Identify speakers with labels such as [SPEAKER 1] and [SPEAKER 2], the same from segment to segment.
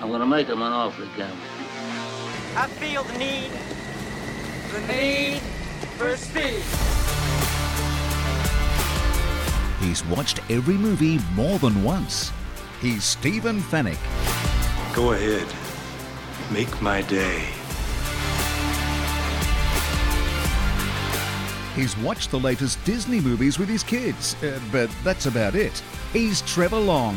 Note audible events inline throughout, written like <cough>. [SPEAKER 1] I'm going to make him an offer again.
[SPEAKER 2] I feel the need, the need for speed.
[SPEAKER 3] He's watched every movie more than once. He's Stephen Fennick.
[SPEAKER 4] Go ahead. Make my day.
[SPEAKER 3] He's watched the latest Disney movies with his kids, uh, but that's about it. He's Trevor Long.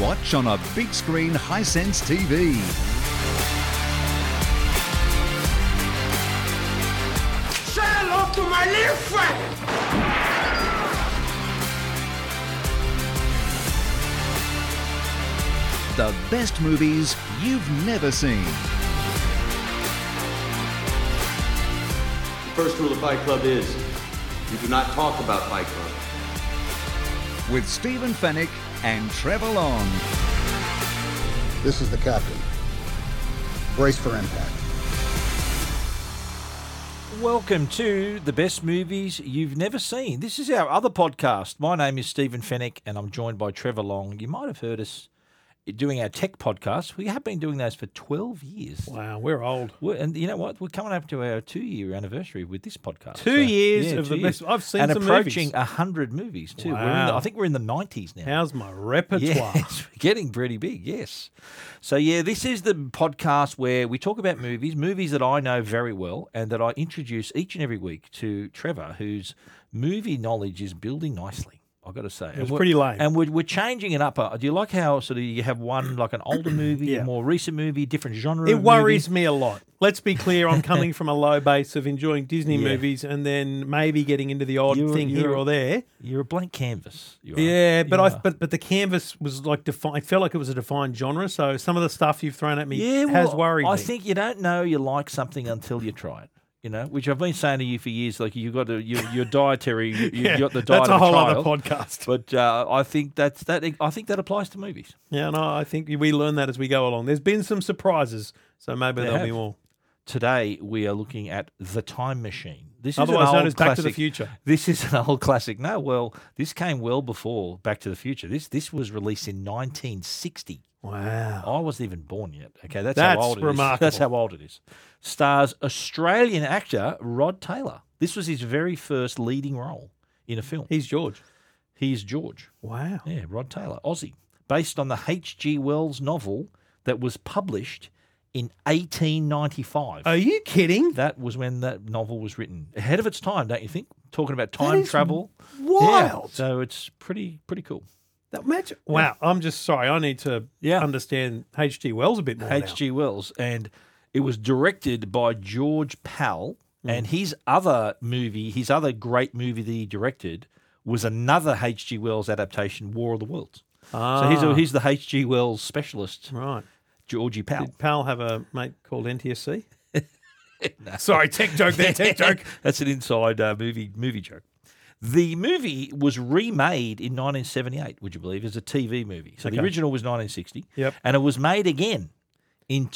[SPEAKER 3] Watch on a big screen Hisense TV.
[SPEAKER 2] Say hello to my little friend.
[SPEAKER 3] The best movies you've never seen.
[SPEAKER 5] The first rule of Fight Club is you do not talk about Fight Club.
[SPEAKER 3] With Stephen Fennick and Trevor Long.
[SPEAKER 6] This is the captain. Brace for impact.
[SPEAKER 7] Welcome to the best movies you've never seen. This is our other podcast. My name is Stephen Fennick, and I'm joined by Trevor Long. You might have heard us doing our tech podcast. We have been doing those for 12 years.
[SPEAKER 8] Wow, we're old.
[SPEAKER 7] We're, and you know what? We're coming up to our two-year anniversary with this podcast.
[SPEAKER 8] Two years of the best- I've seen
[SPEAKER 7] and
[SPEAKER 8] some
[SPEAKER 7] approaching
[SPEAKER 8] movies.
[SPEAKER 7] a hundred movies too. We're in the-
[SPEAKER 8] Wow.
[SPEAKER 7] I think we're in the nineties now.
[SPEAKER 8] How's my <laughs> repertoire?
[SPEAKER 7] Yes, we're getting pretty big, yes. So, yeah, this is the podcast where we talk about movies, movies that I know very well, and that I introduce each and every week to Trevor, whose movie knowledge is building nicely. I've got to say. And
[SPEAKER 8] was
[SPEAKER 7] we're-
[SPEAKER 8] pretty lame.
[SPEAKER 7] And we're, we're changing it up. Uh, Do you like how sort of you have one, like an
[SPEAKER 8] <clears throat>
[SPEAKER 7] older movie,
[SPEAKER 8] Yeah.
[SPEAKER 7] a more recent movie, different genre?
[SPEAKER 8] It
[SPEAKER 7] of
[SPEAKER 8] worries
[SPEAKER 7] movie?
[SPEAKER 8] me a lot. Let's be clear, I'm coming from a low base of enjoying Disney
[SPEAKER 7] Yeah.
[SPEAKER 8] movies and then maybe getting into the odd
[SPEAKER 7] You're-
[SPEAKER 8] thing here
[SPEAKER 7] you're-
[SPEAKER 8] or there.
[SPEAKER 7] You're a blank canvas. you are.
[SPEAKER 8] Yeah, but
[SPEAKER 7] You
[SPEAKER 8] I
[SPEAKER 7] are.
[SPEAKER 8] but but the canvas was like defined. Felt like it was a defined genre. So some of the stuff you've thrown at me
[SPEAKER 7] yeah, well,
[SPEAKER 8] has worried
[SPEAKER 7] I
[SPEAKER 8] me. <laughs>
[SPEAKER 7] think you don't know you like something until you try it. You know, which I've been saying to you for years. Like you got to, you, your
[SPEAKER 8] <laughs>
[SPEAKER 7] dietary, you, you got the diet.
[SPEAKER 8] that's
[SPEAKER 7] of
[SPEAKER 8] a whole other
[SPEAKER 7] child.
[SPEAKER 8] podcast.
[SPEAKER 7] But uh, I think that's that. I think that applies to movies.
[SPEAKER 8] yeah, no, I think we learn that as we go along. There's been some surprises, so maybe
[SPEAKER 7] There
[SPEAKER 8] there'll be
[SPEAKER 7] have.
[SPEAKER 8] more.
[SPEAKER 7] Today we are looking at the Time Machine. This is
[SPEAKER 8] Otherwise
[SPEAKER 7] an
[SPEAKER 8] known
[SPEAKER 7] old
[SPEAKER 8] as Back to
[SPEAKER 7] classic.
[SPEAKER 8] the Future.
[SPEAKER 7] This is an old classic. No, well, this came well before Back to the Future. This this was released in 1960.
[SPEAKER 8] Wow.
[SPEAKER 7] I wasn't even born yet. Okay, that's,
[SPEAKER 8] That's
[SPEAKER 7] how old it is. That's
[SPEAKER 8] remarkable.
[SPEAKER 7] how old it is. Stars Australian actor Rod Taylor. This was his very first leading role in a film.
[SPEAKER 8] He's George.
[SPEAKER 7] He's George.
[SPEAKER 8] Wow.
[SPEAKER 7] Yeah, Rod Taylor, Aussie, based on the H.G. Wells novel that was published in 1895.
[SPEAKER 8] Are you kidding?
[SPEAKER 7] That was when that novel was written. Ahead of its time, don't you think? Talking about
[SPEAKER 8] That
[SPEAKER 7] time
[SPEAKER 8] is
[SPEAKER 7] travel. Yeah,
[SPEAKER 8] Wild.
[SPEAKER 7] So it's pretty pretty cool.
[SPEAKER 8] That match. Wow. I'm just sorry. I need to
[SPEAKER 7] Yeah.
[SPEAKER 8] understand H.G. Wells a bit more. now.
[SPEAKER 7] H.G. Wells, and it was directed by George Powell.
[SPEAKER 8] Mm.
[SPEAKER 7] And his other movie, his other great movie that he directed, was another H.G. Wells adaptation, War of the Worlds. So he's, a,
[SPEAKER 8] Ah.
[SPEAKER 7] he's the H.G. Wells specialist,
[SPEAKER 8] Right.
[SPEAKER 7] Georgie Powell.
[SPEAKER 8] Did Pal have a mate
[SPEAKER 7] <laughs>
[SPEAKER 8] called NTSC? Sorry, tech joke there, tech joke.
[SPEAKER 7] That's an inside uh, movie movie joke. The movie was remade in 1978, would you believe, as a TV movie. So the
[SPEAKER 8] Okay.
[SPEAKER 7] original was 1960.
[SPEAKER 8] Yep.
[SPEAKER 7] And it was made again in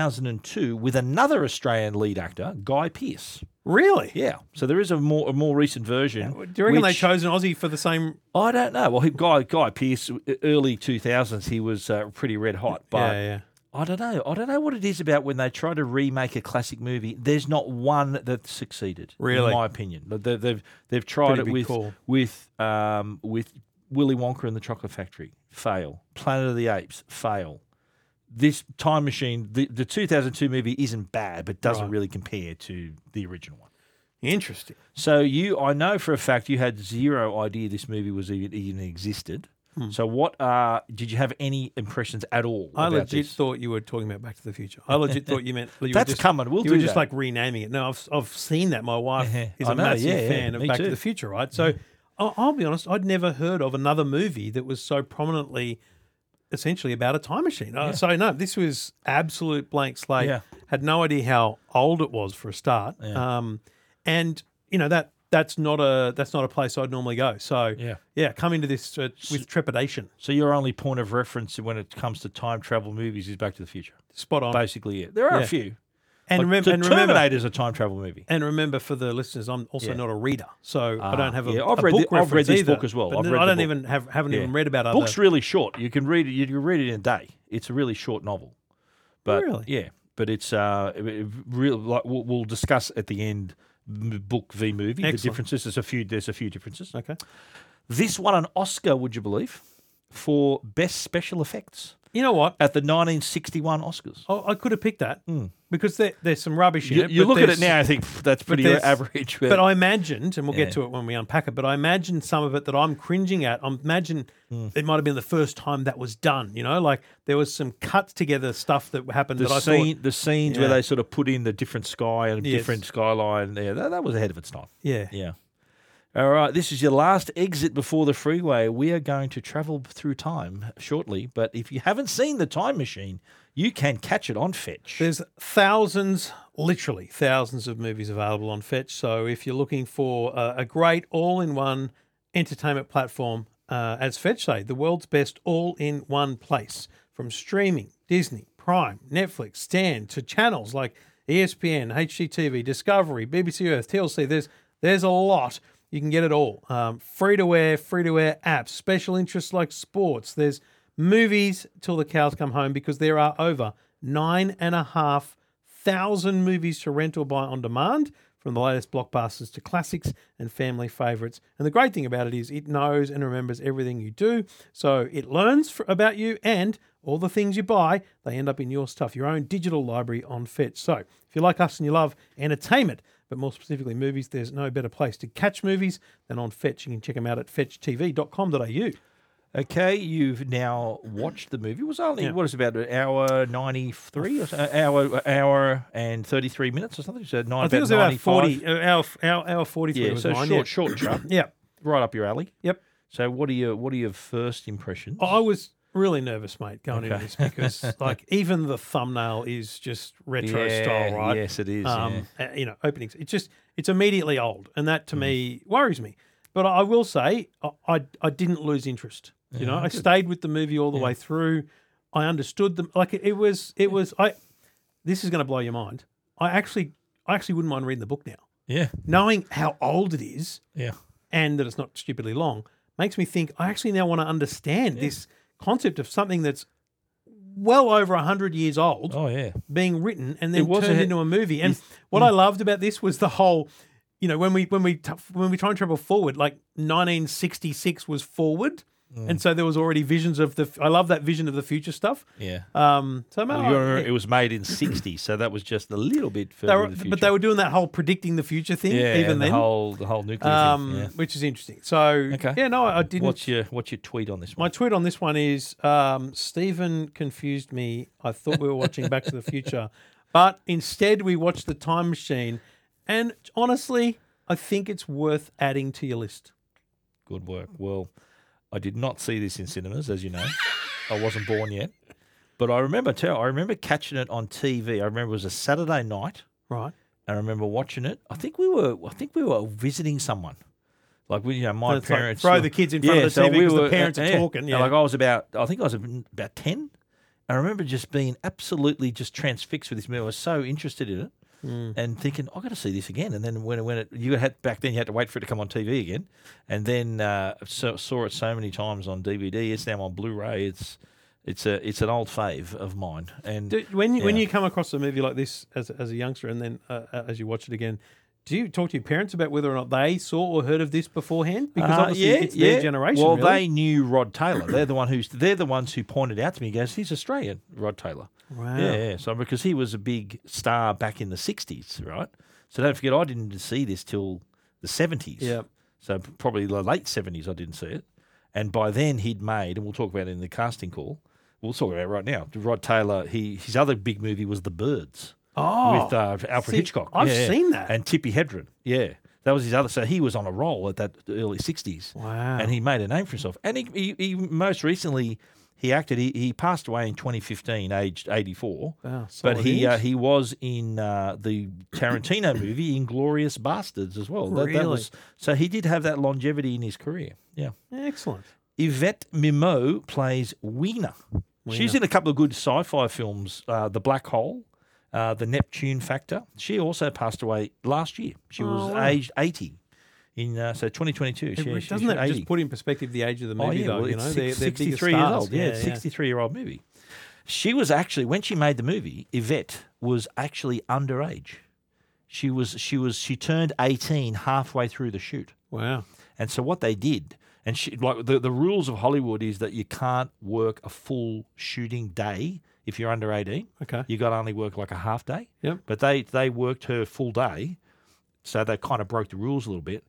[SPEAKER 7] 2002 with another Australian lead actor, Guy Pearce.
[SPEAKER 8] Really?
[SPEAKER 7] Yeah. So there is a more a more recent version.
[SPEAKER 8] Do you reckon they
[SPEAKER 7] which-
[SPEAKER 8] chose an Aussie for the same?
[SPEAKER 7] I don't know. Well, he- Guy Guy Pearce, e, early 2000s, he was uh, pretty red hot. But
[SPEAKER 8] yeah, yeah.
[SPEAKER 7] I don't know. I don't know what it is about when they try to remake a classic movie. There's not one that succeeded.
[SPEAKER 8] Really?
[SPEAKER 7] in my opinion, But they've they've, they've tried
[SPEAKER 8] Pretty
[SPEAKER 7] it
[SPEAKER 8] big
[SPEAKER 7] with
[SPEAKER 8] call.
[SPEAKER 7] with um, with Willy Wonka and the Chocolate Factory, fail. Planet of the Apes, fail. This Time Machine, the, the 2002 movie isn't bad, but doesn't
[SPEAKER 8] Right.
[SPEAKER 7] really compare to the original one.
[SPEAKER 8] Interesting.
[SPEAKER 7] So you, I know for a fact you had zero idea this movie was even, even existed. So what are did you have any impressions at all?
[SPEAKER 8] Hmm. I
[SPEAKER 7] about
[SPEAKER 8] legit
[SPEAKER 7] this?
[SPEAKER 8] thought you were talking about Back to the Future. I legit thought you meant you were
[SPEAKER 7] That's
[SPEAKER 8] just-
[SPEAKER 7] coming. We'll
[SPEAKER 8] you
[SPEAKER 7] do
[SPEAKER 8] were just
[SPEAKER 7] that.
[SPEAKER 8] like renaming it. No, I've I've seen that. My wife
[SPEAKER 7] Yeah.
[SPEAKER 8] is
[SPEAKER 7] I
[SPEAKER 8] a
[SPEAKER 7] know,
[SPEAKER 8] massive
[SPEAKER 7] yeah, yeah.
[SPEAKER 8] fan of
[SPEAKER 7] Me
[SPEAKER 8] Back
[SPEAKER 7] too. Mm-hmm.
[SPEAKER 8] to the Future, right? So I I'll be honest, I'd never heard of another movie that was so prominently essentially about a time machine. Uh, So no, this was absolute blank slate.
[SPEAKER 7] Yeah.
[SPEAKER 8] Had no idea how old it was for a start.
[SPEAKER 7] Yeah.
[SPEAKER 8] Um, and you know that that's not a that's not a place I'd normally go. So
[SPEAKER 7] Yeah.
[SPEAKER 8] yeah, come into this uh, with trepidation.
[SPEAKER 7] So your only point of reference when it comes to time travel movies is Back to the Future.
[SPEAKER 8] Spot on.
[SPEAKER 7] Basically, it. There are a
[SPEAKER 8] Yeah.
[SPEAKER 7] few.
[SPEAKER 8] And,
[SPEAKER 7] Like,
[SPEAKER 8] remember,
[SPEAKER 7] T-
[SPEAKER 8] and remember,
[SPEAKER 7] Terminator is a time travel movie.
[SPEAKER 8] and remember for the listeners, I'm also
[SPEAKER 7] Yeah.
[SPEAKER 8] not a reader, so I
[SPEAKER 7] Ah,
[SPEAKER 8] don't have a,
[SPEAKER 7] yeah,
[SPEAKER 8] a
[SPEAKER 7] I've read
[SPEAKER 8] book
[SPEAKER 7] the- I've read
[SPEAKER 8] reference
[SPEAKER 7] this
[SPEAKER 8] either,
[SPEAKER 7] book as well.
[SPEAKER 8] but
[SPEAKER 7] I've
[SPEAKER 8] then
[SPEAKER 7] read
[SPEAKER 8] I
[SPEAKER 7] the
[SPEAKER 8] don't
[SPEAKER 7] book.
[SPEAKER 8] even have haven't
[SPEAKER 7] Yeah.
[SPEAKER 8] even read about other.
[SPEAKER 7] Book's really short. You can read it. You can read it in a day. It's a really short novel. But
[SPEAKER 8] Really?
[SPEAKER 7] yeah, but it's uh it- it real. Like we'll, we'll discuss at the end m- book v movie
[SPEAKER 8] Excellent.
[SPEAKER 7] the differences. There's a few. There's a few differences.
[SPEAKER 8] Okay.
[SPEAKER 7] This won an Oscar, would you believe, for best special effects
[SPEAKER 8] You know what?
[SPEAKER 7] at the 1961 Oscars.
[SPEAKER 8] I, I could have picked that because there, there's some rubbish in
[SPEAKER 7] Hmm. You,
[SPEAKER 8] it.
[SPEAKER 7] you
[SPEAKER 8] but
[SPEAKER 7] look at it
[SPEAKER 8] there's-
[SPEAKER 7] now, I think "Pff, that's pretty
[SPEAKER 8] there's-
[SPEAKER 7] average.
[SPEAKER 8] But I imagined, and we'll
[SPEAKER 7] Yeah.
[SPEAKER 8] get to it when we unpack it. But I imagine some of it that I'm cringing at. I imagine
[SPEAKER 7] Hmm.
[SPEAKER 8] it might have been the first time that was done. You know, like there was some cut together stuff that happened
[SPEAKER 7] the
[SPEAKER 8] that I
[SPEAKER 7] scene,
[SPEAKER 8] thought,
[SPEAKER 7] the scenes where
[SPEAKER 8] Yeah.
[SPEAKER 7] they sort of put in the different sky and
[SPEAKER 8] Yes.
[SPEAKER 7] different skyline. Yeah, that, that was ahead of its time.
[SPEAKER 8] yeah,
[SPEAKER 7] Yeah. All right, this is your last exit before the freeway. We are going to travel through time shortly, but if you haven't seen the time machine, you can catch it on Fetch.
[SPEAKER 8] There's thousands, literally thousands of movies available on Fetch. So if you're looking for a, a great all-in-one entertainment platform, uh, as Fetch say, the world's best all-in-one place from streaming, Disney, Prime, Netflix, Stan to channels like E ESPN, HGTV, Discovery, BBC Earth, TLC. There's there's a lot. You can get it all. Um, free to wear, free to wear apps, special interests like sports. There's movies till the cows come home because there are over nine and a half thousand movies to rent or buy on demand, from the latest blockbusters to classics and family favorites. And the great thing about it is it knows and remembers everything you do, so it learns for, about you and all the things you buy. They end up in your stuff, your own digital library on Fetch. So if you're like us and you love entertainment, but more specifically movies, there's no better place to catch movies than on Fetch. You can check them out at fetchtv.com.au.
[SPEAKER 7] Okay, you've now watched the movie. It was only
[SPEAKER 8] Yeah.
[SPEAKER 7] what is it, about an hour ninety three or so, an hour hour and thirty three minutes or something. So nine,
[SPEAKER 8] I think it was about 40, uh, hour, hour, hour 43
[SPEAKER 7] Yeah,
[SPEAKER 8] was
[SPEAKER 7] so
[SPEAKER 8] mine.
[SPEAKER 7] short, short trip,
[SPEAKER 8] <coughs> yeah. yeah.
[SPEAKER 7] right up your alley.
[SPEAKER 8] Yep.
[SPEAKER 7] So what are your what are your first impressions?
[SPEAKER 8] I was really nervous, mate, going into
[SPEAKER 7] Okay.
[SPEAKER 8] this because,
[SPEAKER 7] <laughs>
[SPEAKER 8] like, even the thumbnail is just retro style,
[SPEAKER 7] Yeah,
[SPEAKER 8] right?
[SPEAKER 7] yes, it is,
[SPEAKER 8] Um, uh, You know, openings. It's just, it's immediately old, and that to
[SPEAKER 7] Hmm.
[SPEAKER 8] me worries me. But I will say, I I, I didn't lose interest. You know, I stayed with the movie all the way through. I understood them. Like, it, it was, it was. I. This is going to blow your mind. I actually, I actually wouldn't mind reading the book now,
[SPEAKER 7] yeah,
[SPEAKER 8] knowing how old it is
[SPEAKER 7] yeah.
[SPEAKER 8] and that it's not stupidly long makes me think I actually now want to understand this concept of something that's well over 100 years old
[SPEAKER 7] Oh yeah.
[SPEAKER 8] being written and then
[SPEAKER 7] was
[SPEAKER 8] turned
[SPEAKER 7] a- Mm.
[SPEAKER 8] into a movie and what I loved about this was the whole you know when we when we t- when we try and travel forward like 1966 was forward
[SPEAKER 7] Mm.
[SPEAKER 8] and so there was already visions of the f- I love that vision of the future stuff
[SPEAKER 7] Yeah.
[SPEAKER 8] um so man,
[SPEAKER 7] Well,
[SPEAKER 8] I-
[SPEAKER 7] Uh, you remember it was made in '60, so that was just a little bit further.
[SPEAKER 8] they were,
[SPEAKER 7] in the future.
[SPEAKER 8] but they were doing that whole predicting the future thing
[SPEAKER 7] yeah,
[SPEAKER 8] even
[SPEAKER 7] and
[SPEAKER 8] then
[SPEAKER 7] the whole the whole nuclear
[SPEAKER 8] um
[SPEAKER 7] thing.
[SPEAKER 8] which is interesting so
[SPEAKER 7] Okay.
[SPEAKER 8] yeah no I I
[SPEAKER 7] Yeah.
[SPEAKER 8] didn't
[SPEAKER 7] What's your what's your tweet on this
[SPEAKER 8] My
[SPEAKER 7] one?
[SPEAKER 8] tweet on this one is um, Stephen confused me. I thought we were watching Back to the Future, <laughs> but instead we watched The Time Machine. And honestly, I think it's worth adding to your list.
[SPEAKER 7] Good work. Well, I did not see this in cinemas, as you know. I wasn't born yet, but I remember too. I remember catching it on TV. I remember it was a Saturday night.
[SPEAKER 8] Right.
[SPEAKER 7] I remember watching it. I think we were I think we were visiting someone. Like we, you know, my
[SPEAKER 8] And it's like,
[SPEAKER 7] parents
[SPEAKER 8] throw the kids in front of the TV 'cause the parents are talking,
[SPEAKER 7] and,
[SPEAKER 8] yeah.
[SPEAKER 7] Like I was about, I think I was about ten. I remember just being absolutely just transfixed with this movie. I was so interested in it
[SPEAKER 8] Mm.
[SPEAKER 7] and thinking I got to see this again. And then when when it you had back then you had to wait for it to come on TV again, and then uh, so, saw it so many times on DVD. It's now on Blu-ray. It's it's a it's an old fave of mine. And
[SPEAKER 8] Do, when, you, when
[SPEAKER 7] Yeah.
[SPEAKER 8] you come across a movie like this as, as a youngster and then uh, uh, as you watch it again, do you talk to your parents about whether or not they saw or heard of this beforehand? Because
[SPEAKER 7] Uh,
[SPEAKER 8] obviously it's their generation.
[SPEAKER 7] Well,
[SPEAKER 8] really.
[SPEAKER 7] they knew Rod Taylor. They're the one who's they're the ones who pointed out to me. He Goes, he's Australian, Rod Taylor.
[SPEAKER 8] Wow.
[SPEAKER 7] Yeah, yeah. So because he was a big star back in the '60s, right? So don't forget, I didn't see this till the '70s.
[SPEAKER 8] Yep.
[SPEAKER 7] So p- probably the late '70s, I didn't see it. And by then he'd made, and we'll talk about it in the casting call. We'll talk about it right now. Rod Taylor. He his other big movie was The Birds
[SPEAKER 8] Oh,
[SPEAKER 7] with uh, Alfred
[SPEAKER 8] see,
[SPEAKER 7] Hitchcock.
[SPEAKER 8] I've
[SPEAKER 7] Yeah, yeah.
[SPEAKER 8] seen that.
[SPEAKER 7] And Tippi Hedren. Yeah. That was his other. So he was on a roll at that early 60s.
[SPEAKER 8] Wow.
[SPEAKER 7] And he made a name for himself. And he, he, he most recently, He acted. He, he passed away in 2015, aged 84.
[SPEAKER 8] Wow,
[SPEAKER 7] but
[SPEAKER 8] solid
[SPEAKER 7] he uh,
[SPEAKER 8] innings.
[SPEAKER 7] he was in uh, the Tarantino movie Inglorious Bastards as well. That, that
[SPEAKER 8] Really?
[SPEAKER 7] was so he did have that longevity in his career. Yeah.
[SPEAKER 8] Excellent.
[SPEAKER 7] Yvette Mimo plays Wiener. She's in a couple of good sci-fi films, uh, The Black Hole, uh, The Neptune Factor. She also passed away last year. She was
[SPEAKER 8] Oh, wow.
[SPEAKER 7] aged 80 in uh, so 2022.
[SPEAKER 8] It
[SPEAKER 7] she,
[SPEAKER 8] re-
[SPEAKER 7] she-
[SPEAKER 8] doesn't
[SPEAKER 7] she's
[SPEAKER 8] that
[SPEAKER 7] 80.
[SPEAKER 8] just put in perspective the age of the movie, though?
[SPEAKER 7] Oh, well,
[SPEAKER 8] you
[SPEAKER 7] it's
[SPEAKER 8] know,
[SPEAKER 7] six-
[SPEAKER 8] they're, they're bigger
[SPEAKER 7] 63 years
[SPEAKER 8] stars.
[SPEAKER 7] old. Yeah, it's 63 year old movie. She was actually when she made the movie, Yvette was actually underage. She was she was she turned 18 halfway through the shoot.
[SPEAKER 8] Wow.
[SPEAKER 7] And so what they did, and she, like the, the rules of Hollywood is that you can't work a full shooting day if you're under 18.
[SPEAKER 8] Okay.
[SPEAKER 7] You got to only work like a half day.
[SPEAKER 8] Yep.
[SPEAKER 7] But they they worked her full day, so they kind of broke the rules a little bit.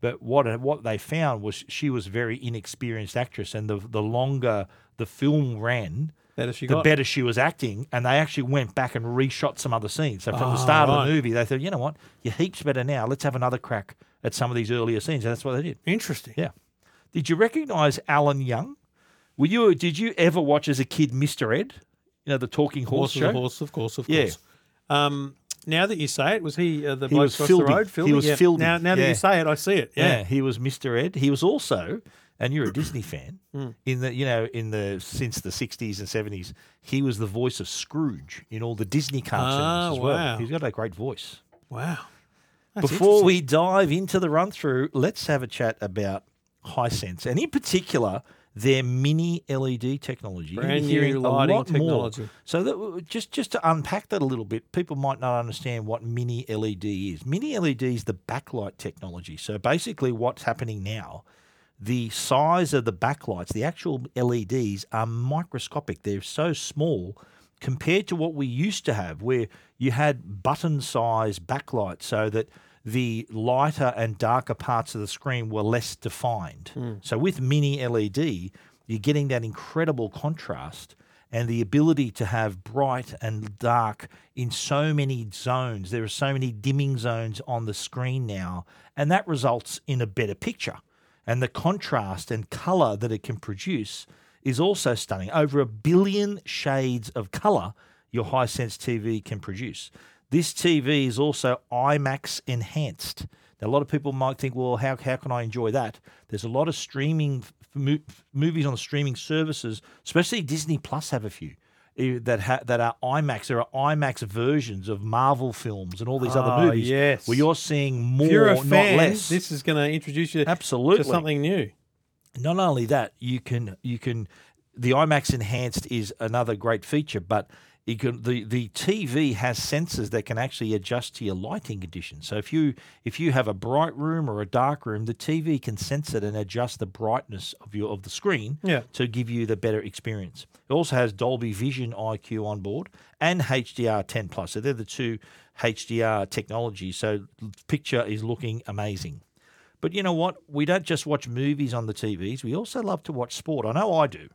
[SPEAKER 7] But what what they found was she was a very inexperienced actress, and the the longer the film ran,
[SPEAKER 8] Better she
[SPEAKER 7] the
[SPEAKER 8] got.
[SPEAKER 7] better she was acting. And they actually went back and reshot some other scenes. So from the start of
[SPEAKER 8] right.
[SPEAKER 7] the movie, they thought, you know what, you're heaps better now. Let's have another crack at some of these earlier scenes. And that's what they did.
[SPEAKER 8] Interesting.
[SPEAKER 7] Yeah. Did you recognise Alan Young? Were you? Did you ever watch as a kid Mister Ed? You know the talking horse
[SPEAKER 8] Horse is
[SPEAKER 7] show.
[SPEAKER 8] a horse, of course, of
[SPEAKER 7] Yeah.
[SPEAKER 8] course. Um, now that you say it, was he uh, the
[SPEAKER 7] He
[SPEAKER 8] bloke
[SPEAKER 7] was
[SPEAKER 8] across
[SPEAKER 7] Filby.
[SPEAKER 8] the road?
[SPEAKER 7] He
[SPEAKER 8] Filby,
[SPEAKER 7] was
[SPEAKER 8] yeah.
[SPEAKER 7] Filby,
[SPEAKER 8] Now, now that
[SPEAKER 7] yeah.
[SPEAKER 8] you say it, I see it.
[SPEAKER 7] Yeah.
[SPEAKER 8] Yeah.
[SPEAKER 7] he was Mr. Ed. He was also, and you're a
[SPEAKER 8] <clears throat>
[SPEAKER 7] Disney fan,
[SPEAKER 8] Hmm.
[SPEAKER 7] in the you know in the since the 60s and 70s, he was the voice of Scrooge in all the Disney cartoons
[SPEAKER 8] Ah,
[SPEAKER 7] as well.
[SPEAKER 8] wow.
[SPEAKER 7] He's got a great voice.
[SPEAKER 8] Wow.
[SPEAKER 7] Before we dive into the run through, let's have a chat about Hisense and in particular their mini LED technology. You're
[SPEAKER 8] Brand new
[SPEAKER 7] hearing a
[SPEAKER 8] lighting
[SPEAKER 7] lot more.
[SPEAKER 8] technology.
[SPEAKER 7] So that, just just to unpack that a little bit, people might not understand what mini LED is. Mini LED is the backlight technology. So basically, what's happening now, the size of the backlights, the actual LEDs are microscopic. They're so small compared to what we used to have, where you had button-sized backlight, so that the lighter and darker parts of the screen were less defined. So with mini LED, you're getting that incredible contrast and the ability to have bright and dark in so many zones. There are so many dimming zones on the screen now, and that results in a better picture. And the contrast and color that it can produce is also stunning. Over a billion shades of color your Hisense TV can produce. This TV is also IMAX enhanced. Now, a lot of people might think, well, how, how can I enjoy that? There's a lot of streaming f- mo- f- movies on streaming services, especially Disney Plus have a few eh, that ha- that are IMAX. There are IMAX versions of Marvel films and all these
[SPEAKER 8] Ah,
[SPEAKER 7] other movies.
[SPEAKER 8] yes.
[SPEAKER 7] where you're seeing more,
[SPEAKER 8] If you're a fan,
[SPEAKER 7] not less.
[SPEAKER 8] this is going to introduce you
[SPEAKER 7] Absolutely.
[SPEAKER 8] to something new.
[SPEAKER 7] not only that, you can you can the IMAX enhanced is another great feature, but you can, the the TV has sensors that can actually adjust to your lighting conditions. So if you if you have a bright room or a dark room, the TV can sense it and adjust the brightness of your of the screen
[SPEAKER 8] Yeah.
[SPEAKER 7] to give you the better experience. It also has Dolby Vision IQ on board and HDR 10 Plus. So they're the two HDR technologies. So picture is looking amazing. But you know what? We don't just watch movies on the TVs. We also love to watch sport. I know I do.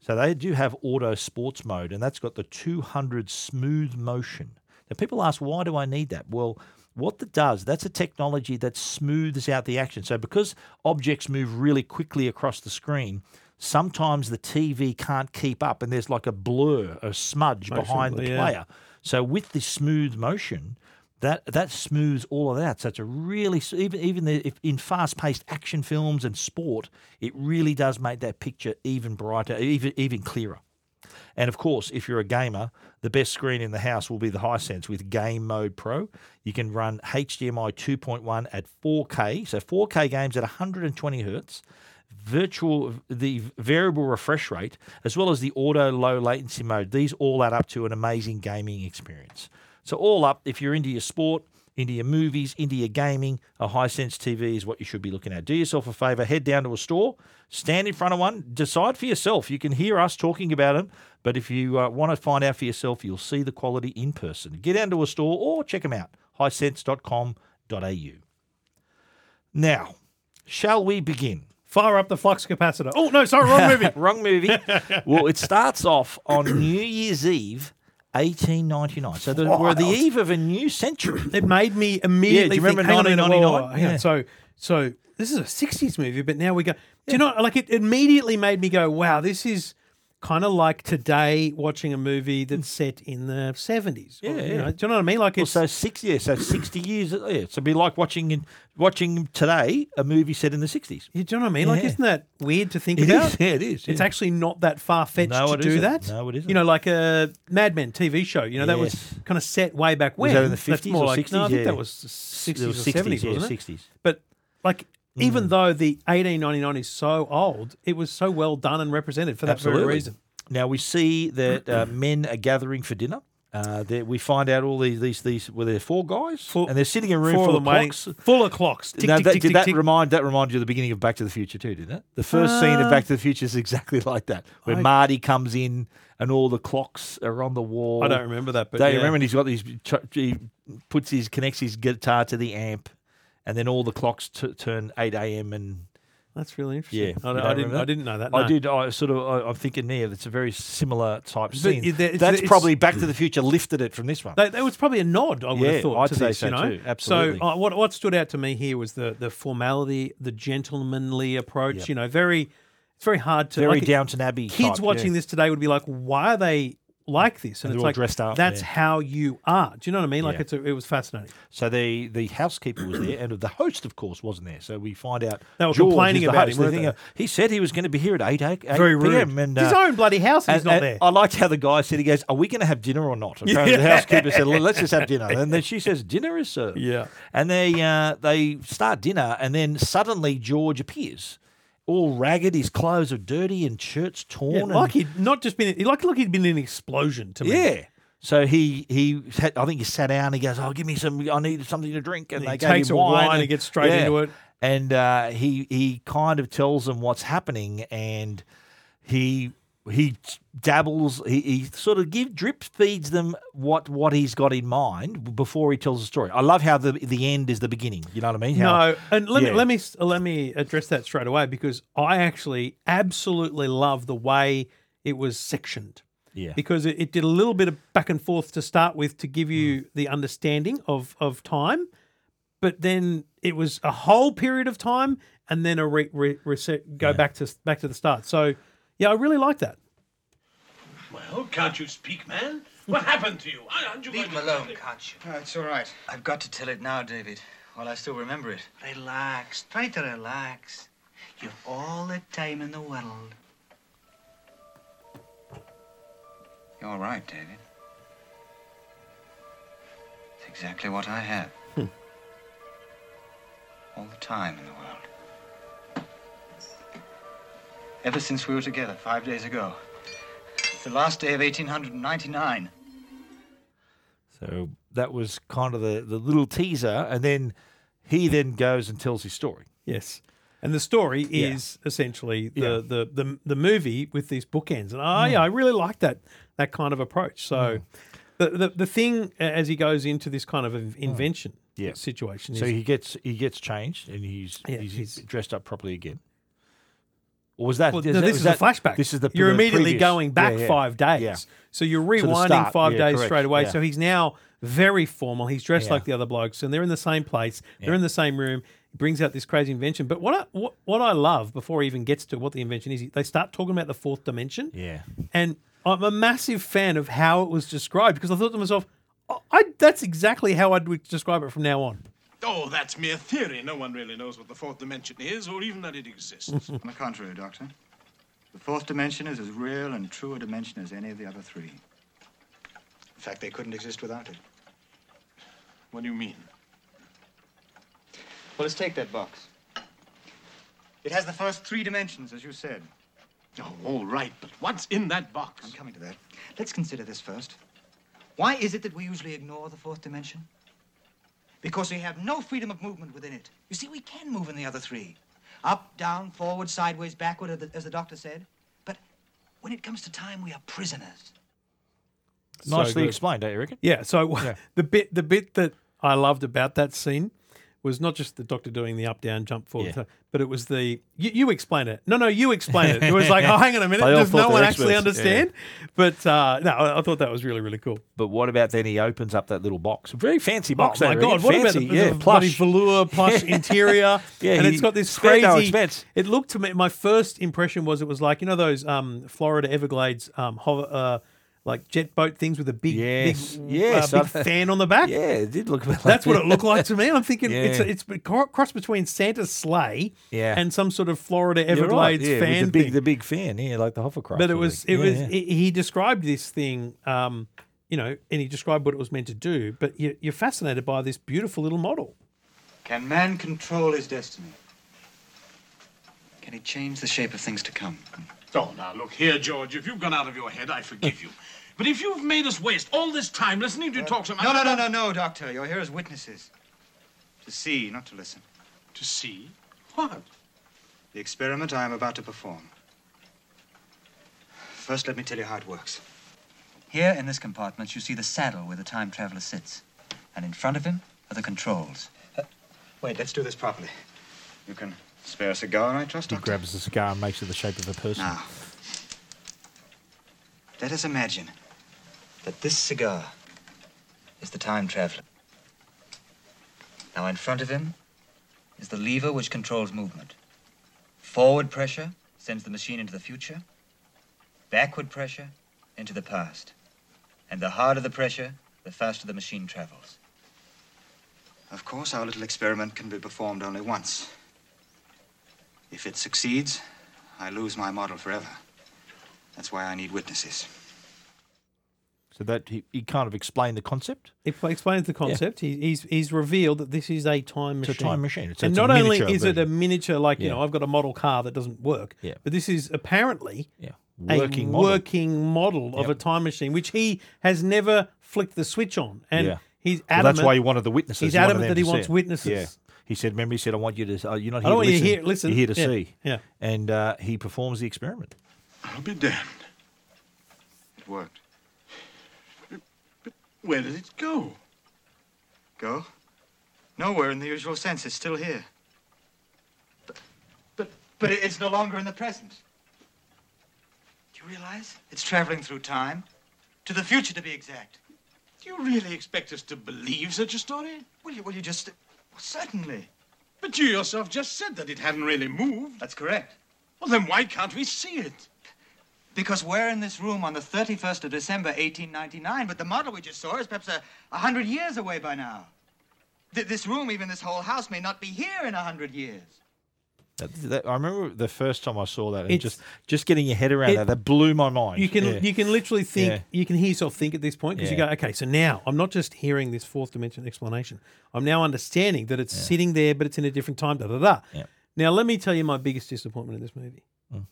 [SPEAKER 7] So they do have auto sports mode, and that's got the 200 smooth motion. Now, people ask, why do I need that? Well, what that does, that's a technology that smooths out the action. So because objects move really quickly across the screen, sometimes the TV can't keep up, and there's like a blur, a smudge behind the
[SPEAKER 8] blur,
[SPEAKER 7] player.
[SPEAKER 8] yeah.
[SPEAKER 7] So with this smooth motion, that that smooths all of that. So it's a really even even the, if in fast paced action films and sport, it really does make that picture even brighter, even even clearer. And of course, if you're a gamer, the best screen in the house will be the Hisense with Game Mode Pro. You can run HDMI 2.1 at 4K, so 4K games at 120 hertz, virtual the variable refresh rate, as well as the auto low latency mode. These all add up to an amazing gaming experience. So all up, if you're into your sport, into your movies, into your gaming, a Hisense TV is what you should be looking at. Do yourself a favor, head down to a store, stand in front of one, decide for yourself. You can hear us talking about them, but if you uh, want to find out for yourself, you'll see the quality in person. Get down to a store or check them out, hisense.com.au. Now, shall we begin?
[SPEAKER 8] Fire up the flux capacitor. Oh, no, sorry,
[SPEAKER 7] <laughs>
[SPEAKER 8] wrong movie.
[SPEAKER 7] Wrong movie. well, it starts off
[SPEAKER 8] <coughs>
[SPEAKER 7] on New Year's Eve, 1899. So the, we're the eve of a new century.
[SPEAKER 8] It made me immediately
[SPEAKER 7] Yeah, do you remember
[SPEAKER 8] think, hang on a minute, whoa,
[SPEAKER 7] 1999?
[SPEAKER 8] whoa, whoa, hang on.
[SPEAKER 7] Yeah.
[SPEAKER 8] So, so this is a '60s movie, but now we go. Do you know? Like it immediately made me go, "Wow, this is kind of like today watching a movie that's set in the 70s. Or,
[SPEAKER 7] Hmm. Yeah,
[SPEAKER 8] you
[SPEAKER 7] yeah.
[SPEAKER 8] know, do you know what I mean? Like
[SPEAKER 7] Well,
[SPEAKER 8] <coughs> it's
[SPEAKER 7] so six yeah, so sixty years. uh, Yeah, so it'd be like watching in- watching today a movie set in the sixties.
[SPEAKER 8] you do you know what I mean? Like
[SPEAKER 7] Yeah.
[SPEAKER 8] isn't that weird to think
[SPEAKER 7] It
[SPEAKER 8] about?
[SPEAKER 7] is, yeah, it is.
[SPEAKER 8] It's
[SPEAKER 7] yeah.
[SPEAKER 8] actually not that far fetched
[SPEAKER 7] No,
[SPEAKER 8] to
[SPEAKER 7] it
[SPEAKER 8] do
[SPEAKER 7] isn't.
[SPEAKER 8] that.
[SPEAKER 7] No, it isn't.
[SPEAKER 8] You know, like a Mad Men TV show. You know, that
[SPEAKER 7] Yes.
[SPEAKER 8] was kind of set way back when.
[SPEAKER 7] Was that in the
[SPEAKER 8] That's
[SPEAKER 7] 50s
[SPEAKER 8] more
[SPEAKER 7] or
[SPEAKER 8] like,
[SPEAKER 7] 60s?
[SPEAKER 8] No, I think
[SPEAKER 7] Yeah.
[SPEAKER 8] that was sixties or
[SPEAKER 7] 60s,
[SPEAKER 8] seventies,
[SPEAKER 7] yeah,
[SPEAKER 8] wasn't it?
[SPEAKER 7] 60s.
[SPEAKER 8] But like, even
[SPEAKER 7] Mm.
[SPEAKER 8] though the eighteen ninety nine is so old, it was so well done and represented for that very reason.
[SPEAKER 7] Now we see that
[SPEAKER 8] <coughs>
[SPEAKER 7] uh, men are gathering for dinner. Uh, there- we find out all these these these were there four guys
[SPEAKER 8] Four-
[SPEAKER 7] and they're sitting in a room
[SPEAKER 8] Full
[SPEAKER 7] full
[SPEAKER 8] of
[SPEAKER 7] of
[SPEAKER 8] waiting-
[SPEAKER 7] clocks.
[SPEAKER 8] Full of clocks. Tick,
[SPEAKER 7] now,
[SPEAKER 8] tick,
[SPEAKER 7] that,
[SPEAKER 8] tick,
[SPEAKER 7] did
[SPEAKER 8] tick,
[SPEAKER 7] that
[SPEAKER 8] tick.
[SPEAKER 7] remind that reminded you of the beginning of Back to the Future too, didn't it? The first scene of Back to the Future is exactly <laughs> like that, where
[SPEAKER 8] Uh, I-
[SPEAKER 7] Marty comes in and all the clocks are on the wall.
[SPEAKER 8] I don't remember that, but
[SPEAKER 7] Don't you
[SPEAKER 8] yeah.
[SPEAKER 7] remember? And he's got these. ch- He puts his connects his guitar to the amp, and then all the clocks t- turn eight a.m. and
[SPEAKER 8] That's really
[SPEAKER 7] yeah.
[SPEAKER 8] interesting. I,
[SPEAKER 7] you don't
[SPEAKER 8] don't- I didn't.
[SPEAKER 7] remember
[SPEAKER 8] I didn't know that.
[SPEAKER 7] I
[SPEAKER 8] no.
[SPEAKER 7] did. I sort of. I, I'm thinking there. It's a very similar type scene.
[SPEAKER 8] it- it's-
[SPEAKER 7] That's
[SPEAKER 8] it's-
[SPEAKER 7] probably Back to the Future lifted it from this one.
[SPEAKER 8] That, that was probably a nod. I would
[SPEAKER 7] Yeah,
[SPEAKER 8] have thought
[SPEAKER 7] I'd
[SPEAKER 8] to
[SPEAKER 7] say
[SPEAKER 8] this.
[SPEAKER 7] so
[SPEAKER 8] you know,
[SPEAKER 7] too, absolutely.
[SPEAKER 8] So uh, what what stood out to me here was the the formality, the gentlemanly approach. You know, very it's very hard to
[SPEAKER 7] Very
[SPEAKER 8] like,
[SPEAKER 7] Downton Abbey.
[SPEAKER 8] Kids
[SPEAKER 7] type,
[SPEAKER 8] watching
[SPEAKER 7] yeah.
[SPEAKER 8] this today would be like, why are they like this?
[SPEAKER 7] And they're
[SPEAKER 8] it's
[SPEAKER 7] all
[SPEAKER 8] like
[SPEAKER 7] dressed up,
[SPEAKER 8] That's
[SPEAKER 7] yeah.
[SPEAKER 8] how you are. Do you know what I mean? Like
[SPEAKER 7] Yeah.
[SPEAKER 8] it's a, it was fascinating.
[SPEAKER 7] So the the housekeeper was there, and the host, of course, wasn't there. So we find out
[SPEAKER 8] They were
[SPEAKER 7] George is
[SPEAKER 8] complaining
[SPEAKER 7] the
[SPEAKER 8] about
[SPEAKER 7] host.
[SPEAKER 8] him,
[SPEAKER 7] They're
[SPEAKER 8] weren't
[SPEAKER 7] thinking, he said he was going to be here at eight, 8
[SPEAKER 8] Very rude.
[SPEAKER 7] p.m. And, uh,
[SPEAKER 8] His own bloody house. He's
[SPEAKER 7] and-
[SPEAKER 8] not
[SPEAKER 7] and
[SPEAKER 8] there.
[SPEAKER 7] I liked how the guy said he goes, "Are we going to have dinner or
[SPEAKER 8] <laughs>
[SPEAKER 7] not?" Apparently the housekeeper said, "Let's just have dinner," and then she says, "Dinner is served."
[SPEAKER 8] Yeah.
[SPEAKER 7] and they uh, they start dinner, and then suddenly George appears, all ragged. His clothes are dirty and shirts torn.
[SPEAKER 8] Yeah,
[SPEAKER 7] and-
[SPEAKER 8] like he'd not just been like look he'd been in an explosion to me.
[SPEAKER 7] yeah. So he he had, I think he sat down. He goes, "Oh, give me some. I need something to drink." And,
[SPEAKER 8] And he
[SPEAKER 7] they gave
[SPEAKER 8] takes
[SPEAKER 7] him
[SPEAKER 8] a wine
[SPEAKER 7] and,
[SPEAKER 8] and gets straight into it.
[SPEAKER 7] And uh, he he kind of tells them what's happening, and he he dabbles. He, he sort of give drip feeds them what what he's got in mind before he tells the story. I love how the the end is the beginning. You know what I mean? How-
[SPEAKER 8] No, and let
[SPEAKER 7] Yeah.
[SPEAKER 8] me let me let me address that straight away because I actually absolutely love the way it was sectioned.
[SPEAKER 7] Yeah.
[SPEAKER 8] Because it, it did a little bit of back and forth to start with to give
[SPEAKER 7] Mm.
[SPEAKER 8] you the understanding of of time, but then it was a whole period of time and then a re, re, reset, go back to back to the start. So yeah, I really like that.
[SPEAKER 1] Well, can't you speak, man? What happened to you? Aren't you
[SPEAKER 9] Leave him alone, can't you?
[SPEAKER 6] Oh, it's all right.
[SPEAKER 9] I've got to tell it now, David, while I still remember it. Relax. Try to relax. You've all the time in the world.
[SPEAKER 6] You're right, David.
[SPEAKER 9] It's exactly what I have. All the time in the world. Ever since we were together five days ago. It's the last day of 1899.
[SPEAKER 7] So that was kind of the the little teaser, and then he then goes and tells his story.
[SPEAKER 8] Yes. And the story is essentially the, the, the the movie with these bookends, and I
[SPEAKER 7] Mm.
[SPEAKER 8] I really like that that kind of approach. So, the, the the thing a- as he goes into this kind of in- invention
[SPEAKER 7] Mm. Yeah.
[SPEAKER 8] situation,
[SPEAKER 7] So
[SPEAKER 8] is,
[SPEAKER 7] he gets he gets changed and he's
[SPEAKER 8] Yeah,
[SPEAKER 7] he's,
[SPEAKER 8] he's-
[SPEAKER 7] dressed up properly again. Or was that?
[SPEAKER 8] well,
[SPEAKER 7] is
[SPEAKER 8] no,
[SPEAKER 7] that-
[SPEAKER 8] this
[SPEAKER 7] was
[SPEAKER 8] is
[SPEAKER 7] that-
[SPEAKER 8] a flashback.
[SPEAKER 7] This is the
[SPEAKER 8] you're
[SPEAKER 7] the
[SPEAKER 8] immediately
[SPEAKER 7] previous-
[SPEAKER 8] going back
[SPEAKER 7] yeah, yeah,
[SPEAKER 8] five days,
[SPEAKER 7] yeah.
[SPEAKER 8] so you're rewinding
[SPEAKER 7] start,
[SPEAKER 8] five
[SPEAKER 7] yeah,
[SPEAKER 8] days
[SPEAKER 7] correct,
[SPEAKER 8] straight away.
[SPEAKER 7] yeah.
[SPEAKER 8] So he's now very formal. He's dressed
[SPEAKER 7] Yeah.
[SPEAKER 8] like the other blokes, and they're in the same place. They're in the same room. He brings out this crazy invention. But what I, what what I love before he even gets to what the invention is, they start talking about the fourth dimension.
[SPEAKER 7] Yeah.
[SPEAKER 8] And I'm a massive fan of how it was described because I thought to myself, "Oh, I, that's exactly how I'd would describe it from now on.
[SPEAKER 1] Oh, that's mere theory. No one really knows what the fourth dimension is or even that it exists.
[SPEAKER 9] On the contrary, Doctor, the fourth dimension is as real and true a dimension as any of the other three. In fact, they couldn't exist without it.
[SPEAKER 1] what do you mean?
[SPEAKER 9] Well, let's take that box. It has the first three dimensions, as you said.
[SPEAKER 1] Oh, all right, but what's in that box?
[SPEAKER 9] I'm coming to that. Let's consider this first. Why is it that we usually ignore the fourth dimension? Because we have no freedom of movement within it. You see, we can move in the other three up, down, forward, sideways, backward, as the, as the doctor said. But when it comes to time, we are prisoners.
[SPEAKER 7] Nicely
[SPEAKER 8] good.
[SPEAKER 7] explained, don't you reckon?
[SPEAKER 8] <laughs> Yeah. So the bit the bit that I loved about that scene was not just the doctor doing the up down jump forward, but it was the you, you explain it. No, no, you
[SPEAKER 7] <laughs>
[SPEAKER 8] explain it. It was like, oh, hang on a minute,
[SPEAKER 7] They all
[SPEAKER 8] does
[SPEAKER 7] thought
[SPEAKER 8] no
[SPEAKER 7] they
[SPEAKER 8] one
[SPEAKER 7] were
[SPEAKER 8] actually
[SPEAKER 7] experts, yeah.
[SPEAKER 8] understand? But uh, no, I I thought that was really really cool.
[SPEAKER 7] But what about then he opens up that little box? A very fancy box.
[SPEAKER 8] oh my
[SPEAKER 7] they reckon.
[SPEAKER 8] god, what
[SPEAKER 7] fancy,
[SPEAKER 8] about the,
[SPEAKER 7] yeah,
[SPEAKER 8] the bloody
[SPEAKER 7] plush. <laughs>
[SPEAKER 8] velour plush
[SPEAKER 7] Yeah.
[SPEAKER 8] interior?
[SPEAKER 7] Yeah,
[SPEAKER 8] and
[SPEAKER 7] he
[SPEAKER 8] it's got this
[SPEAKER 7] spared
[SPEAKER 8] crazy.
[SPEAKER 7] no expense.
[SPEAKER 8] It looked to me. My first impression was it was like you know those um, Florida Everglades um, hover. Uh, like jet boat things with a big,
[SPEAKER 7] Yes,
[SPEAKER 8] big,
[SPEAKER 7] yes,
[SPEAKER 8] uh, big
[SPEAKER 7] I-
[SPEAKER 8] fan on the
[SPEAKER 7] <laughs>
[SPEAKER 8] back.
[SPEAKER 7] Yeah, it did look. a bit like
[SPEAKER 8] <laughs> That's what it looked like to me. I'm thinking it's
[SPEAKER 7] Yeah.
[SPEAKER 8] a, it's a cro- cross between Santa's sleigh
[SPEAKER 7] Yeah.
[SPEAKER 8] and some sort of
[SPEAKER 7] <laughs>
[SPEAKER 8] Florida
[SPEAKER 7] You're right,
[SPEAKER 8] Everglades
[SPEAKER 7] yeah, with
[SPEAKER 8] fan
[SPEAKER 7] the big,
[SPEAKER 8] thing.
[SPEAKER 7] the big fan, yeah, like the hovercraft.
[SPEAKER 8] But it
[SPEAKER 7] sort of
[SPEAKER 8] was
[SPEAKER 7] thing.
[SPEAKER 8] it
[SPEAKER 7] Yeah,
[SPEAKER 8] was
[SPEAKER 7] yeah.
[SPEAKER 8] he- he described this thing, um, you know, and he described what it was meant to do. But you, you're fascinated by this beautiful little model.
[SPEAKER 9] Can man control his destiny? Can he change the shape of things to come?
[SPEAKER 1] Oh, now look here, George. If you've gone out of your head, I forgive you. But if you've made us waste all this time listening to you talk so much,
[SPEAKER 9] No, no, no, no, no, Doctor. You're here as witnesses. To see, not to listen.
[SPEAKER 1] to see what?
[SPEAKER 9] The experiment I am about to perform. First, let me tell you how it works. Here in this compartment, you see the saddle where the time traveler sits. And in front of him are the controls. Uh, wait, let's do this properly. You can spare a cigar, I trust,
[SPEAKER 7] He
[SPEAKER 9] Doctor?
[SPEAKER 7] grabs the cigar and makes it the shape of a person.
[SPEAKER 9] Now, let us imagine that this cigar is the time traveler. Now, in front of him is the lever which controls movement. Forward pressure sends the machine into the future, backward pressure into the past. And the harder the pressure, the faster the machine travels. Of course, our little experiment can be performed only once. If it succeeds, I lose my model forever. That's why I need witnesses.
[SPEAKER 7] So that he, he kind of explained the concept.
[SPEAKER 8] It pl- explains the concept. He, he's he's revealed that this is a time
[SPEAKER 7] It's
[SPEAKER 8] machine.
[SPEAKER 7] a time machine. It's-
[SPEAKER 8] and
[SPEAKER 7] it's a
[SPEAKER 8] not only
[SPEAKER 7] miniature
[SPEAKER 8] is it a
[SPEAKER 7] version.
[SPEAKER 8] miniature, like you
[SPEAKER 7] Yeah.
[SPEAKER 8] know, I've got a model car that doesn't work.
[SPEAKER 7] Yeah.
[SPEAKER 8] But this is apparently
[SPEAKER 7] Yeah,
[SPEAKER 8] a
[SPEAKER 7] working model.
[SPEAKER 8] working model of
[SPEAKER 7] Yep.
[SPEAKER 8] a time machine, which he has never flicked the switch on, and
[SPEAKER 7] Yeah.
[SPEAKER 8] he's
[SPEAKER 7] Well,
[SPEAKER 8] adamant.
[SPEAKER 7] that's why he wanted the witnesses.
[SPEAKER 8] He's
[SPEAKER 7] wanted
[SPEAKER 8] adamant
[SPEAKER 7] them
[SPEAKER 8] that he
[SPEAKER 7] to see
[SPEAKER 8] wants
[SPEAKER 7] it.
[SPEAKER 8] witnesses.
[SPEAKER 7] Yeah. He said, remember, he said, I want you to, uh, you're not here
[SPEAKER 8] don't want
[SPEAKER 7] to
[SPEAKER 8] you to
[SPEAKER 7] listen.
[SPEAKER 8] hear- listen.
[SPEAKER 7] You're here to
[SPEAKER 8] Yeah,
[SPEAKER 7] see.
[SPEAKER 8] yeah.
[SPEAKER 7] And uh, he performs the experiment.
[SPEAKER 1] I'll be damned.
[SPEAKER 9] It worked.
[SPEAKER 1] Where did it go?
[SPEAKER 9] Go? Nowhere in the usual sense. It's still here. But, but, but it's no longer in the present. Do you realize? It's traveling through time. To the future, to be exact.
[SPEAKER 1] Do you really expect us to believe such a story?
[SPEAKER 9] Will you, will you just. Well, certainly.
[SPEAKER 1] But you yourself just said that it hadn't really moved.
[SPEAKER 9] That's correct.
[SPEAKER 1] Well, then why can't we see it?
[SPEAKER 9] Because we're in this room on the 31st of December, 1899, but the model we just saw is perhaps a, a hundred years away by now. Th- this room, even this whole house, may not be here in a hundred years.
[SPEAKER 7] That, that, I remember the first time I saw that, and
[SPEAKER 8] It's-
[SPEAKER 7] just just getting your head around
[SPEAKER 8] it-
[SPEAKER 7] that, that blew my mind.
[SPEAKER 8] You can
[SPEAKER 7] Yeah.
[SPEAKER 8] you can literally think
[SPEAKER 7] Yeah.
[SPEAKER 8] you can hear yourself think at this point because
[SPEAKER 7] Yeah.
[SPEAKER 8] you go okay so now I'm not just hearing this fourth dimension explanation I'm now understanding that it's sitting there but it's in a different time da da da.
[SPEAKER 7] Yeah.
[SPEAKER 8] Now let me tell you my biggest disappointment in this movie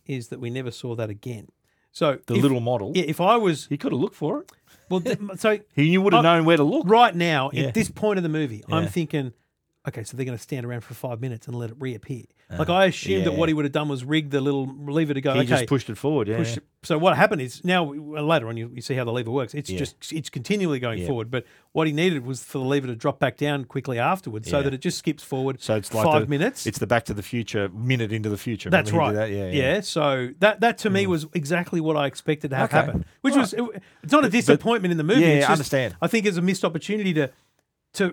[SPEAKER 8] is that we never saw that again. So
[SPEAKER 7] Mm. The
[SPEAKER 8] if-
[SPEAKER 7] little model.
[SPEAKER 8] yeah if I was
[SPEAKER 7] He could have looked for it. <laughs>
[SPEAKER 8] well th- so
[SPEAKER 7] He you would have
[SPEAKER 8] I-
[SPEAKER 7] known where to look.
[SPEAKER 8] right now
[SPEAKER 7] Yeah.
[SPEAKER 8] at this point of the movie i'm
[SPEAKER 7] Yeah.
[SPEAKER 8] thinking okay so they're going to stand around for five minutes and let it reappear like i assumed that
[SPEAKER 7] Uh, yeah.
[SPEAKER 8] what he would have done was rig the little lever to go
[SPEAKER 7] He
[SPEAKER 8] okay
[SPEAKER 7] just pushed it forward. Yeah.
[SPEAKER 8] push it. so what happened is now well, later on you, you see how the lever works it's
[SPEAKER 7] Yeah.
[SPEAKER 8] just it's continually going
[SPEAKER 7] Yeah.
[SPEAKER 8] forward but what he needed was for the lever to drop back down quickly afterwards so
[SPEAKER 7] Yeah.
[SPEAKER 8] that it just skips forward
[SPEAKER 7] So it's like
[SPEAKER 8] five
[SPEAKER 7] the-
[SPEAKER 8] minutes
[SPEAKER 7] It's the Back to the Future minute into the future.
[SPEAKER 8] that's right.
[SPEAKER 7] Remember he did that? Yeah, yeah.
[SPEAKER 8] So that that to me was exactly what I expected to have
[SPEAKER 7] Okay.
[SPEAKER 8] happen, which was it, it's not a disappointment in the movie.
[SPEAKER 7] yeah,
[SPEAKER 8] it's
[SPEAKER 7] I
[SPEAKER 8] just,
[SPEAKER 7] understand.
[SPEAKER 8] I think it's a missed opportunity to to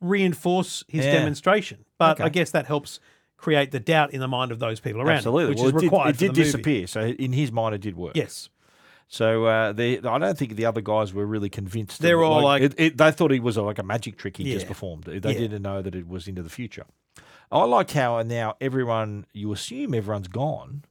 [SPEAKER 8] reinforce his
[SPEAKER 7] Yeah.
[SPEAKER 8] demonstration, but I
[SPEAKER 7] Okay.
[SPEAKER 8] guess that helps create the doubt in the mind of those people around, him,
[SPEAKER 7] Absolutely.
[SPEAKER 8] which
[SPEAKER 7] well,
[SPEAKER 8] is
[SPEAKER 7] it did-
[SPEAKER 8] required.
[SPEAKER 7] It did,
[SPEAKER 8] for the movie.
[SPEAKER 7] disappear. So in his mind, it did work.
[SPEAKER 8] Yes.
[SPEAKER 7] So uh, they, I don't think the other guys were really convinced.
[SPEAKER 8] They're
[SPEAKER 7] of it.
[SPEAKER 8] all like-
[SPEAKER 7] it, it, they thought he was uh, like a magic trick he just
[SPEAKER 8] Yeah.
[SPEAKER 7] performed. They
[SPEAKER 8] Yeah.
[SPEAKER 7] didn't know that it was into the future. I like how now everyone you assume everyone's gone.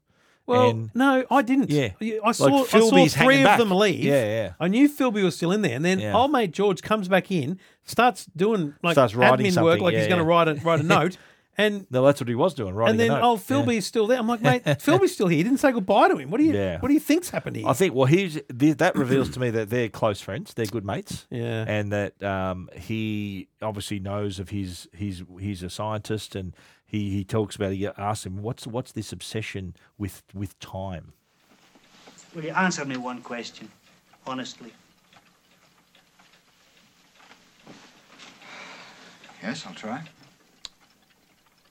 [SPEAKER 8] Well,
[SPEAKER 7] and
[SPEAKER 8] no, I didn't.
[SPEAKER 7] Yeah.
[SPEAKER 8] I
[SPEAKER 7] Like,
[SPEAKER 8] saw, I saw
[SPEAKER 7] Philby's
[SPEAKER 8] three
[SPEAKER 7] hanging
[SPEAKER 8] of
[SPEAKER 7] back.
[SPEAKER 8] them leave.
[SPEAKER 7] Yeah, yeah.
[SPEAKER 8] I knew Philby was still in there, and then
[SPEAKER 7] Yeah.
[SPEAKER 8] old mate George comes back in, starts doing like
[SPEAKER 7] Starts writing
[SPEAKER 8] admin work,
[SPEAKER 7] something.
[SPEAKER 8] like he's
[SPEAKER 7] Yeah,
[SPEAKER 8] going to
[SPEAKER 7] yeah.
[SPEAKER 8] write a,
[SPEAKER 7] <laughs>
[SPEAKER 8] write a note, and
[SPEAKER 7] no, that's what he was doing. Right.
[SPEAKER 8] and then oh, Philby's still there. I'm
[SPEAKER 7] <laughs>
[SPEAKER 8] like, mate, Philby's still here. You didn't say goodbye to him. What do you
[SPEAKER 7] Yeah.
[SPEAKER 8] What do you think's happened here?
[SPEAKER 7] I think well, he's th- that reveals to me that they're close friends. They're good mates.
[SPEAKER 8] Yeah.
[SPEAKER 7] and that um, he obviously knows of his he's he's a scientist, and he he talks about he asks him what's what's this obsession with with time.
[SPEAKER 10] Will you answer me one question, honestly?
[SPEAKER 9] Yes, I'll try.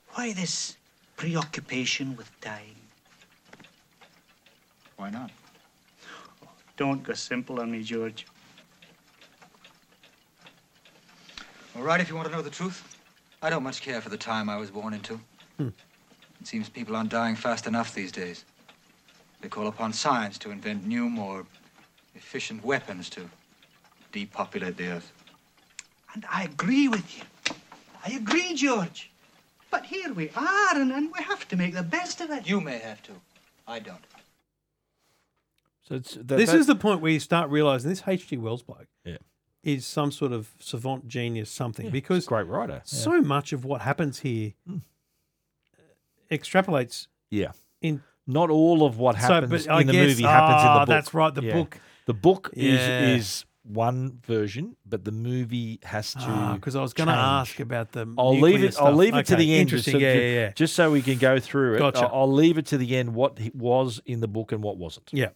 [SPEAKER 10] Why this preoccupation with time?
[SPEAKER 9] Why not?
[SPEAKER 10] Don't go simple on me, George.
[SPEAKER 9] All right, if you want to know the truth, I don't much care for the time I was born into.
[SPEAKER 8] Hmm.
[SPEAKER 9] It seems people aren't dying fast enough these days. They call upon science to invent new, more efficient weapons to depopulate the earth.
[SPEAKER 10] And I agree with you. I agree, George. But here we are, and, and we have to make the best of it.
[SPEAKER 9] You may have to. I don't.
[SPEAKER 7] So it's, that,
[SPEAKER 8] this
[SPEAKER 7] that-
[SPEAKER 8] is the point where you start realizing this H.G. Wells bloke
[SPEAKER 7] Yeah.
[SPEAKER 8] is some sort of savant genius something
[SPEAKER 7] Yeah, he's a
[SPEAKER 8] because
[SPEAKER 7] great writer,
[SPEAKER 8] So
[SPEAKER 7] yeah. Hmm.
[SPEAKER 8] much of what happens here extrapolates.
[SPEAKER 7] Yeah.
[SPEAKER 8] In
[SPEAKER 7] not all of what
[SPEAKER 8] So,
[SPEAKER 7] happens
[SPEAKER 8] but I
[SPEAKER 7] in the
[SPEAKER 8] guess-
[SPEAKER 7] movie happens in the
[SPEAKER 8] ah,
[SPEAKER 7] book.
[SPEAKER 8] that's right, the book.
[SPEAKER 7] The book
[SPEAKER 8] Yeah.
[SPEAKER 7] is is one version, but the movie has to.
[SPEAKER 8] Ah, 'cause I was gonna
[SPEAKER 7] change.
[SPEAKER 8] ask about the
[SPEAKER 7] I'll
[SPEAKER 8] nuclear
[SPEAKER 7] leave it. I'll
[SPEAKER 8] stuff.
[SPEAKER 7] leave it to
[SPEAKER 8] Okay,
[SPEAKER 7] the end,
[SPEAKER 8] interesting.
[SPEAKER 7] Just, so-
[SPEAKER 8] Yeah,
[SPEAKER 7] ju-
[SPEAKER 8] yeah, yeah.
[SPEAKER 7] just so we can go through it.
[SPEAKER 8] Gotcha.
[SPEAKER 7] I- I'll leave it to the end what it was in the book and what wasn't.
[SPEAKER 8] Yeah.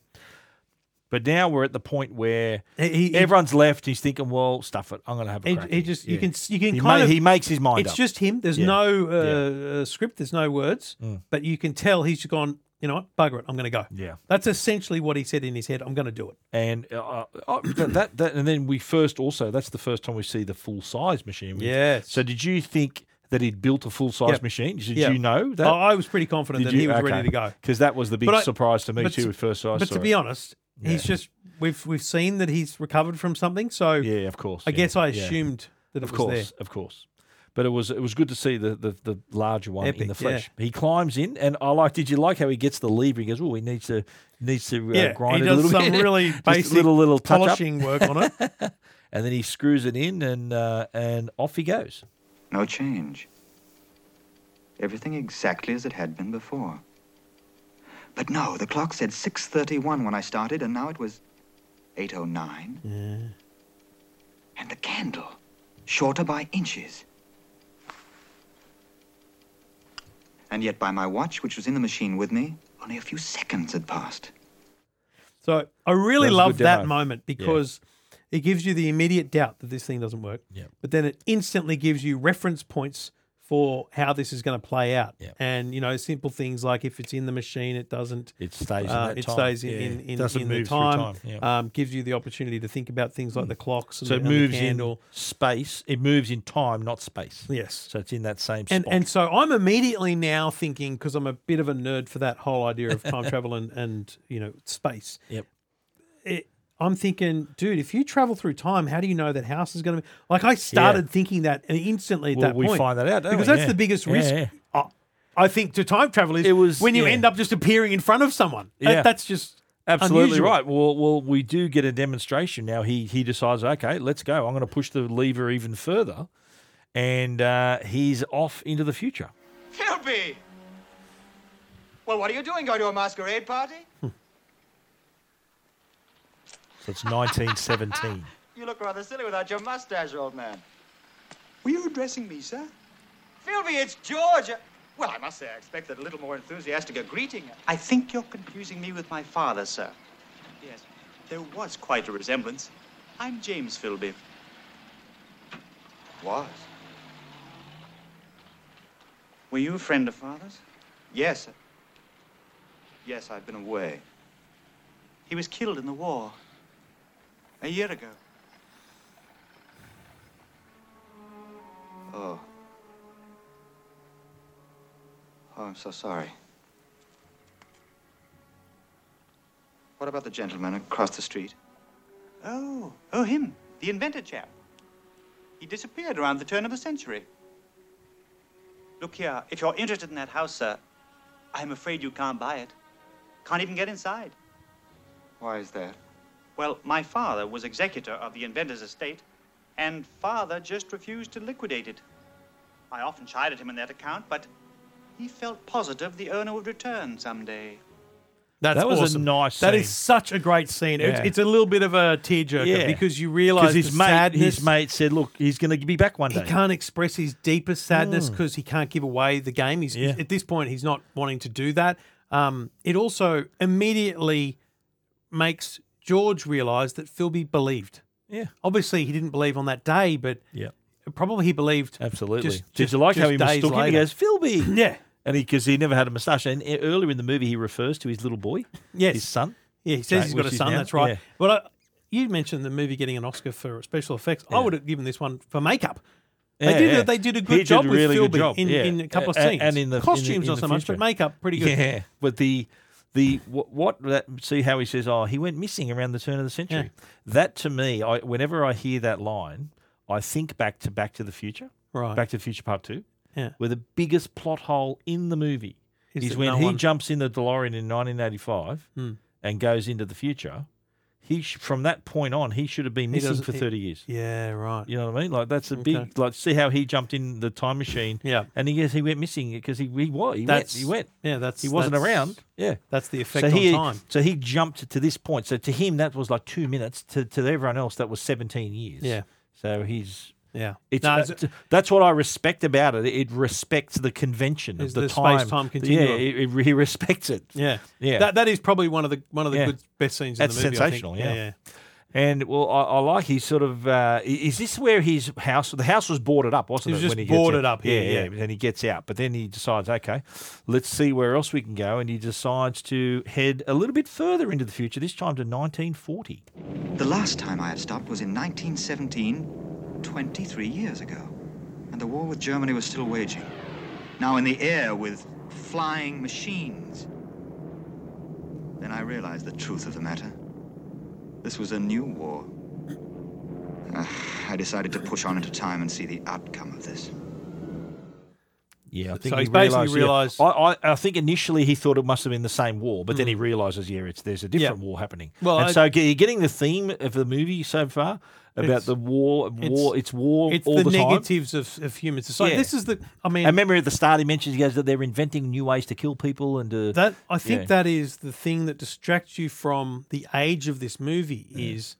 [SPEAKER 7] But now we're at the point where
[SPEAKER 8] He- he-
[SPEAKER 7] everyone's left. He's thinking, "Well, stuff it. I'm going to have a
[SPEAKER 8] He-
[SPEAKER 7] crack."
[SPEAKER 8] he
[SPEAKER 7] at it."
[SPEAKER 8] just- you
[SPEAKER 7] Yeah.
[SPEAKER 8] can s- you can
[SPEAKER 7] he
[SPEAKER 8] kind
[SPEAKER 7] ma-
[SPEAKER 8] of-
[SPEAKER 7] he makes his mind.
[SPEAKER 8] It's
[SPEAKER 7] up.
[SPEAKER 8] just him. There's
[SPEAKER 7] Yeah.
[SPEAKER 8] no uh, uh, script. There's no words.
[SPEAKER 7] Mm.
[SPEAKER 8] But you can tell he's gone. You know what? Bugger it. I'm going to go.
[SPEAKER 7] Yeah.
[SPEAKER 8] That's essentially what he said in his head. I'm going to do it.
[SPEAKER 7] and uh, uh, that, that, that and then we first also that's the first time we see the full size machine. We've-
[SPEAKER 8] Yes.
[SPEAKER 7] So did you think that he'd built a full size
[SPEAKER 8] Yep.
[SPEAKER 7] machine? Did
[SPEAKER 8] Yep.
[SPEAKER 7] you know that?
[SPEAKER 8] Oh, I was pretty confident that he was ready to go.
[SPEAKER 7] because that was the big
[SPEAKER 8] But I-
[SPEAKER 7] surprise to me
[SPEAKER 8] but
[SPEAKER 7] too.
[SPEAKER 8] to-
[SPEAKER 7] At first, I
[SPEAKER 8] But
[SPEAKER 7] saw
[SPEAKER 8] to
[SPEAKER 7] it.
[SPEAKER 8] be honest, he's
[SPEAKER 7] Yeah.
[SPEAKER 8] just we've we've seen that he's recovered from something. So
[SPEAKER 7] yeah, of course.
[SPEAKER 8] I
[SPEAKER 7] yeah,
[SPEAKER 8] guess I
[SPEAKER 7] yeah.
[SPEAKER 8] assumed that it
[SPEAKER 7] of
[SPEAKER 8] was
[SPEAKER 7] course,
[SPEAKER 8] there.
[SPEAKER 7] of course. But it was it was good to see the the, the larger one in
[SPEAKER 8] Epic,
[SPEAKER 7] the flesh. He climbs in, and I like. Did you like how he gets the lever? He goes, "Oh, he needs to needs to uh,
[SPEAKER 8] Yeah,
[SPEAKER 7] grind
[SPEAKER 8] he
[SPEAKER 7] it a
[SPEAKER 8] does
[SPEAKER 7] little
[SPEAKER 8] some
[SPEAKER 7] bit, <laughs>
[SPEAKER 8] really
[SPEAKER 7] Just a
[SPEAKER 8] basic
[SPEAKER 7] little little touch up.
[SPEAKER 8] polishing work on
[SPEAKER 7] <laughs>
[SPEAKER 8] it.
[SPEAKER 7] and then he screws it in, and uh, and off he goes.
[SPEAKER 11] No change. Everything exactly as it had been before. But no, the clock said 6:31 when I started and now it was 8:09 and the candle shorter by inches. And yet by my watch which was in the machine with me, only a few seconds had passed.
[SPEAKER 8] So I really
[SPEAKER 11] That was a
[SPEAKER 8] love
[SPEAKER 11] good
[SPEAKER 8] that
[SPEAKER 11] demo.
[SPEAKER 8] moment
[SPEAKER 11] Yeah.
[SPEAKER 8] because it gives you the immediate doubt that this thing doesn't work.
[SPEAKER 7] Yeah.
[SPEAKER 8] But then it instantly gives you reference points for how this is going to play out.
[SPEAKER 7] Yeah.
[SPEAKER 8] And you know, simple things like if it's in the machine, it doesn't. uh,
[SPEAKER 7] It stays in that
[SPEAKER 8] it
[SPEAKER 7] time.
[SPEAKER 8] stays in
[SPEAKER 7] Yeah.
[SPEAKER 8] in, in,
[SPEAKER 7] Doesn't
[SPEAKER 8] in the
[SPEAKER 7] move through time.
[SPEAKER 8] time.
[SPEAKER 7] Yeah.
[SPEAKER 8] Um, gives you the opportunity to think about things
[SPEAKER 7] Hmm.
[SPEAKER 8] like the clocks. And
[SPEAKER 7] So
[SPEAKER 8] the,
[SPEAKER 7] it
[SPEAKER 8] and the
[SPEAKER 7] moves in
[SPEAKER 8] candle.
[SPEAKER 7] space. It moves in time, not space.
[SPEAKER 8] Yes.
[SPEAKER 7] So it's in that same
[SPEAKER 8] And,
[SPEAKER 7] spot.
[SPEAKER 8] and so I'm immediately now thinking because I'm a bit of a nerd for that whole idea
[SPEAKER 7] <laughs>
[SPEAKER 8] of time travel and, and you know space.
[SPEAKER 7] Yep.
[SPEAKER 8] It, I'm thinking, dude, if you travel through time, how do you know that house is going to be like? I started thinking that instantly at
[SPEAKER 7] Well,
[SPEAKER 8] that
[SPEAKER 7] we
[SPEAKER 8] point.
[SPEAKER 7] find that out, don't
[SPEAKER 8] because
[SPEAKER 7] we?
[SPEAKER 8] that's
[SPEAKER 7] Yeah.
[SPEAKER 8] the biggest
[SPEAKER 7] Yeah,
[SPEAKER 8] risk.
[SPEAKER 7] yeah.
[SPEAKER 8] I, I think to time travel is it was, when you
[SPEAKER 7] yeah.
[SPEAKER 8] end up just appearing in front of someone. That-
[SPEAKER 7] Yeah.
[SPEAKER 8] that's just
[SPEAKER 7] Absolutely
[SPEAKER 8] unusual.
[SPEAKER 7] right. Well, well, we do get a demonstration now. He he decides, okay, let's go. I'm going to push the lever even further, and uh, he's off into the future.
[SPEAKER 9] Philby! Well, what are you doing? Going to a masquerade party?
[SPEAKER 7] So it's 1917.
[SPEAKER 9] You look rather silly without your mustache, old man.
[SPEAKER 4] Were you addressing me, sir?
[SPEAKER 9] Philby, it's George. Well, I must say, I expected a little more enthusiastic a greeting. I think you're confusing me with my father, sir.
[SPEAKER 10] Yes, there was quite a resemblance. I'm James Philby.
[SPEAKER 9] Was?
[SPEAKER 10] Were you a friend of father's?
[SPEAKER 9] Yes. sir. Yes, I've been away.
[SPEAKER 10] He was killed in the war. A year ago.
[SPEAKER 9] Oh. Oh, I'm so sorry. What about the gentleman across the street?
[SPEAKER 10] Oh, oh, him. The inventor chap. He disappeared around the turn of the century. Look here, if you're interested in that house, sir, I'm afraid you can't buy it. Can't even get inside.
[SPEAKER 9] Why is that?
[SPEAKER 10] Well, my father was executor of the inventor's estate, and father just refused to liquidate it. I often chided him on that account, but he felt positive the owner would return someday.
[SPEAKER 8] That's
[SPEAKER 7] That was a
[SPEAKER 8] awesome.
[SPEAKER 7] nice
[SPEAKER 8] That
[SPEAKER 7] scene.
[SPEAKER 8] is such a great scene. It's,
[SPEAKER 7] Yeah.
[SPEAKER 8] it's a little bit of a tearjerker because you realize
[SPEAKER 7] because his
[SPEAKER 8] the
[SPEAKER 7] mate,
[SPEAKER 8] sadness.
[SPEAKER 7] his mate said, look, he's going to be back one day.
[SPEAKER 8] He can't express his deepest sadness
[SPEAKER 7] Mm.
[SPEAKER 8] because he can't give away the game. He's,
[SPEAKER 7] Yeah.
[SPEAKER 8] At this point, he's not wanting to do that. Um, it also immediately makes George realize that Philby believed.
[SPEAKER 7] Yeah.
[SPEAKER 8] Obviously, he didn't believe on that day, but
[SPEAKER 7] Yeah.
[SPEAKER 8] Probably he believed.
[SPEAKER 7] Absolutely.
[SPEAKER 8] Just-
[SPEAKER 7] Did
[SPEAKER 8] just-
[SPEAKER 7] you like how
[SPEAKER 8] just
[SPEAKER 7] he
[SPEAKER 8] days
[SPEAKER 7] mistook him? He
[SPEAKER 8] later.
[SPEAKER 7] goes, <laughs> Philby.
[SPEAKER 8] Yeah.
[SPEAKER 7] And he, because he never had a moustache. And e- earlier in the movie, he refers to his little boy,
[SPEAKER 8] Yes.
[SPEAKER 7] his son.
[SPEAKER 8] Yeah, he says
[SPEAKER 7] Jake,
[SPEAKER 8] he's got
[SPEAKER 7] which
[SPEAKER 8] a
[SPEAKER 7] is
[SPEAKER 8] son.
[SPEAKER 7] now-
[SPEAKER 8] that's right.
[SPEAKER 7] yeah.
[SPEAKER 8] But I, you mentioned the movie getting an Oscar for special effects. I
[SPEAKER 7] Yeah.
[SPEAKER 8] would have given this one for makeup.
[SPEAKER 7] Yeah,
[SPEAKER 8] they did.
[SPEAKER 7] yeah.
[SPEAKER 8] A, they did a
[SPEAKER 7] He
[SPEAKER 8] good
[SPEAKER 7] did
[SPEAKER 8] job
[SPEAKER 7] a
[SPEAKER 8] with
[SPEAKER 7] really good
[SPEAKER 8] Philby
[SPEAKER 7] job,
[SPEAKER 8] in,
[SPEAKER 7] yeah.
[SPEAKER 8] in a couple of
[SPEAKER 7] A- a-
[SPEAKER 8] scenes.
[SPEAKER 7] and in the in the-
[SPEAKER 8] costumes,
[SPEAKER 7] in
[SPEAKER 8] not
[SPEAKER 7] the
[SPEAKER 8] so much, but
[SPEAKER 7] future.
[SPEAKER 8] makeup pretty good.
[SPEAKER 7] Yeah, but the the what, what that see how he says, oh, he went missing around the turn of the century. That to me, I whenever I hear that line, I think back to Back to the Future,
[SPEAKER 8] Right.
[SPEAKER 7] Back to the Future Part Two,
[SPEAKER 8] Yeah.
[SPEAKER 7] where the biggest plot hole in the movie
[SPEAKER 8] Is
[SPEAKER 7] is,
[SPEAKER 8] that
[SPEAKER 7] when
[SPEAKER 8] no
[SPEAKER 7] he
[SPEAKER 8] one-
[SPEAKER 7] jumps in the DeLorean in 1985
[SPEAKER 8] Hmm.
[SPEAKER 7] and goes into the future. He sh- from that point on, he should have been
[SPEAKER 8] He
[SPEAKER 7] missing
[SPEAKER 8] doesn't-
[SPEAKER 7] for
[SPEAKER 8] he-
[SPEAKER 7] 30 years.
[SPEAKER 8] Yeah, right.
[SPEAKER 7] You know what I mean? Like that's a
[SPEAKER 8] Okay.
[SPEAKER 7] big like. See how he jumped in the time machine.
[SPEAKER 8] Yeah.
[SPEAKER 7] and he yes he went missing because he he was he went
[SPEAKER 8] That's-
[SPEAKER 7] he went.
[SPEAKER 8] yeah, that's-
[SPEAKER 7] he wasn't
[SPEAKER 8] that's-
[SPEAKER 7] around. Yeah,
[SPEAKER 8] that's the effect
[SPEAKER 7] so
[SPEAKER 8] on
[SPEAKER 7] he,
[SPEAKER 8] time.
[SPEAKER 7] So he jumped to this point. So to him that was like two minutes. To to everyone else that was seventeen years.
[SPEAKER 8] Yeah.
[SPEAKER 7] So he's
[SPEAKER 8] Yeah.
[SPEAKER 7] It's,
[SPEAKER 8] No,
[SPEAKER 7] uh,
[SPEAKER 8] it's-
[SPEAKER 7] t- that's what I respect about it. It respects the convention
[SPEAKER 8] Is
[SPEAKER 7] of the,
[SPEAKER 8] the
[SPEAKER 7] time.
[SPEAKER 8] space-time
[SPEAKER 7] Yeah,
[SPEAKER 8] continuum.
[SPEAKER 7] it, it really <laughs> respects it.
[SPEAKER 8] Yeah,
[SPEAKER 7] yeah.
[SPEAKER 8] That that is probably one of the one of the
[SPEAKER 7] Yeah.
[SPEAKER 8] good best scenes
[SPEAKER 7] That's
[SPEAKER 8] in the movie. I think.
[SPEAKER 7] sensational. Yeah. And well, I, I like he sort of uh, i- is this where his house? The house was boarded up, wasn't
[SPEAKER 8] It
[SPEAKER 7] it?
[SPEAKER 8] was just
[SPEAKER 7] gets
[SPEAKER 8] boarded
[SPEAKER 7] out?
[SPEAKER 8] up here,
[SPEAKER 7] yeah,
[SPEAKER 8] yeah.
[SPEAKER 7] And he gets out, but then he decides, okay, let's see where else we can go, and he decides to head a little bit further into the future. This time to 1940.
[SPEAKER 11] The last time I had stopped was in 1917, 23 years ago. And the war with Germany was still waging. Now in the air with flying machines. Then I realized the truth of the matter. This was a new war. <sighs> Ah, I decided to push on into time and see the outcome of this.
[SPEAKER 7] Yeah, I
[SPEAKER 8] So he's basically realised- Mm.
[SPEAKER 7] yeah. I, I, I think initially he thought it must have been the same war, but then he realizes, yeah, it's there's a different war happening.
[SPEAKER 8] Well,
[SPEAKER 7] and
[SPEAKER 8] I-
[SPEAKER 7] so ge- you're getting the theme of the movie so far about
[SPEAKER 8] It's-
[SPEAKER 7] the war, war, it's, war
[SPEAKER 8] It's
[SPEAKER 7] all
[SPEAKER 8] the,
[SPEAKER 7] the, time.
[SPEAKER 8] negatives of, of human society.
[SPEAKER 7] Yeah.
[SPEAKER 8] This is the. I mean,
[SPEAKER 7] I remember at the start he mentions he goes that they're inventing new ways to kill people and to,
[SPEAKER 8] That I think
[SPEAKER 7] Yeah.
[SPEAKER 8] that is the thing that distracts you from the age of this movie is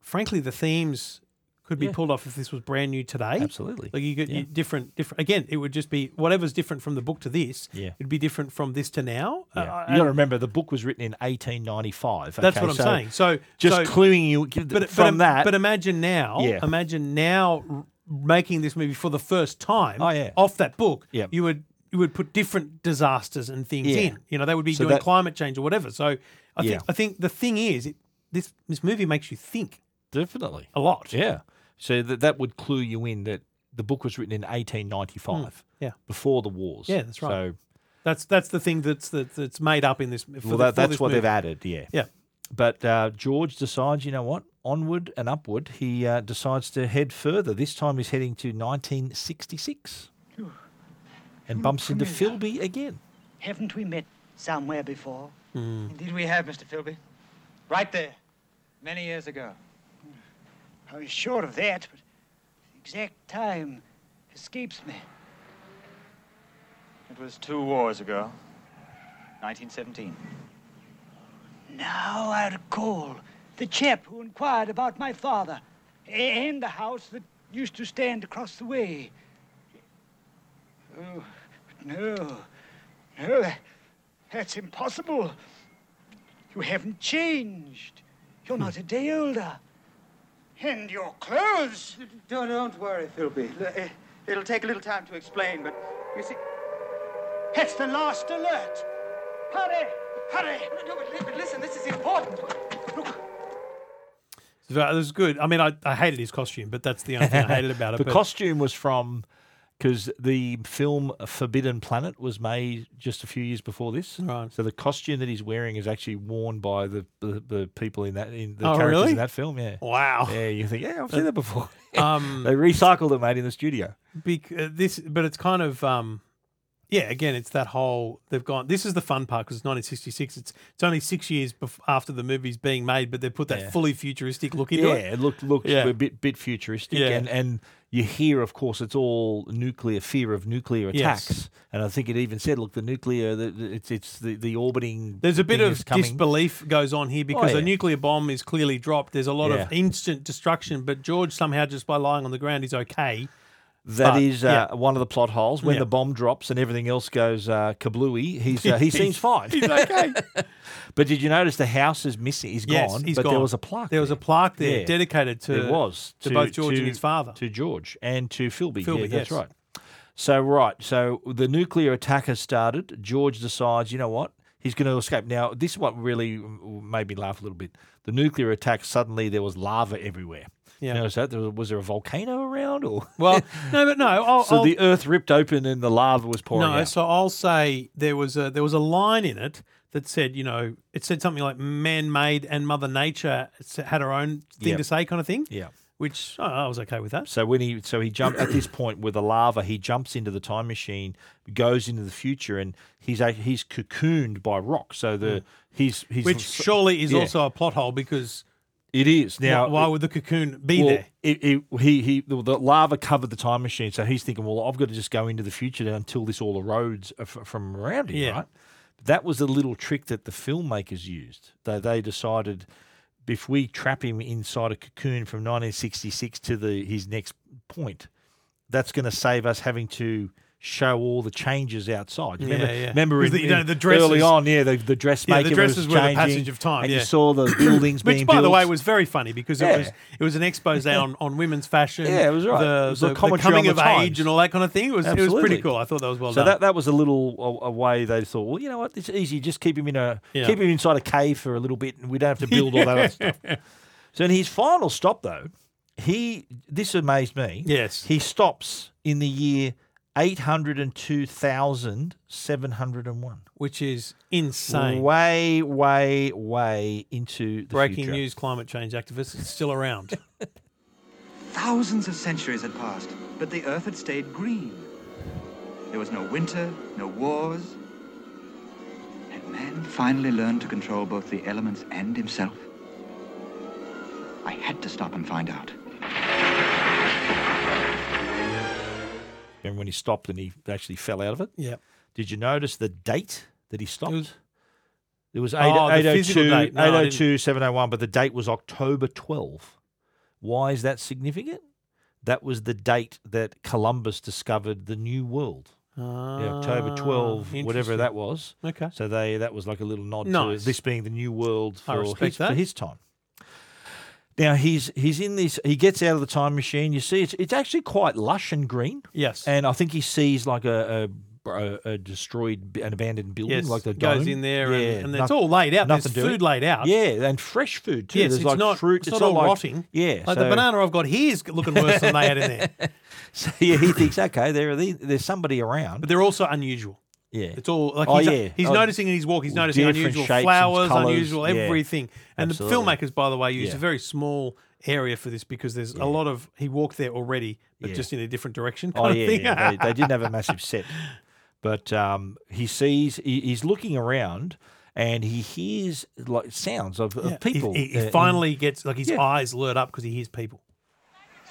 [SPEAKER 8] frankly the themes could be
[SPEAKER 7] Yeah.
[SPEAKER 8] pulled off if this was brand new today.
[SPEAKER 7] Absolutely.
[SPEAKER 8] Like you get
[SPEAKER 7] Yeah.
[SPEAKER 8] you- different different again, it would just be whatever's different from the book to this,
[SPEAKER 7] Yeah.
[SPEAKER 8] it'd be different from this to now.
[SPEAKER 7] Yeah.
[SPEAKER 8] Uh,
[SPEAKER 7] you got to
[SPEAKER 8] and-
[SPEAKER 7] remember the book was written in 1895.
[SPEAKER 8] That's
[SPEAKER 7] okay?
[SPEAKER 8] what I'm saying. So
[SPEAKER 7] just
[SPEAKER 8] so-
[SPEAKER 7] cluing you
[SPEAKER 8] but,
[SPEAKER 7] from
[SPEAKER 8] but,
[SPEAKER 7] that.
[SPEAKER 8] But imagine now,
[SPEAKER 7] Yeah.
[SPEAKER 8] imagine now r- making this movie for the first time
[SPEAKER 7] Oh, yeah.
[SPEAKER 8] off that book.
[SPEAKER 7] Yeah.
[SPEAKER 8] You would you would put different disasters and things
[SPEAKER 7] Yeah.
[SPEAKER 8] in. You know, they would be
[SPEAKER 7] So
[SPEAKER 8] doing
[SPEAKER 7] that-
[SPEAKER 8] climate change or whatever. So I
[SPEAKER 7] Yeah.
[SPEAKER 8] think I think the thing is it, this this movie makes you think
[SPEAKER 7] Definitely.
[SPEAKER 8] a lot.
[SPEAKER 7] Yeah. So that that would clue you in that the book was written in 1895.
[SPEAKER 8] yeah.
[SPEAKER 7] Before the wars.
[SPEAKER 8] Hmm. Yeah, that's right.
[SPEAKER 7] So
[SPEAKER 8] That's that's the thing that's that, that's made up in this. For
[SPEAKER 7] well,
[SPEAKER 8] the,
[SPEAKER 7] that,
[SPEAKER 8] for
[SPEAKER 7] that's
[SPEAKER 8] this
[SPEAKER 7] what
[SPEAKER 8] movie.
[SPEAKER 7] they've added. Yeah.
[SPEAKER 8] Yeah.
[SPEAKER 7] But uh, George decides, you know what, onward and upward. He uh, decides to head further. This time he's heading to 1966 and bumps into Philby <laughs> again.
[SPEAKER 9] Haven't we met somewhere before? Indeed, we have, Mr. Philby. Right there, many years ago.
[SPEAKER 12] I was sure of that, but the exact time escapes me.
[SPEAKER 10] It was two wars ago, 1917.
[SPEAKER 12] Now I recall the chap who inquired about my father a- and the house that used to stand across the way. Oh, no. No, that- Oh, that's impossible. You haven't changed. You're not a day older. And your clothes.
[SPEAKER 9] Don't, don't worry, Philby. L- eh, It'll take a little time to explain, but you see.
[SPEAKER 12] It's the last alert. Hurry! Hurry!
[SPEAKER 9] No, but, li- but listen, this is important.
[SPEAKER 8] It's ve- It was good. I mean, I, I hated his costume, but that's the only thing I hated about
[SPEAKER 7] <laughs>
[SPEAKER 8] it.
[SPEAKER 7] the
[SPEAKER 8] but
[SPEAKER 7] costume was from because the film Forbidden Planet was made just a few years before this.
[SPEAKER 8] Right.
[SPEAKER 7] So the costume that he's wearing is actually worn by the the, the people in that in the
[SPEAKER 8] Oh,
[SPEAKER 7] characters
[SPEAKER 8] really?
[SPEAKER 7] in that film. Yeah.
[SPEAKER 8] Wow.
[SPEAKER 7] Yeah, you think yeah, I've seen that before.
[SPEAKER 8] Um,
[SPEAKER 7] <laughs> they recycled it, mate, in the studio.
[SPEAKER 8] Bec- uh, this, but it's kind of um, yeah. Again, it's that whole they've gone. This is the fun part because it's 1966. It's it's only six years bef- after the movie's being made, but they put that
[SPEAKER 7] Yeah.
[SPEAKER 8] fully futuristic look into
[SPEAKER 7] Yeah,
[SPEAKER 8] it.
[SPEAKER 7] it looked looked
[SPEAKER 8] Yeah.
[SPEAKER 7] a bit bit futuristic,
[SPEAKER 8] Yeah.
[SPEAKER 7] and and you hear, of course, it's all nuclear fear of nuclear
[SPEAKER 8] Yes.
[SPEAKER 7] attacks, and I think it even said, look, the nuclear, the, the- it's it's the, the orbiting.
[SPEAKER 8] There's a bit
[SPEAKER 7] thing
[SPEAKER 8] of
[SPEAKER 7] is coming. Oh,
[SPEAKER 8] disbelief goes on here because
[SPEAKER 7] yeah.
[SPEAKER 8] a nuclear bomb is clearly dropped. There's a lot of
[SPEAKER 7] Yeah.
[SPEAKER 8] instant destruction, but George somehow just by lying on the ground is okay.
[SPEAKER 7] That
[SPEAKER 8] But,
[SPEAKER 7] is uh, one of the plot holes. When
[SPEAKER 8] Yeah.
[SPEAKER 7] the bomb drops and everything else goes uh, kablooey, he's,
[SPEAKER 8] <laughs>
[SPEAKER 7] uh, he seems fine.
[SPEAKER 8] He's okay.
[SPEAKER 7] <laughs> but did you notice the house is missing? He's
[SPEAKER 8] Yes,
[SPEAKER 7] gone.
[SPEAKER 8] he's
[SPEAKER 7] but there
[SPEAKER 8] gone.
[SPEAKER 7] was a plaque.
[SPEAKER 8] There was a plaque there dedicated to-
[SPEAKER 7] There was
[SPEAKER 8] to both George and his
[SPEAKER 7] father. To George and to Philby. yeah,
[SPEAKER 8] Philby,
[SPEAKER 7] that's
[SPEAKER 8] yes.
[SPEAKER 7] right. So right, so the nuclear attack has started. George decides, you know what, he's going to escape. Now this is what really made me laugh a little bit. The nuclear attack. Suddenly there was lava everywhere.
[SPEAKER 8] Yeah.
[SPEAKER 7] You notice that? There was, was there a volcano around, or <laughs>
[SPEAKER 8] Well, <laughs> no, but no. I'll,
[SPEAKER 7] so
[SPEAKER 8] I'll,
[SPEAKER 7] the earth ripped open and the lava was pouring
[SPEAKER 8] no,
[SPEAKER 7] out.
[SPEAKER 8] so I'll say there was a there was a line in it that said, you know, it said something like man-made and Mother Nature s- had her own thing
[SPEAKER 7] Yeah.
[SPEAKER 8] to say, kind of thing.
[SPEAKER 7] Yeah.
[SPEAKER 8] Which oh, I was okay with that.
[SPEAKER 7] So when he so he jumped at this point with the lava, he jumps into the time machine, goes into the future, and he's act- he's cocooned by rock. So the he's he's
[SPEAKER 8] Hmm. Which surely is
[SPEAKER 7] yeah.
[SPEAKER 8] also a plot hole because
[SPEAKER 7] it is
[SPEAKER 8] wh-
[SPEAKER 7] now.
[SPEAKER 8] Why, would the cocoon be
[SPEAKER 7] well,
[SPEAKER 8] there?
[SPEAKER 7] It, it, he he the, the lava covered the time machine, so he's thinking, well, I've got to just go into the future now until this all erodes f- from around him,
[SPEAKER 8] Yeah.
[SPEAKER 7] right? That was a little trick that the filmmakers used. They they decided if we trap him inside a cocoon from 1966 to the his next point, that's going to save us having to show all the changes outside. You
[SPEAKER 8] Yeah,
[SPEAKER 7] remember,
[SPEAKER 8] yeah.
[SPEAKER 7] remember in,
[SPEAKER 8] Because the- you know,
[SPEAKER 7] in-
[SPEAKER 8] the dresses-
[SPEAKER 7] early on, yeah, the, the dressmaker
[SPEAKER 8] yeah, the
[SPEAKER 7] was
[SPEAKER 8] dresses were the
[SPEAKER 7] changing,
[SPEAKER 8] passage of time.
[SPEAKER 7] and
[SPEAKER 8] yeah.
[SPEAKER 7] you saw the buildings
[SPEAKER 8] which,
[SPEAKER 7] being
[SPEAKER 8] by the way,
[SPEAKER 7] built.
[SPEAKER 8] was very funny because
[SPEAKER 7] Yeah.
[SPEAKER 8] it was it was an expose on, on women's fashion.
[SPEAKER 7] Yeah, it was right.
[SPEAKER 8] The,
[SPEAKER 7] It was a
[SPEAKER 8] the, the
[SPEAKER 7] commentary on
[SPEAKER 8] coming
[SPEAKER 7] the
[SPEAKER 8] of
[SPEAKER 7] times.
[SPEAKER 8] age and all that kind of thing. It was it was
[SPEAKER 7] Absolutely.
[SPEAKER 8] pretty cool. I thought that was well
[SPEAKER 7] so
[SPEAKER 8] done.
[SPEAKER 7] that, that was a little a, a way they thought, well, you know what, it's easy. Just keep him in a
[SPEAKER 8] Yeah.
[SPEAKER 7] keep him inside a cave for a little bit, and we don't have to build all that other
[SPEAKER 8] <laughs>
[SPEAKER 7] stuff. So in his final stop, though, he this amazed me.
[SPEAKER 8] Yes.
[SPEAKER 7] he stops in the year eight hundred and two thousand seven hundred and one.
[SPEAKER 8] which is insane.
[SPEAKER 7] Way, way, way into the
[SPEAKER 8] Breaking
[SPEAKER 7] future.
[SPEAKER 8] news: climate change activists it's still
[SPEAKER 7] <laughs>
[SPEAKER 8] around.
[SPEAKER 11] Thousands of centuries had passed, but the earth had stayed green. There was no winter, no wars. Had man finally learned to control both the elements and himself? I had to stop and find out.
[SPEAKER 7] And when he stopped and he actually fell out of it.
[SPEAKER 8] Yep.
[SPEAKER 7] Did you notice the date that he stopped? It was,
[SPEAKER 8] Oh,
[SPEAKER 7] 8,
[SPEAKER 8] the
[SPEAKER 7] 802,
[SPEAKER 8] physical date. No, I didn't.
[SPEAKER 7] 802, 701, but the date was October 12. Why is that significant? That was the date that Columbus discovered the New World. Yeah, October
[SPEAKER 8] Ah,
[SPEAKER 7] 12, whatever
[SPEAKER 8] interesting.
[SPEAKER 7] that was.
[SPEAKER 8] Okay.
[SPEAKER 7] So they that was like a little nod
[SPEAKER 8] Nice.
[SPEAKER 7] to this being the New World
[SPEAKER 8] I
[SPEAKER 7] for
[SPEAKER 8] respect
[SPEAKER 7] his, for
[SPEAKER 8] that.
[SPEAKER 7] his time. Now he's he's in this. He gets out of the time machine. You see, it's it's actually quite lush and green.
[SPEAKER 8] Yes.
[SPEAKER 7] and I think he sees like a. a a a destroyed, b- an abandoned building,
[SPEAKER 8] Yes,
[SPEAKER 7] like the
[SPEAKER 8] goes
[SPEAKER 7] dome.
[SPEAKER 8] in there and- and it's
[SPEAKER 7] noth-
[SPEAKER 8] all laid out. There's
[SPEAKER 7] nothing to
[SPEAKER 8] food
[SPEAKER 7] it.
[SPEAKER 8] laid out.
[SPEAKER 7] Yeah, and fresh food too.
[SPEAKER 8] yes,
[SPEAKER 7] There's
[SPEAKER 8] it's
[SPEAKER 7] like
[SPEAKER 8] not
[SPEAKER 7] fruit.
[SPEAKER 8] It's, not all
[SPEAKER 7] like-
[SPEAKER 8] rotting.
[SPEAKER 7] Yeah,
[SPEAKER 8] like
[SPEAKER 7] so-
[SPEAKER 8] the banana I've got here is looking worse than they had in there.
[SPEAKER 7] so <laughs> yeah, he thinks, okay, there are these, there's somebody around.
[SPEAKER 8] But they're also
[SPEAKER 7] <laughs>
[SPEAKER 8] unusual.
[SPEAKER 7] Yeah,
[SPEAKER 8] It's all like
[SPEAKER 7] Oh,
[SPEAKER 8] he's,
[SPEAKER 7] yeah.
[SPEAKER 8] he's
[SPEAKER 7] Oh,
[SPEAKER 8] noticing in his walk, he's noticing
[SPEAKER 7] different
[SPEAKER 8] unusual
[SPEAKER 7] shapes and
[SPEAKER 8] flowers,
[SPEAKER 7] colours.
[SPEAKER 8] unusual
[SPEAKER 7] Yeah,
[SPEAKER 8] everything. And
[SPEAKER 7] absolutely.
[SPEAKER 8] the filmmakers, by the way, used
[SPEAKER 7] Yeah.
[SPEAKER 8] a very small area for this because there's a lot of he walked there already, but
[SPEAKER 7] Yeah.
[SPEAKER 8] just in a different direction.
[SPEAKER 7] Oh
[SPEAKER 8] Kind
[SPEAKER 7] yeah,
[SPEAKER 8] of thing. <laughs>
[SPEAKER 7] yeah, They, they didn't have a massive set, but um, he sees he, he's looking around and he hears like sounds of, of
[SPEAKER 8] Yeah, he-
[SPEAKER 7] people.
[SPEAKER 8] He, he
[SPEAKER 7] uh, in-
[SPEAKER 8] finally gets like his
[SPEAKER 7] Yeah.
[SPEAKER 8] eyes lit up because he hears people.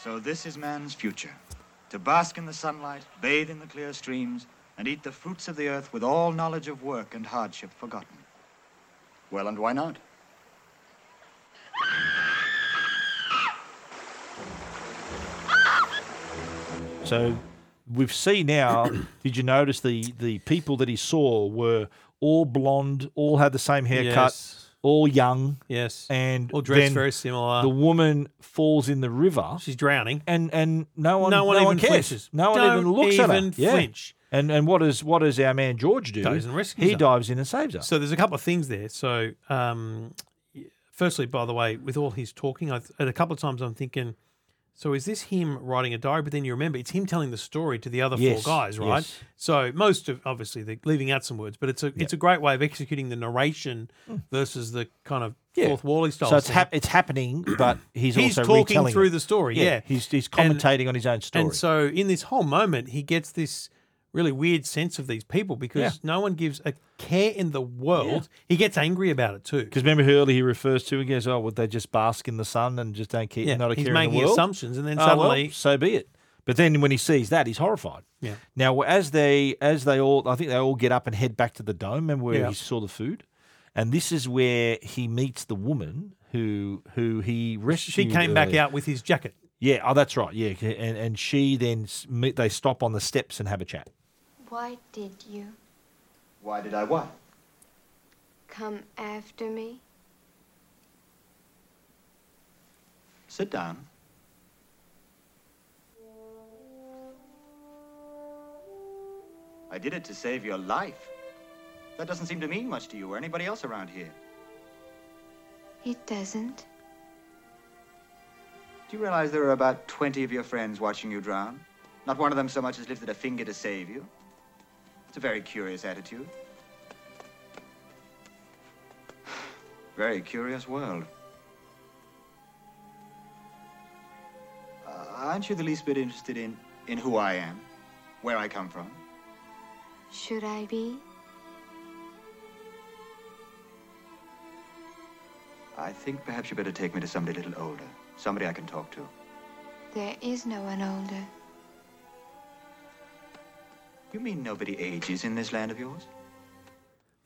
[SPEAKER 11] So this is man's future. To bask in the sunlight, bathe in the clear streams, and eat the fruits of the earth with all knowledge of work and hardship forgotten. Well, and why not?
[SPEAKER 7] So we've seen
[SPEAKER 8] <coughs>
[SPEAKER 7] now. did you notice the the people that he saw were all blonde, all had the same haircut,
[SPEAKER 8] Yes.
[SPEAKER 7] all young,
[SPEAKER 8] Yes.
[SPEAKER 7] and
[SPEAKER 8] All dressed
[SPEAKER 7] then
[SPEAKER 8] very similar.
[SPEAKER 7] The woman falls in the river.
[SPEAKER 8] She's drowning.
[SPEAKER 7] and and no one
[SPEAKER 8] No one even
[SPEAKER 7] cares.
[SPEAKER 8] flinches.
[SPEAKER 7] No one even
[SPEAKER 8] Don't
[SPEAKER 7] looks at her.
[SPEAKER 8] even
[SPEAKER 7] Yeah.
[SPEAKER 8] flinch.
[SPEAKER 7] And and what is what does our man George do?
[SPEAKER 8] Dives and rescues
[SPEAKER 7] He
[SPEAKER 8] her.
[SPEAKER 7] dives in and saves her.
[SPEAKER 8] So there's a couple of things there. So, um, y- firstly, by the way, with all his talking, I, at a couple of times I'm thinking, so is this him writing a diary? But then you remember it's him telling the story to the other
[SPEAKER 7] Yes,
[SPEAKER 8] four guys, right?
[SPEAKER 7] yes.
[SPEAKER 8] So most of obviously they're leaving out some words, but it's a it's a great way of executing the narration versus the kind of
[SPEAKER 7] Yeah.
[SPEAKER 8] fourth Wally style.
[SPEAKER 7] So it's
[SPEAKER 8] thing.
[SPEAKER 7] hap- it's happening, but he's,
[SPEAKER 8] He's
[SPEAKER 7] also
[SPEAKER 8] talking
[SPEAKER 7] retelling
[SPEAKER 8] through
[SPEAKER 7] it.
[SPEAKER 8] the story, yeah.
[SPEAKER 7] he's he's
[SPEAKER 8] And-
[SPEAKER 7] commentating on his own story.
[SPEAKER 8] And so in this whole moment, he gets this really weird sense of these people because
[SPEAKER 7] Yeah.
[SPEAKER 8] no one gives a care in the world. He gets angry about it too.
[SPEAKER 7] Because remember who earlier he refers to and goes, "Oh, would they just bask in the sun and just don't care,
[SPEAKER 8] Yeah,
[SPEAKER 7] not a
[SPEAKER 8] he's
[SPEAKER 7] care in
[SPEAKER 8] making
[SPEAKER 7] the world?"
[SPEAKER 8] assumptions and then
[SPEAKER 7] Oh, well,
[SPEAKER 8] suddenly-
[SPEAKER 7] so be it. But then when he sees that, he's horrified.
[SPEAKER 8] Yeah.
[SPEAKER 7] Now as they as they all, I think they all get up and head back to the dome, remember where
[SPEAKER 8] Yeah.
[SPEAKER 7] he saw the food, and this is where he meets the woman who who he rescued.
[SPEAKER 8] She came back
[SPEAKER 7] earlier.
[SPEAKER 8] out with his jacket.
[SPEAKER 7] Yeah, oh, that's right. Yeah, and and she then s- meet- they stop on the steps and have a chat.
[SPEAKER 13] Why did you
[SPEAKER 9] Why did I what?
[SPEAKER 13] come after me?
[SPEAKER 9] Sit down. I did it to save your life. That doesn't seem to mean much to you or anybody else around here.
[SPEAKER 13] It doesn't.
[SPEAKER 9] Do you realize there are about 20 of your friends watching you drown? Not one of them so much as lifted a finger to save you. It's a very curious attitude. <sighs> Very curious world. Uh, aren't you the least bit interested in, in who I am? Where I come from?
[SPEAKER 13] Should I be?
[SPEAKER 9] I think perhaps you better take me to somebody a little older. Somebody I can talk to.
[SPEAKER 13] There is no one older.
[SPEAKER 9] You mean nobody ages in this land of yours?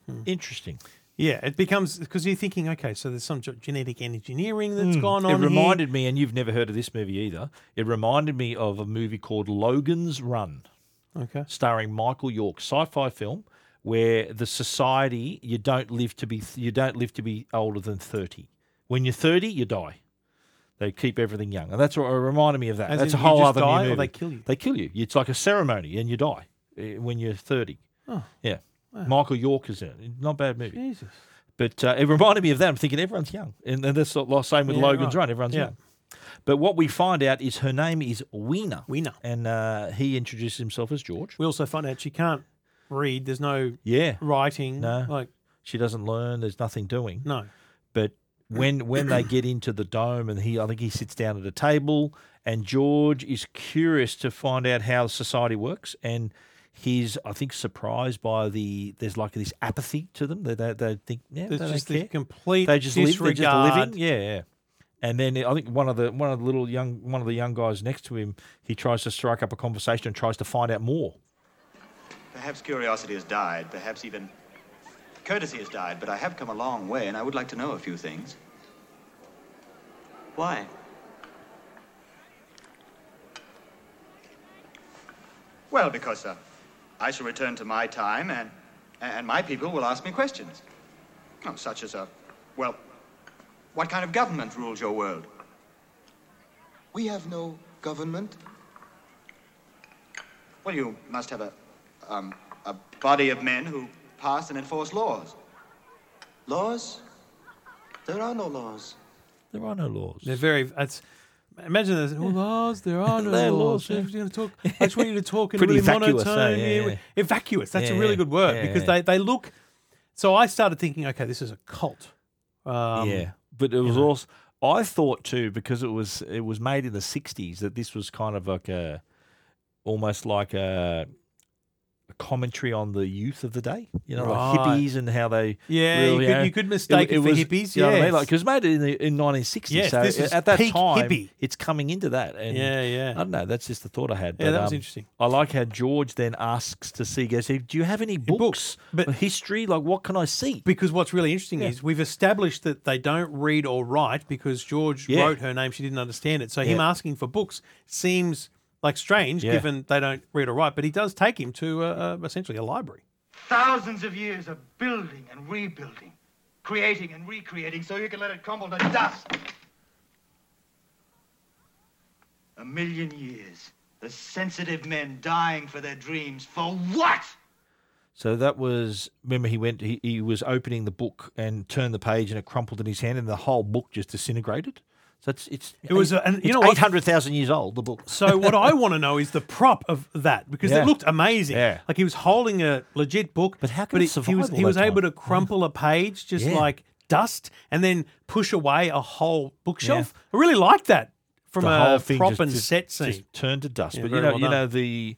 [SPEAKER 8] Hmm.
[SPEAKER 7] Interesting.
[SPEAKER 8] Yeah, it becomes because you're thinking, okay, so there's some ge- genetic engineering that's
[SPEAKER 7] Mm.
[SPEAKER 8] gone
[SPEAKER 7] It
[SPEAKER 8] on.
[SPEAKER 7] reminded me, and you've never heard of this movie either. It reminded me of a movie called Logan's Run.
[SPEAKER 8] Okay.
[SPEAKER 7] Starring Michael York, sci-fi film where the society you don't live to be you don't live to be older than thirty. When you're thirty, you die. They keep everything young, and that's what it reminded me of that.
[SPEAKER 8] As
[SPEAKER 7] that's
[SPEAKER 8] in
[SPEAKER 7] a
[SPEAKER 8] you
[SPEAKER 7] whole
[SPEAKER 8] just
[SPEAKER 7] other new
[SPEAKER 8] die or
[SPEAKER 7] movie.
[SPEAKER 8] they kill you?
[SPEAKER 7] They kill you. It's like a ceremony, and you die eh, when you're thirty.
[SPEAKER 8] Oh.
[SPEAKER 7] yeah.
[SPEAKER 8] Wow.
[SPEAKER 7] Michael York is in it. Not a bad movie.
[SPEAKER 8] Jesus.
[SPEAKER 7] But uh, it reminded me of that. I'm thinking everyone's young, and, and that's the last- same with
[SPEAKER 8] Yeah,
[SPEAKER 7] Logan's
[SPEAKER 8] right.
[SPEAKER 7] Run. Everyone's
[SPEAKER 8] Yeah.
[SPEAKER 7] young. But what we find out is her name is Wiener.
[SPEAKER 8] Wiener.
[SPEAKER 7] And uh, he introduces himself as George.
[SPEAKER 8] We also find out she can't read. There's no
[SPEAKER 7] Yeah.
[SPEAKER 8] writing.
[SPEAKER 7] No.
[SPEAKER 8] Like
[SPEAKER 7] She doesn't learn. There's nothing doing.
[SPEAKER 8] No.
[SPEAKER 7] But when when they get into the dome, and he, I think he sits down at a table, and George is curious to find out how society works, and he's I think surprised by the there's like this apathy to them. They they, they think yeah,
[SPEAKER 8] There's
[SPEAKER 7] they don't
[SPEAKER 8] just this
[SPEAKER 7] care.
[SPEAKER 8] complete
[SPEAKER 7] they just live, they're just
[SPEAKER 8] disregard.
[SPEAKER 7] living. Yeah, yeah. And then I think one of the one of the little young one of the young guys next to him, he tries to strike up a conversation and tries to find out more.
[SPEAKER 9] Perhaps curiosity has died, perhaps even courtesy has died, but I have come a long way and I would like to know a few things.
[SPEAKER 14] Why?
[SPEAKER 9] Well, because uh, I shall return to my time and, and my people will ask me questions. Oh, such as, uh, well, what kind of government rules your world?
[SPEAKER 15] We have no government.
[SPEAKER 9] Well, you must have a, um, a body of men who pass and enforce laws.
[SPEAKER 15] Laws? There are no laws.
[SPEAKER 7] There are no laws.
[SPEAKER 8] They're very. It's, imagine there's no laws. There are no
[SPEAKER 7] <laughs> There are laws,
[SPEAKER 8] laws.
[SPEAKER 7] yeah.
[SPEAKER 8] If you're gonna talk, I just want you to talk in
[SPEAKER 7] Pretty
[SPEAKER 8] a really
[SPEAKER 7] vacuous, eh?
[SPEAKER 8] monotone.
[SPEAKER 7] Yeah,
[SPEAKER 8] yeah,
[SPEAKER 7] yeah.
[SPEAKER 8] Evacuous. That's
[SPEAKER 7] Yeah,
[SPEAKER 8] a really
[SPEAKER 7] yeah.
[SPEAKER 8] good word
[SPEAKER 7] Yeah,
[SPEAKER 8] because
[SPEAKER 7] yeah.
[SPEAKER 8] they, they look. So I started thinking, okay, this is a cult. Um,
[SPEAKER 7] yeah, but it was also I thought too because it was it was made in the '60s that this was kind of like a almost like a, a commentary on the youth of the day, you know, like
[SPEAKER 8] Right.
[SPEAKER 7] hippies and how they
[SPEAKER 8] Yeah, you could- you could mistake it for hippies,
[SPEAKER 7] You know what I mean?
[SPEAKER 8] yes.
[SPEAKER 7] Like 'cause it was made in the, in 1960,
[SPEAKER 8] Yes,
[SPEAKER 7] so
[SPEAKER 8] this is
[SPEAKER 7] at that
[SPEAKER 8] peak
[SPEAKER 7] time
[SPEAKER 8] hippie.
[SPEAKER 7] it's coming into that. And
[SPEAKER 8] Yeah, yeah.
[SPEAKER 7] I don't know. That's just the thought I had. um,
[SPEAKER 8] Yeah, that was interesting.
[SPEAKER 7] I like how George then asks to see. Goes, "Hey, do you have any books, but history? Like, what can I see?
[SPEAKER 8] Because what's really interesting
[SPEAKER 7] Yeah.
[SPEAKER 8] is we've established that they don't read or write because George
[SPEAKER 7] Yeah.
[SPEAKER 8] wrote her name, she didn't understand it. So him
[SPEAKER 7] Yeah.
[SPEAKER 8] asking for books seems like strange
[SPEAKER 7] Yeah.
[SPEAKER 8] given they don't read or write, but he does take him to uh, uh, essentially a library.
[SPEAKER 16] Thousands of years of building and rebuilding, creating and recreating so you can let it crumble to dust.
[SPEAKER 17] A million years. The sensitive men dying for their dreams. For what?
[SPEAKER 7] So that was remember he went he, he was opening the book and turned the page and it crumpled in his hand and the whole book just disintegrated. So it's it's
[SPEAKER 8] It was a- and you know what?
[SPEAKER 7] eight hundred thousand years old the book.
[SPEAKER 8] So what I want to know is the prop of that because
[SPEAKER 7] Yeah.
[SPEAKER 8] it looked amazing.
[SPEAKER 7] Yeah.
[SPEAKER 8] Like he was holding a legit book, but
[SPEAKER 7] how can it survive
[SPEAKER 8] he was,
[SPEAKER 7] all
[SPEAKER 8] he
[SPEAKER 7] that
[SPEAKER 8] was able
[SPEAKER 7] time?
[SPEAKER 8] to crumple a page just
[SPEAKER 7] Yeah.
[SPEAKER 8] like dust and then push away a whole bookshelf. I really liked that from
[SPEAKER 7] the
[SPEAKER 8] a
[SPEAKER 7] whole thing
[SPEAKER 8] uh, prop
[SPEAKER 7] just,
[SPEAKER 8] and
[SPEAKER 7] just-
[SPEAKER 8] set scene.
[SPEAKER 7] just turned to dust.
[SPEAKER 8] Yeah,
[SPEAKER 7] but you
[SPEAKER 8] very
[SPEAKER 7] know
[SPEAKER 8] well
[SPEAKER 7] you
[SPEAKER 8] done.
[SPEAKER 7] know the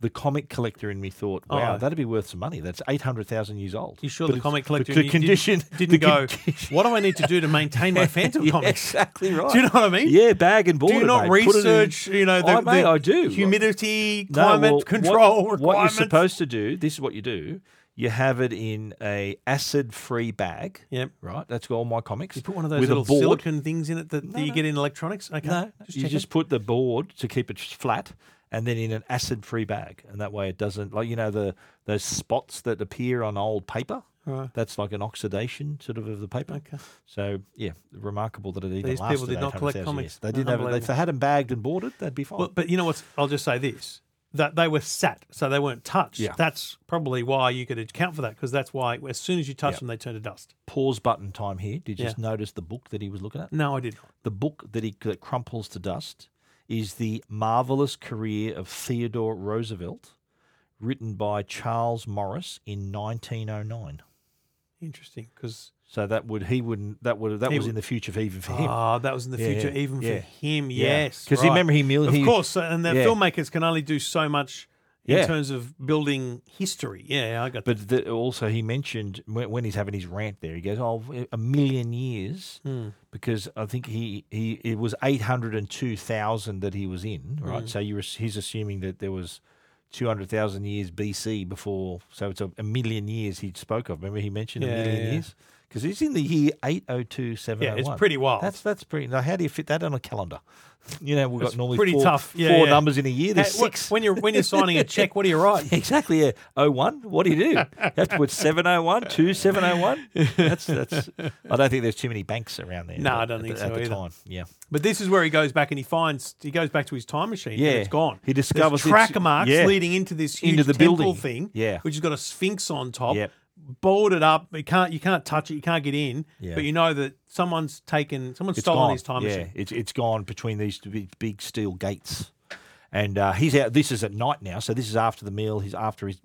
[SPEAKER 7] the comic collector in me thought, wow,
[SPEAKER 8] Oh.
[SPEAKER 7] that'd be worth some money. That's 800,000 years old.
[SPEAKER 8] You sure
[SPEAKER 7] But
[SPEAKER 8] the
[SPEAKER 7] it's-
[SPEAKER 8] comic
[SPEAKER 7] the
[SPEAKER 8] collector
[SPEAKER 7] co-
[SPEAKER 8] in you
[SPEAKER 7] condition
[SPEAKER 8] didn't, didn't
[SPEAKER 7] the
[SPEAKER 8] go?
[SPEAKER 7] <laughs> condition-
[SPEAKER 8] What do I need to do to maintain my
[SPEAKER 7] <laughs>
[SPEAKER 8] Phantom
[SPEAKER 7] Yeah,
[SPEAKER 8] comics?
[SPEAKER 7] Exactly right.
[SPEAKER 8] <laughs> Do you know what I mean?
[SPEAKER 7] Yeah, bag and border.
[SPEAKER 8] do you not
[SPEAKER 7] mate. Put it in-
[SPEAKER 8] research? You know, the,
[SPEAKER 7] I, mate,
[SPEAKER 8] the
[SPEAKER 7] I do.
[SPEAKER 8] humidity,
[SPEAKER 7] No,
[SPEAKER 8] climate
[SPEAKER 7] well, what-
[SPEAKER 8] control
[SPEAKER 7] What, you're
[SPEAKER 8] requirements.
[SPEAKER 7] supposed to do, this is what you do. You have it in a acid-free bag.
[SPEAKER 8] Yep.
[SPEAKER 7] Right. That's all my comics. You
[SPEAKER 8] put one of those
[SPEAKER 7] with
[SPEAKER 8] little
[SPEAKER 7] a board.
[SPEAKER 8] silicon things in it that, that you get in electronics. Okay,
[SPEAKER 7] No,
[SPEAKER 8] just
[SPEAKER 7] you
[SPEAKER 8] checking.
[SPEAKER 7] just put the board to keep it flat, and then in an acid-free bag, and that way it doesn't like you know the those spots that appear on old paper.
[SPEAKER 8] Right.
[SPEAKER 7] That's like an oxidation sort of of the paper. Okay. So yeah, remarkable that it even
[SPEAKER 8] These people
[SPEAKER 7] lasted
[SPEAKER 8] did not collect
[SPEAKER 7] 800,000
[SPEAKER 8] comics.
[SPEAKER 7] years. They didn't have it. If they
[SPEAKER 8] Unbelievable.
[SPEAKER 7] had them bagged and boarded, they'd be fine.
[SPEAKER 8] Well, but you know what? I'll just say this: that they were sat, so they weren't touched.
[SPEAKER 7] Yeah.
[SPEAKER 8] That's probably why you could account for that, because that's why as soon as you touch
[SPEAKER 7] Yeah.
[SPEAKER 8] them, they turn to dust.
[SPEAKER 7] Pause button time here. Did you
[SPEAKER 8] Yeah.
[SPEAKER 7] just notice the book that he was looking at?
[SPEAKER 8] No, I did not.
[SPEAKER 7] The book that he that crumples to dust is the marvelous career of Theodore Roosevelt, written by Charles Morris in 1909.
[SPEAKER 8] Interesting, because
[SPEAKER 7] So that would he wouldn't that would that
[SPEAKER 8] He
[SPEAKER 7] was
[SPEAKER 8] w-
[SPEAKER 7] in the future for, even for him.
[SPEAKER 8] Ah, that was in the
[SPEAKER 7] Yeah,
[SPEAKER 8] future
[SPEAKER 7] yeah,
[SPEAKER 8] even
[SPEAKER 7] yeah,
[SPEAKER 8] for him.
[SPEAKER 7] yeah.
[SPEAKER 8] Yes,
[SPEAKER 7] because
[SPEAKER 8] right.
[SPEAKER 7] remember he mil-
[SPEAKER 8] of
[SPEAKER 7] he-
[SPEAKER 8] course, uh, and the
[SPEAKER 7] yeah.
[SPEAKER 8] filmmakers can only do so much
[SPEAKER 7] Yeah.
[SPEAKER 8] in terms of building history. Yeah, I got that.
[SPEAKER 7] But the, also, he mentioned when, when he's having his rant there, he goes, "Oh, a million years,"
[SPEAKER 8] Hmm.
[SPEAKER 7] because I think he, he it was eight hundred and two thousand that he was in, right?
[SPEAKER 8] Hmm.
[SPEAKER 7] So you were, he's assuming that there was two hundred thousand years BC before, so it's a, a million years he spoke of. Remember he mentioned
[SPEAKER 8] Yeah,
[SPEAKER 7] a million
[SPEAKER 8] yeah.
[SPEAKER 7] years because he's in the year eight oh two seven.
[SPEAKER 8] Yeah, it's pretty wild.
[SPEAKER 7] That's that's pretty. Now, how do you fit that on a calendar? <laughs> You know, we've
[SPEAKER 8] It's
[SPEAKER 7] got normally
[SPEAKER 8] pretty
[SPEAKER 7] four,
[SPEAKER 8] tough. Yeah,
[SPEAKER 7] four
[SPEAKER 8] yeah.
[SPEAKER 7] numbers in a year. There's
[SPEAKER 8] Hey, what-
[SPEAKER 7] six.
[SPEAKER 8] when you're- when you're signing a check, what do you
[SPEAKER 7] <laughs>
[SPEAKER 8] write?
[SPEAKER 7] Exactly. Yeah. 01. What do you do? You have to put 701, 2701. That's, that's, I don't think there's too many banks around there.
[SPEAKER 8] No, I
[SPEAKER 7] at-
[SPEAKER 8] don't
[SPEAKER 7] at
[SPEAKER 8] think
[SPEAKER 7] the-
[SPEAKER 8] so
[SPEAKER 7] At the
[SPEAKER 8] either.
[SPEAKER 7] time. Yeah.
[SPEAKER 8] But this is where he goes back and he finds he goes back to his time machine.
[SPEAKER 7] Yeah.
[SPEAKER 8] and it's gone.
[SPEAKER 7] He
[SPEAKER 8] There's
[SPEAKER 7] discovers it's-
[SPEAKER 8] track marks
[SPEAKER 7] yeah.
[SPEAKER 8] leading into this huge
[SPEAKER 7] Into the
[SPEAKER 8] temple
[SPEAKER 7] building.
[SPEAKER 8] thing.
[SPEAKER 7] Yeah.
[SPEAKER 8] which has got a sphinx on top.
[SPEAKER 7] Yep.
[SPEAKER 8] Boarded up, you can't you can't touch it, you can't get in.
[SPEAKER 7] Yeah.
[SPEAKER 8] But you know that someone's taken, someone's
[SPEAKER 7] It's
[SPEAKER 8] stolen
[SPEAKER 7] gone.
[SPEAKER 8] his time
[SPEAKER 7] yeah,
[SPEAKER 8] machine.
[SPEAKER 7] It's, it's gone between these two big, big steel gates. And uh, he's out. This is at night now. So this is after the meal. He's after he's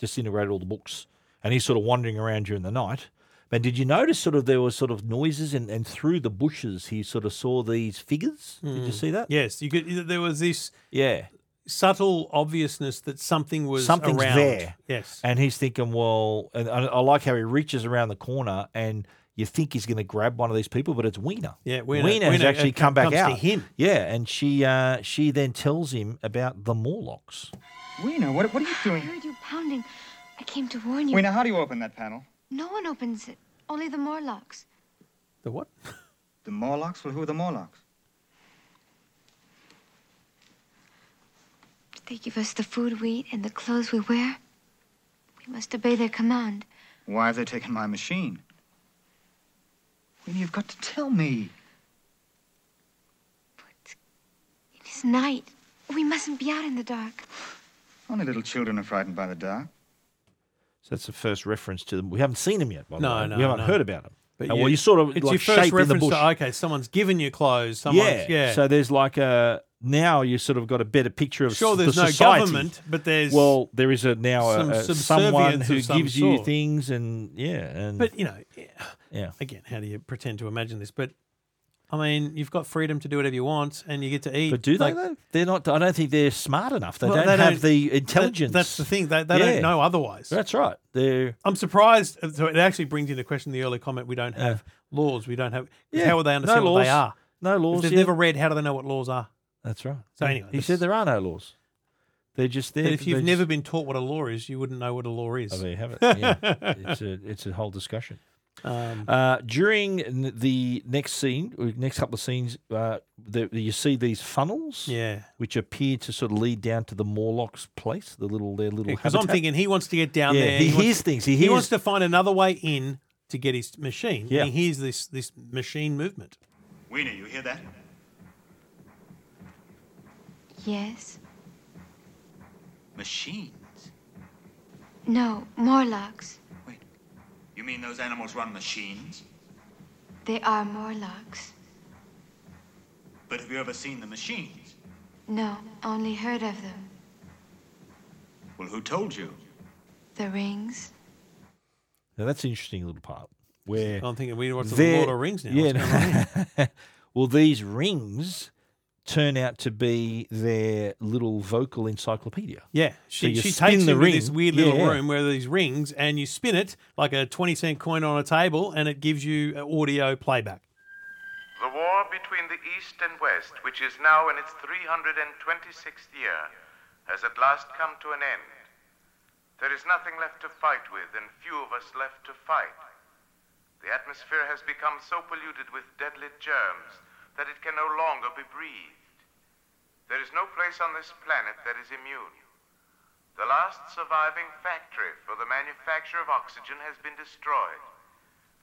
[SPEAKER 7] disintegrated all the books. And he's sort of wandering around during the night. But did you notice sort of there were sort of noises and, and through the bushes he sort of saw these figures? Did you
[SPEAKER 8] Mm.
[SPEAKER 7] see that?
[SPEAKER 8] Yes, you could. There was this
[SPEAKER 7] Yeah.
[SPEAKER 8] subtle obviousness that something was
[SPEAKER 7] something's
[SPEAKER 8] around.
[SPEAKER 7] there.
[SPEAKER 8] Yes,
[SPEAKER 7] and he's thinking, well, and I, I like how he reaches around the corner and. You think he's going to grab one of these people, but it's Weena.
[SPEAKER 8] Yeah,
[SPEAKER 7] has
[SPEAKER 8] Weena- Weena, uh,
[SPEAKER 7] actually come back
[SPEAKER 8] comes to
[SPEAKER 7] out.
[SPEAKER 8] him.
[SPEAKER 7] Yeah, and she uh, she then tells him about the Morlocks.
[SPEAKER 9] Weena, what, what are you
[SPEAKER 18] I
[SPEAKER 9] doing?
[SPEAKER 18] heard you pounding. I came to warn you.
[SPEAKER 9] Weena, how do you open that panel?
[SPEAKER 18] No one opens it. Only the Morlocks.
[SPEAKER 8] the what?
[SPEAKER 9] The Morlocks? Well, who are the Morlocks?
[SPEAKER 18] They give us the food we eat and the clothes we wear. We must obey their command.
[SPEAKER 9] Why have they taken my machine? Weena, you've got to tell me.
[SPEAKER 18] It is night. We mustn't be out in the dark.
[SPEAKER 9] Only little children are frightened by the dark.
[SPEAKER 7] So that's the first reference to them. We haven't seen them yet, by the
[SPEAKER 8] No,
[SPEAKER 7] way.
[SPEAKER 8] no,
[SPEAKER 7] we haven't
[SPEAKER 8] no.
[SPEAKER 7] heard about them.
[SPEAKER 8] But
[SPEAKER 7] Uh,
[SPEAKER 8] you-
[SPEAKER 7] well, you sort of
[SPEAKER 8] it's
[SPEAKER 7] like
[SPEAKER 8] your first
[SPEAKER 7] shape in
[SPEAKER 8] reference
[SPEAKER 7] the bush.
[SPEAKER 8] to okay, someone's given you clothes. Someone's, yeah,
[SPEAKER 7] So there's like a now you sort of got a better picture of
[SPEAKER 8] Sure,
[SPEAKER 7] s- the
[SPEAKER 8] there's no
[SPEAKER 7] society.
[SPEAKER 8] government, but there's
[SPEAKER 7] well, there is a now
[SPEAKER 8] some
[SPEAKER 7] a, a, someone
[SPEAKER 8] subservience
[SPEAKER 7] who
[SPEAKER 8] of some
[SPEAKER 7] gives you
[SPEAKER 8] sort.
[SPEAKER 7] things and yeah, and
[SPEAKER 8] But you know, yeah.
[SPEAKER 7] Yeah.
[SPEAKER 8] Again, how do you pretend to imagine this? But I mean, you've got freedom to do whatever you want, and you get to eat.
[SPEAKER 7] But do they
[SPEAKER 8] like-
[SPEAKER 7] though? They're not. I don't think they're smart enough. They
[SPEAKER 8] Well,
[SPEAKER 7] don't
[SPEAKER 8] they
[SPEAKER 7] have
[SPEAKER 8] don't-
[SPEAKER 7] the
[SPEAKER 8] that-
[SPEAKER 7] intelligence.
[SPEAKER 8] that's the thing. They- they don't know otherwise.
[SPEAKER 7] That's right. They're
[SPEAKER 8] I'm surprised. uh, So it actually brings into question the early comment: we don't have laws. We don't have. 'cause
[SPEAKER 7] Yeah,
[SPEAKER 8] How will they
[SPEAKER 7] no
[SPEAKER 8] understand what
[SPEAKER 7] laws.
[SPEAKER 8] they are?
[SPEAKER 7] No
[SPEAKER 8] If
[SPEAKER 7] laws,
[SPEAKER 8] They've
[SPEAKER 7] yeah.
[SPEAKER 8] never read. How do they know what laws are?
[SPEAKER 7] that's right.
[SPEAKER 8] So
[SPEAKER 7] Yeah.
[SPEAKER 8] anyway,
[SPEAKER 7] he
[SPEAKER 8] this-
[SPEAKER 7] said there are no laws. They're just there.
[SPEAKER 8] But if you've
[SPEAKER 7] they're
[SPEAKER 8] never been taught what a law is, you wouldn't know what a law is.
[SPEAKER 7] just, oh, there you have
[SPEAKER 8] <laughs>
[SPEAKER 7] it. Yeah. it's a it's a whole discussion.
[SPEAKER 8] Um,
[SPEAKER 7] uh, during n- the next scene, or next couple of scenes, uh, the, you see these funnels,
[SPEAKER 8] Yeah.
[SPEAKER 7] which appear to sort of lead down to the Morlocks' place, the little their little.
[SPEAKER 8] Because I'm
[SPEAKER 7] habitat.
[SPEAKER 8] thinking he wants to get down
[SPEAKER 7] Yeah,
[SPEAKER 8] there.
[SPEAKER 7] He,
[SPEAKER 8] wants-
[SPEAKER 7] hears things. He hears
[SPEAKER 8] wants to find another way in to get his machine.
[SPEAKER 7] Yeah.
[SPEAKER 8] And he hears this this machine movement.
[SPEAKER 10] Weena, you hear that?
[SPEAKER 18] Yes.
[SPEAKER 10] Machine.
[SPEAKER 18] No, Morlocks.
[SPEAKER 10] You mean those animals run machines?
[SPEAKER 18] They are Morlocks.
[SPEAKER 10] But have you ever seen the machines?
[SPEAKER 18] No, only heard of them.
[SPEAKER 10] Well, who told you?
[SPEAKER 18] The rings.
[SPEAKER 7] Now that's an interesting little part where
[SPEAKER 8] I'm thinking we watch the
[SPEAKER 7] they're-
[SPEAKER 8] Lord of the Rings now.
[SPEAKER 7] <laughs> Yeah,
[SPEAKER 8] What's going on here?
[SPEAKER 7] well, these rings turn out to be their little vocal encyclopedia.
[SPEAKER 8] Yeah, she, she takes the ring. this weird little room where there's rings, and you spin it like a twenty cent coin on a table, and it gives you uh, audio playback.
[SPEAKER 19] The war between the East and West, which is now in its 326th year, has at last come to an end. There is nothing left to fight with, and few of us left to fight. The atmosphere has become so polluted with deadly germs that it can no longer be breathed. There is no place on this planet that is immune. The last surviving factory for the manufacture of oxygen has been destroyed.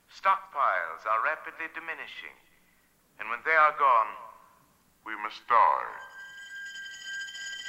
[SPEAKER 19] Stockpiles are rapidly diminishing, and when they are gone, we must die.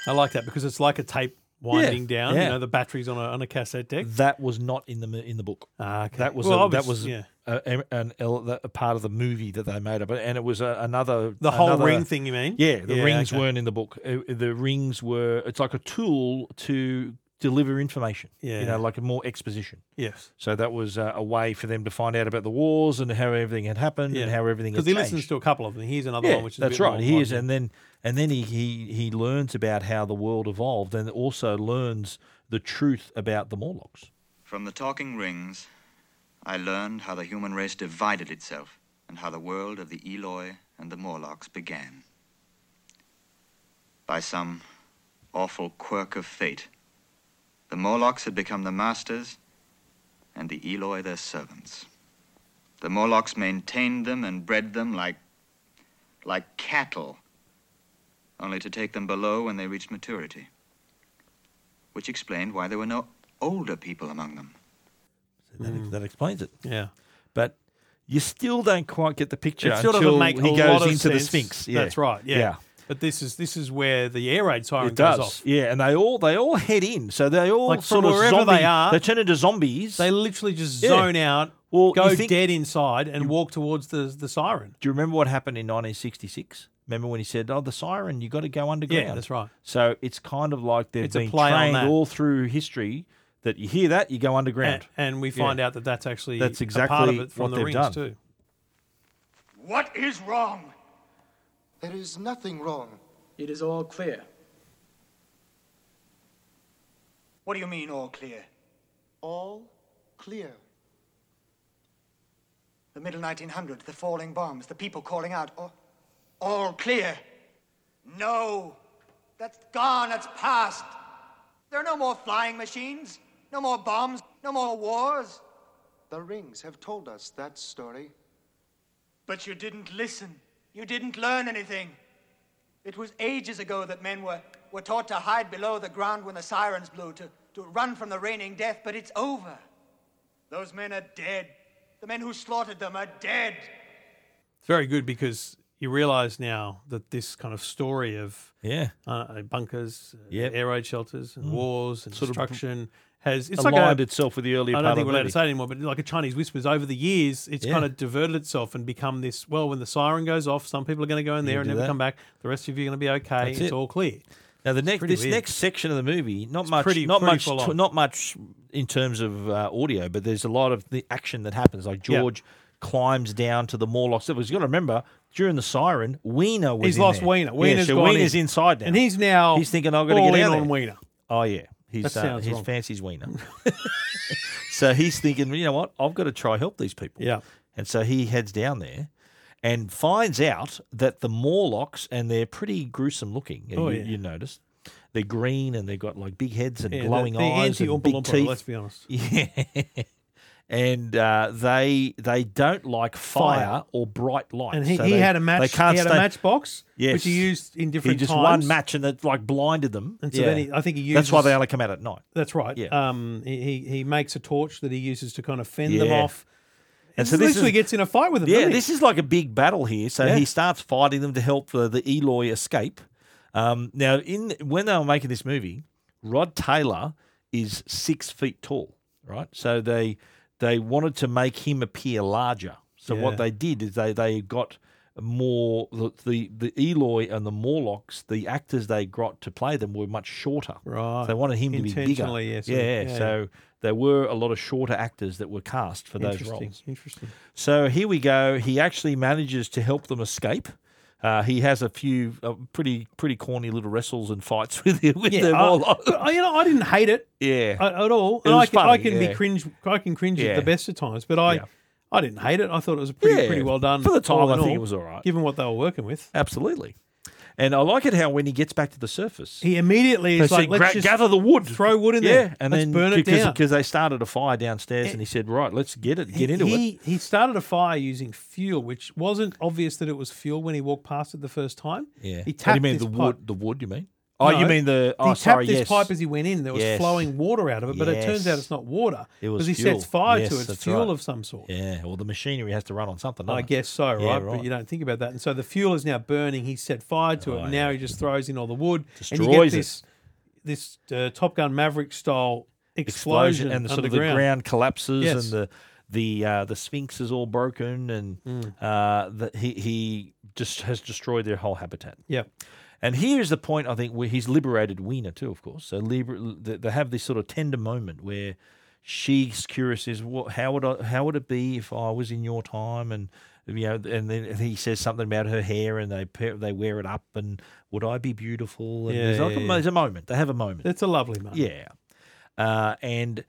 [SPEAKER 8] I like that because it's like a tape winding
[SPEAKER 7] Yeah,
[SPEAKER 8] down.
[SPEAKER 7] yeah. Mm.
[SPEAKER 8] You know, the batteries on a on a cassette deck.
[SPEAKER 7] That was not in the mo- in the book.
[SPEAKER 8] Ah, okay.
[SPEAKER 7] That was
[SPEAKER 8] Well, I
[SPEAKER 7] a, that
[SPEAKER 8] was-
[SPEAKER 7] was
[SPEAKER 8] yeah.
[SPEAKER 7] a, a- an ele- a part of the movie that they made up, and it was a, another
[SPEAKER 8] The whole
[SPEAKER 7] another-
[SPEAKER 8] ring thing, you mean?
[SPEAKER 7] Yeah, the
[SPEAKER 8] Yeah,
[SPEAKER 7] rings
[SPEAKER 8] okay.
[SPEAKER 7] weren't in the book. Uh, the rings were. It's like a tool to deliver information. you
[SPEAKER 8] Yeah.
[SPEAKER 7] know, like a more exposition.
[SPEAKER 8] Yes.
[SPEAKER 7] So that was uh, a way for them to find out about the wars and how everything had happened and how everything
[SPEAKER 8] because
[SPEAKER 7] had
[SPEAKER 8] he
[SPEAKER 7] changed.
[SPEAKER 8] listens to a couple of them. Here's another one, which is a
[SPEAKER 7] that's
[SPEAKER 8] bit more
[SPEAKER 7] right. He is,
[SPEAKER 8] modern.
[SPEAKER 7] and then and then he, he he learns about how the world evolved, and also learns the truth about the Morlocks.
[SPEAKER 11] From the talking rings, I learned how the human race divided itself and how the world of the Eloi and the Morlocks began. By some awful quirk of fate, the Morlocks had become the masters and the Eloi their servants. The Morlocks maintained them and bred them like, like cattle, only to take them below when they reached maturity, which explained why there were no older people among them.
[SPEAKER 7] That,
[SPEAKER 8] Mm.
[SPEAKER 7] that explains it.
[SPEAKER 8] Yeah,
[SPEAKER 7] but you still don't quite get the picture
[SPEAKER 8] It still
[SPEAKER 7] until
[SPEAKER 8] doesn't make
[SPEAKER 7] he
[SPEAKER 8] a
[SPEAKER 7] goes
[SPEAKER 8] lot of
[SPEAKER 7] into the
[SPEAKER 8] sense.
[SPEAKER 7] Sphinx. Yeah.
[SPEAKER 8] That's right. Yeah. But this is this is where the air raid siren
[SPEAKER 7] It does,
[SPEAKER 8] goes off.
[SPEAKER 7] yeah, and they all they all head in, so they all
[SPEAKER 8] Like
[SPEAKER 7] sort
[SPEAKER 8] from
[SPEAKER 7] of
[SPEAKER 8] wherever
[SPEAKER 7] zombie-
[SPEAKER 8] they are,
[SPEAKER 7] they turn into zombies.
[SPEAKER 8] They literally just
[SPEAKER 7] Yeah.
[SPEAKER 8] zone out,
[SPEAKER 7] Well,
[SPEAKER 8] go
[SPEAKER 7] you think-
[SPEAKER 8] dead inside, and walk towards the the siren.
[SPEAKER 7] Do you remember what happened in 1966? Remember when he said, "Oh, the siren, you got to go underground."
[SPEAKER 8] that's right.
[SPEAKER 7] So it's kind of like they've
[SPEAKER 8] It's a
[SPEAKER 7] been
[SPEAKER 8] play on
[SPEAKER 7] trained
[SPEAKER 8] that.
[SPEAKER 7] all through history that you hear that you go underground,
[SPEAKER 8] And, and we
[SPEAKER 7] Yeah.
[SPEAKER 8] find out that that's actually
[SPEAKER 7] that's
[SPEAKER 8] a
[SPEAKER 7] exactly
[SPEAKER 8] part of it from
[SPEAKER 7] what
[SPEAKER 8] the
[SPEAKER 7] they've
[SPEAKER 8] rings
[SPEAKER 7] done.
[SPEAKER 8] too.
[SPEAKER 12] What is wrong?
[SPEAKER 6] There is nothing wrong.
[SPEAKER 12] It is all clear. What do you mean, all clear?
[SPEAKER 6] All clear.
[SPEAKER 12] The middle 1900s, the falling bombs, the people calling out, all, all clear. No, that's gone, that's past. There are no more flying machines, no more bombs, no more wars.
[SPEAKER 6] The rings have told us that story.
[SPEAKER 12] But you didn't listen. You didn't learn anything. It was ages ago that men were, were taught to hide below the ground when the sirens blew, to, to run from the raining death, but it's over. Those men are dead. The men who slaughtered them are dead.
[SPEAKER 8] It's very good because you realise now that this kind of story of
[SPEAKER 7] Yeah.
[SPEAKER 8] uh, bunkers, uh,
[SPEAKER 7] Yep.
[SPEAKER 8] air raid shelters, and
[SPEAKER 7] Mm.
[SPEAKER 8] wars and
[SPEAKER 7] Sort of
[SPEAKER 8] destruction has it's like
[SPEAKER 7] aligned
[SPEAKER 8] a,
[SPEAKER 7] itself with the earlier
[SPEAKER 8] I don't
[SPEAKER 7] part
[SPEAKER 8] think
[SPEAKER 7] of
[SPEAKER 8] we're
[SPEAKER 7] the
[SPEAKER 8] allowed to
[SPEAKER 7] movie.
[SPEAKER 8] say it anymore, but like a Chinese whispers over the years, it's
[SPEAKER 7] Yeah.
[SPEAKER 8] kind of diverted itself and become this. Well, when the siren goes off, some people are going to go in
[SPEAKER 7] You
[SPEAKER 8] there and
[SPEAKER 7] do
[SPEAKER 8] never
[SPEAKER 7] that.
[SPEAKER 8] come back. The rest of you are going to be okay.
[SPEAKER 7] That's
[SPEAKER 8] it's
[SPEAKER 7] it.
[SPEAKER 8] all clear.
[SPEAKER 7] Now the next
[SPEAKER 8] pretty
[SPEAKER 7] this
[SPEAKER 8] weird.
[SPEAKER 7] next section of the movie, not
[SPEAKER 8] It's
[SPEAKER 7] much,
[SPEAKER 8] pretty-
[SPEAKER 7] not
[SPEAKER 8] pretty
[SPEAKER 7] much,
[SPEAKER 8] full
[SPEAKER 7] t-
[SPEAKER 8] on.
[SPEAKER 7] not much in terms of uh, audio, but there's a lot of the action that happens. Like
[SPEAKER 8] Yeah.
[SPEAKER 7] George climbs down to the Morlocks. Because you got to remember during the siren, Wiener was
[SPEAKER 8] He's
[SPEAKER 7] in
[SPEAKER 8] lost
[SPEAKER 7] there.
[SPEAKER 8] Wiener.
[SPEAKER 7] Yeah,
[SPEAKER 8] Wiener's
[SPEAKER 7] so
[SPEAKER 8] gone
[SPEAKER 7] Wiener's
[SPEAKER 8] in.
[SPEAKER 7] inside now,
[SPEAKER 8] And he's now
[SPEAKER 7] he's thinking I've got to
[SPEAKER 8] all
[SPEAKER 7] get
[SPEAKER 8] in
[SPEAKER 7] out
[SPEAKER 8] on
[SPEAKER 7] there.
[SPEAKER 8] Wiener.
[SPEAKER 7] Oh yeah, he's
[SPEAKER 8] That
[SPEAKER 7] uh,
[SPEAKER 8] sounds
[SPEAKER 7] his
[SPEAKER 8] wrong.
[SPEAKER 7] fancies Wiener.
[SPEAKER 8] <laughs>
[SPEAKER 7] so he's thinking, you know what? I've got to try help these people.
[SPEAKER 8] Yeah.
[SPEAKER 7] And so he heads down there and finds out that the Morlocks, and they're pretty gruesome looking,
[SPEAKER 8] Oh,
[SPEAKER 7] you,
[SPEAKER 8] yeah.
[SPEAKER 7] you noticed. They're green and they've got like big heads and
[SPEAKER 8] Yeah, they're-
[SPEAKER 7] glowing
[SPEAKER 8] they're
[SPEAKER 7] eyes and
[SPEAKER 8] anti-Oompa
[SPEAKER 7] big
[SPEAKER 8] Loompa,
[SPEAKER 7] teeth.
[SPEAKER 8] let's be honest.
[SPEAKER 7] <laughs> Yeah. and uh, they they don't like fire,
[SPEAKER 8] Fire.
[SPEAKER 7] or bright lights.
[SPEAKER 8] And he,
[SPEAKER 7] So
[SPEAKER 8] he
[SPEAKER 7] they-
[SPEAKER 8] had a match.
[SPEAKER 7] They can't
[SPEAKER 8] he had
[SPEAKER 7] stay-
[SPEAKER 8] a matchbox,
[SPEAKER 7] Yes.
[SPEAKER 8] which he used in
[SPEAKER 7] He
[SPEAKER 8] different
[SPEAKER 7] just
[SPEAKER 8] times.
[SPEAKER 7] one match and it like blinded them.
[SPEAKER 8] And so then he, I think he
[SPEAKER 7] That's why
[SPEAKER 8] uses-
[SPEAKER 7] they only come out at night.
[SPEAKER 8] That's right.
[SPEAKER 7] Yeah.
[SPEAKER 8] Um, he he- he makes a torch that he uses to kind of fend them
[SPEAKER 7] Yeah.
[SPEAKER 8] off.
[SPEAKER 7] And
[SPEAKER 8] And
[SPEAKER 7] so
[SPEAKER 8] so
[SPEAKER 7] this
[SPEAKER 8] literally
[SPEAKER 7] is-
[SPEAKER 8] gets in a fight with them.
[SPEAKER 7] Yeah,
[SPEAKER 8] doesn't he?
[SPEAKER 7] this is like a big battle here. So
[SPEAKER 8] Yeah.
[SPEAKER 7] he starts fighting them to help the, the Eloy escape. Um, now, in when they were making this movie, Rod Taylor is six feet tall, right? So they they wanted to make him appear larger. So
[SPEAKER 8] Yeah.
[SPEAKER 7] what they did is they they got more the, the the Eloy and the Morlocks, the actors they got to play them were much shorter.
[SPEAKER 8] Right.
[SPEAKER 7] So they wanted him to be bigger.
[SPEAKER 8] Intentionally, yes,
[SPEAKER 7] yeah,
[SPEAKER 8] yeah,
[SPEAKER 7] yeah.
[SPEAKER 8] yeah.
[SPEAKER 7] So there were a lot of shorter actors that were cast for those <laughs>
[SPEAKER 8] Interesting,
[SPEAKER 7] roles.
[SPEAKER 8] Interesting.
[SPEAKER 7] So here we go. He actually manages to help them escape. Uh, he has a few uh, pretty pretty corny little wrestles and fights <laughs> with, with
[SPEAKER 8] Yeah,
[SPEAKER 7] them
[SPEAKER 8] <laughs> I-
[SPEAKER 7] all.
[SPEAKER 8] but, uh, you know, I didn't hate it.
[SPEAKER 7] <laughs> Yeah.
[SPEAKER 8] at, at all.
[SPEAKER 7] It
[SPEAKER 8] And I
[SPEAKER 7] was
[SPEAKER 8] can, I
[SPEAKER 7] funny,
[SPEAKER 8] can
[SPEAKER 7] yeah.
[SPEAKER 8] be cringe. I can cringe at
[SPEAKER 7] Yeah.
[SPEAKER 8] the best of times, but I,
[SPEAKER 7] Yeah.
[SPEAKER 8] I didn't hate it. I thought it was pretty
[SPEAKER 7] Yeah,
[SPEAKER 8] pretty well done
[SPEAKER 7] for the time,
[SPEAKER 8] all in
[SPEAKER 7] I think
[SPEAKER 8] all,
[SPEAKER 7] it was all right.
[SPEAKER 8] given what they were working with.
[SPEAKER 7] Absolutely. And I like it how when he gets back to the surface,
[SPEAKER 8] He immediately
[SPEAKER 7] They
[SPEAKER 8] is like,
[SPEAKER 7] said,
[SPEAKER 8] let's
[SPEAKER 7] "Gra-
[SPEAKER 8] just
[SPEAKER 7] gather the wood,
[SPEAKER 8] throw wood in
[SPEAKER 7] yeah,
[SPEAKER 8] there,
[SPEAKER 7] and
[SPEAKER 8] let's
[SPEAKER 7] then
[SPEAKER 8] burn it
[SPEAKER 7] because,
[SPEAKER 8] down. Eh,
[SPEAKER 7] because they started a fire downstairs, and he said, "Right, let's get it, get into
[SPEAKER 8] he,
[SPEAKER 7] it."
[SPEAKER 8] He started a fire using fuel, which wasn't obvious that it was fuel when he walked past it the first time.
[SPEAKER 7] Yeah.
[SPEAKER 8] he
[SPEAKER 7] What do
[SPEAKER 8] tapped
[SPEAKER 7] you mean
[SPEAKER 8] this
[SPEAKER 7] the
[SPEAKER 8] pipe.
[SPEAKER 7] wood? The wood? You mean? Oh, you
[SPEAKER 8] No,
[SPEAKER 7] mean the? Oh,
[SPEAKER 8] he
[SPEAKER 7] sorry.
[SPEAKER 8] tapped this
[SPEAKER 7] yes.
[SPEAKER 8] pipe as he went in. There was
[SPEAKER 7] Yes.
[SPEAKER 8] flowing water out of it, but it turns out
[SPEAKER 7] Yes.
[SPEAKER 8] it's not water.
[SPEAKER 7] It was
[SPEAKER 8] because he
[SPEAKER 7] fuel.
[SPEAKER 8] sets fire
[SPEAKER 7] Yes,
[SPEAKER 8] to it. It's
[SPEAKER 7] that's
[SPEAKER 8] fuel
[SPEAKER 7] right.
[SPEAKER 8] of some sort.
[SPEAKER 7] Yeah. Well, the machinery has to run on something.
[SPEAKER 8] I
[SPEAKER 7] doesn't it?
[SPEAKER 8] guess so, right?
[SPEAKER 7] Yeah,
[SPEAKER 8] But you don't think about that. And so the fuel is now burning. He set fire to it.
[SPEAKER 7] Oh,
[SPEAKER 8] And now he just throws in all the wood. and you get
[SPEAKER 7] Destroys it.
[SPEAKER 8] this, this uh, Top Gun Maverick style explosion,
[SPEAKER 7] explosion, and the sort of the
[SPEAKER 8] underground.
[SPEAKER 7] ground collapses
[SPEAKER 8] Yes.
[SPEAKER 7] and the the uh, the sphinx is all broken and
[SPEAKER 8] Mm.
[SPEAKER 7] uh, that he he just has destroyed their whole habitat.
[SPEAKER 8] Yep.
[SPEAKER 7] And here's the point I think where he's liberated Wiener too, of course. So liber- they they have this sort of tender moment where she's curious is what how would I how would it be if I was in your time and you know and then he says something about her hair and they pair- they wear it up and would I be beautiful and
[SPEAKER 8] Yeah,
[SPEAKER 7] there's, like
[SPEAKER 8] yeah,
[SPEAKER 7] a,
[SPEAKER 8] yeah.
[SPEAKER 7] there's a moment they have a moment
[SPEAKER 8] It's a lovely moment.
[SPEAKER 7] yeah. Uh, and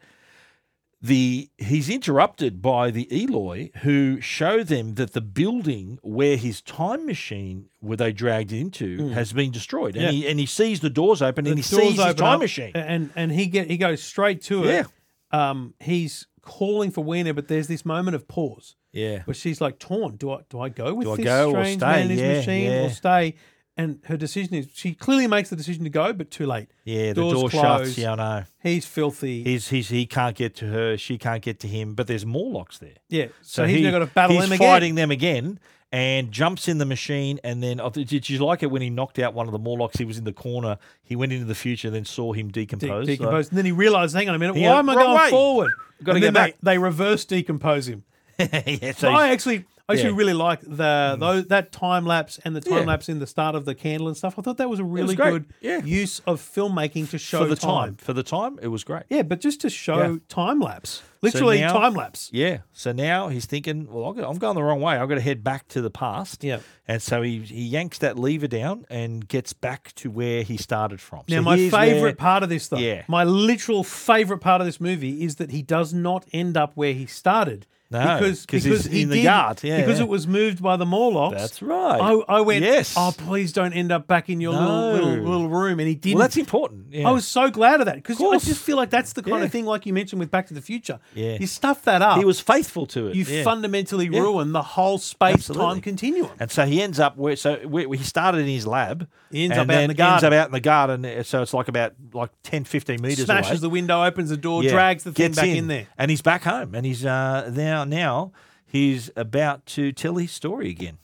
[SPEAKER 7] the he's interrupted by the Eloi who show them that the building where his time machine where they dragged into
[SPEAKER 8] Mm.
[SPEAKER 7] has been destroyed. And
[SPEAKER 8] Yeah.
[SPEAKER 7] he and he sees the doors open and
[SPEAKER 8] The
[SPEAKER 7] he
[SPEAKER 8] doors
[SPEAKER 7] sees his
[SPEAKER 8] open
[SPEAKER 7] time
[SPEAKER 8] up,
[SPEAKER 7] machine.
[SPEAKER 8] And and he get he goes straight to it. Yeah. Um, he's calling for Wiener, but there's this moment of pause.
[SPEAKER 7] Yeah.
[SPEAKER 8] Where she's like torn. Do I do I go with
[SPEAKER 7] Do I
[SPEAKER 8] this
[SPEAKER 7] go or
[SPEAKER 8] strange
[SPEAKER 7] stay?
[SPEAKER 8] man in his
[SPEAKER 7] Yeah,
[SPEAKER 8] machine
[SPEAKER 7] yeah.
[SPEAKER 8] or stay? And her decision is she clearly makes the decision to go, but too late.
[SPEAKER 7] Yeah, the
[SPEAKER 8] Doors
[SPEAKER 7] door
[SPEAKER 8] close.
[SPEAKER 7] shuts. Yeah, I know.
[SPEAKER 8] He's filthy.
[SPEAKER 7] He's, he's he can't get to her. She can't get to him. But there's Morlocks there.
[SPEAKER 8] Yeah, so he's now gotta battle
[SPEAKER 7] he's
[SPEAKER 8] them again.
[SPEAKER 7] fighting them again, and jumps in the machine. And then oh, did did you like it when he knocked out one of the Morlocks? He was in the corner. He went into the future, and then saw him
[SPEAKER 8] De-
[SPEAKER 7] decompose.
[SPEAKER 8] decomposed. And then he realized, hang on a minute,
[SPEAKER 7] Yeah,
[SPEAKER 8] why am I
[SPEAKER 7] wrong
[SPEAKER 8] going
[SPEAKER 7] way.
[SPEAKER 8] forward?
[SPEAKER 7] Gotta
[SPEAKER 8] and
[SPEAKER 7] go
[SPEAKER 8] then
[SPEAKER 7] back.
[SPEAKER 8] They, they reverse decompose him.
[SPEAKER 7] So, <laughs> yeah,
[SPEAKER 8] So
[SPEAKER 7] so
[SPEAKER 8] I actually, I actually
[SPEAKER 7] yeah. Mm.
[SPEAKER 8] really like the tho- that time lapse and the time
[SPEAKER 7] Yeah.
[SPEAKER 8] lapse in the start of the candle and stuff. I thought that was a really
[SPEAKER 7] great.
[SPEAKER 8] good
[SPEAKER 7] Yeah.
[SPEAKER 8] use of filmmaking to show
[SPEAKER 7] for the time. for the time it was great.
[SPEAKER 8] Yeah, but just to show
[SPEAKER 7] Yeah.
[SPEAKER 8] time lapse,
[SPEAKER 7] So
[SPEAKER 8] literally
[SPEAKER 7] now-
[SPEAKER 8] time lapse.
[SPEAKER 7] Yeah. So now he's thinking, well, I've got- I'm going the wrong way. I've got to head back to the past.
[SPEAKER 8] Yeah.
[SPEAKER 7] And so he, he yanks that lever down and gets back to where he started from.
[SPEAKER 8] Now,
[SPEAKER 7] So
[SPEAKER 8] my
[SPEAKER 7] here's
[SPEAKER 8] favorite
[SPEAKER 7] where-
[SPEAKER 8] part of this, though,
[SPEAKER 7] Yeah.
[SPEAKER 8] my literal favorite part of this movie is that he does not end up where he started.
[SPEAKER 7] No,
[SPEAKER 8] because
[SPEAKER 7] 'cause
[SPEAKER 8] because
[SPEAKER 7] he's
[SPEAKER 8] he
[SPEAKER 7] in the
[SPEAKER 8] did-
[SPEAKER 7] yard, yeah,
[SPEAKER 8] because
[SPEAKER 7] yeah.
[SPEAKER 8] it was moved by the Morlocks.
[SPEAKER 7] That's right.
[SPEAKER 8] I, I went.
[SPEAKER 7] Yes.
[SPEAKER 8] Oh, please don't end up back in your
[SPEAKER 7] No.
[SPEAKER 8] little, little little room. And he didn't.
[SPEAKER 7] Well, that's important. Yeah.
[SPEAKER 8] I was so glad of that because I
[SPEAKER 7] course.
[SPEAKER 8] just feel like that's the kind
[SPEAKER 7] Yeah.
[SPEAKER 8] of thing, like you mentioned with Back to the Future.
[SPEAKER 7] Yeah.
[SPEAKER 8] You stuff that up.
[SPEAKER 7] He was faithful to it.
[SPEAKER 8] You
[SPEAKER 7] yeah.
[SPEAKER 8] fundamentally
[SPEAKER 7] Yeah.
[SPEAKER 8] ruin the whole space
[SPEAKER 7] Absolutely.
[SPEAKER 8] time continuum.
[SPEAKER 7] And so he ends up where so where, where he started in his lab.
[SPEAKER 8] He ends
[SPEAKER 7] and
[SPEAKER 8] up out in
[SPEAKER 7] then
[SPEAKER 8] the
[SPEAKER 7] Ends up
[SPEAKER 8] garden.
[SPEAKER 7] out in the garden. uh, So it's like about like 10, 15 meters
[SPEAKER 8] Smashes
[SPEAKER 7] away.
[SPEAKER 8] the window, opens the door,
[SPEAKER 7] Yeah,
[SPEAKER 8] drags the thing
[SPEAKER 7] gets
[SPEAKER 8] back in there.
[SPEAKER 7] and he's back home, and he's uh, now now he's about to tell his story again.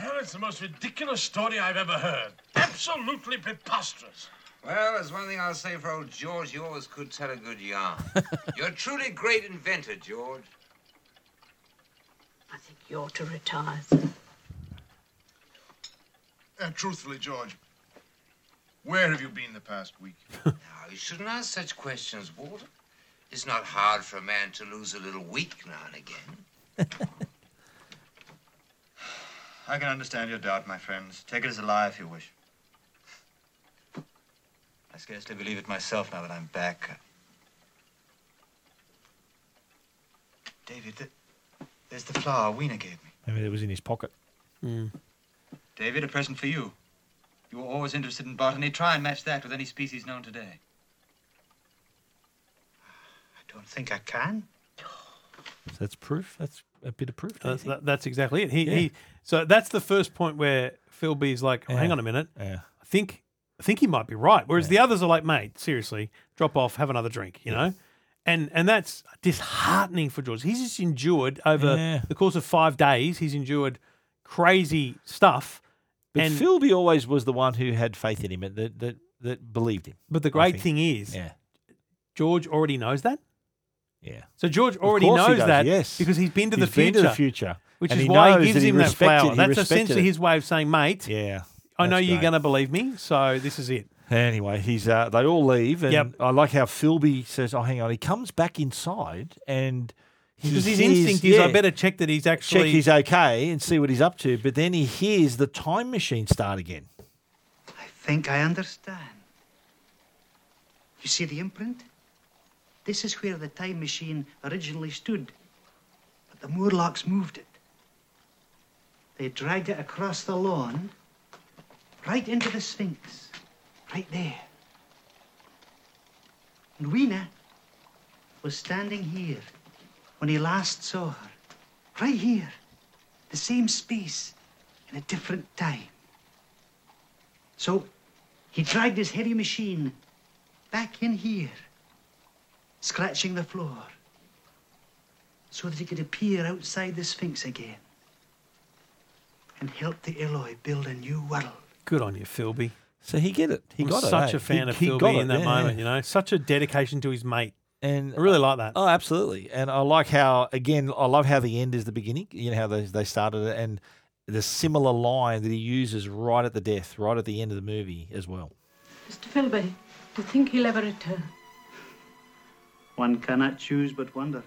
[SPEAKER 1] Well, it's the most ridiculous story I've ever heard. Absolutely preposterous.
[SPEAKER 20] Well, there's one thing I'll say for old George. You always could tell a good yarn. You're a truly great inventor, George.
[SPEAKER 21] You ought to retire.
[SPEAKER 22] Uh, truthfully, George, where have you been the past week?
[SPEAKER 20] <laughs> Now, you shouldn't ask such questions, Walter. It's not hard for a man to lose a little week now and again.
[SPEAKER 22] I can understand your doubt, my friends. Take it as a lie if you wish.
[SPEAKER 20] I scarcely believe it myself now that I'm back.
[SPEAKER 22] David, th- there's the flower Wiener gave me.
[SPEAKER 7] Maybe it was in his pocket.
[SPEAKER 22] David, a present for you. You were always interested in botany. Try and match that with any species known today.
[SPEAKER 20] I don't think I can.
[SPEAKER 7] So that's proof. That's a bit of proof. don't you
[SPEAKER 8] That's,
[SPEAKER 7] think?
[SPEAKER 8] that, that's exactly it. He,
[SPEAKER 7] Yeah.
[SPEAKER 8] he so that's the first point where Phil B is like, "Oh, hang
[SPEAKER 7] Yeah.
[SPEAKER 8] on a minute,
[SPEAKER 7] Yeah.
[SPEAKER 8] I think I think he might be right. Whereas the others are like, mate, seriously, drop off, have another drink, you know? And and that's disheartening for George. He's just endured over
[SPEAKER 7] Yeah.
[SPEAKER 8] the course of five days, he's endured crazy stuff.
[SPEAKER 7] But
[SPEAKER 8] and
[SPEAKER 7] Philby always was the one who had faith in him and that that that believed him.
[SPEAKER 8] But the
[SPEAKER 7] I
[SPEAKER 8] great
[SPEAKER 7] think.
[SPEAKER 8] thing is,
[SPEAKER 7] yeah,
[SPEAKER 8] George already knows that.
[SPEAKER 7] yeah.
[SPEAKER 8] So George
[SPEAKER 7] Of
[SPEAKER 8] already
[SPEAKER 7] course he
[SPEAKER 8] knows
[SPEAKER 7] does,
[SPEAKER 8] that
[SPEAKER 7] yes.
[SPEAKER 8] because he's been to the
[SPEAKER 7] He's
[SPEAKER 8] future.
[SPEAKER 7] been to the future.
[SPEAKER 8] Which
[SPEAKER 7] And
[SPEAKER 8] is
[SPEAKER 7] he
[SPEAKER 8] why
[SPEAKER 7] knows that
[SPEAKER 8] he gives
[SPEAKER 7] he
[SPEAKER 8] him that
[SPEAKER 7] respected-
[SPEAKER 8] flower.
[SPEAKER 7] he
[SPEAKER 8] That's
[SPEAKER 7] respected
[SPEAKER 8] essentially
[SPEAKER 7] it.
[SPEAKER 8] his way of saying, mate,
[SPEAKER 7] yeah,
[SPEAKER 8] I know
[SPEAKER 7] that's
[SPEAKER 8] you're
[SPEAKER 7] great.
[SPEAKER 8] going to believe me, so this is it.
[SPEAKER 7] Anyway, he's uh, they all leave, and
[SPEAKER 8] Yep.
[SPEAKER 7] I like how Philby says, "Oh, hang on." He comes back inside, and
[SPEAKER 8] Because his
[SPEAKER 7] hears-
[SPEAKER 8] instinct is, I
[SPEAKER 7] yeah.
[SPEAKER 8] better check that he's
[SPEAKER 7] check
[SPEAKER 8] actually.
[SPEAKER 7] he's okay and see what he's up to. But then he hears the time machine start again.
[SPEAKER 11] Think I understand. You see the imprint? This is where the time machine originally stood. But the Moorlocks moved it. They dragged it across the lawn, right into the Sphinx, right there. And Weena was standing here when he last saw her, right here, the same space, in a different time. So he dragged his heavy machine back in here, scratching the floor, so that he could appear outside the Sphinx again and help the Eloi build a new world.
[SPEAKER 8] Good on you, Philby.
[SPEAKER 7] So he get it. He
[SPEAKER 8] I'm
[SPEAKER 7] got it,
[SPEAKER 8] such
[SPEAKER 7] eh?
[SPEAKER 8] a fan
[SPEAKER 7] He-
[SPEAKER 8] of
[SPEAKER 7] he got
[SPEAKER 8] Philby
[SPEAKER 7] it,
[SPEAKER 8] in that
[SPEAKER 7] yeah,
[SPEAKER 8] moment.
[SPEAKER 7] yeah.
[SPEAKER 8] You know, such a dedication to his mate.
[SPEAKER 7] And
[SPEAKER 8] I really like that.
[SPEAKER 7] Oh, absolutely. And I like how again, I love how the end is the beginning. You know how they they started it and the similar line that he uses right at the death, right at the end of the movie as well.
[SPEAKER 21] Mr. Philby, do you think he'll ever return?
[SPEAKER 11] One cannot choose but wonder.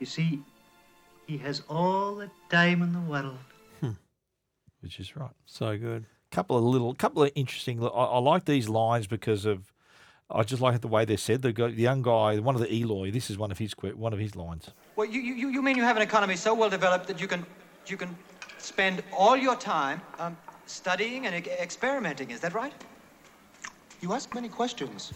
[SPEAKER 11] You see, he has all the time in the world.
[SPEAKER 7] Which is right.
[SPEAKER 8] So good.
[SPEAKER 7] Couple of little, couple of interesting. I, I like these lines because of, I just like the way they're said. The, guy- the young guy, one of the Eloi. This is one of his que- one of his lines.
[SPEAKER 10] Well, you, you, you mean you have an economy so well developed that you can, you can spend all your time um, studying and e- experimenting, is that right?
[SPEAKER 9] You ask many questions.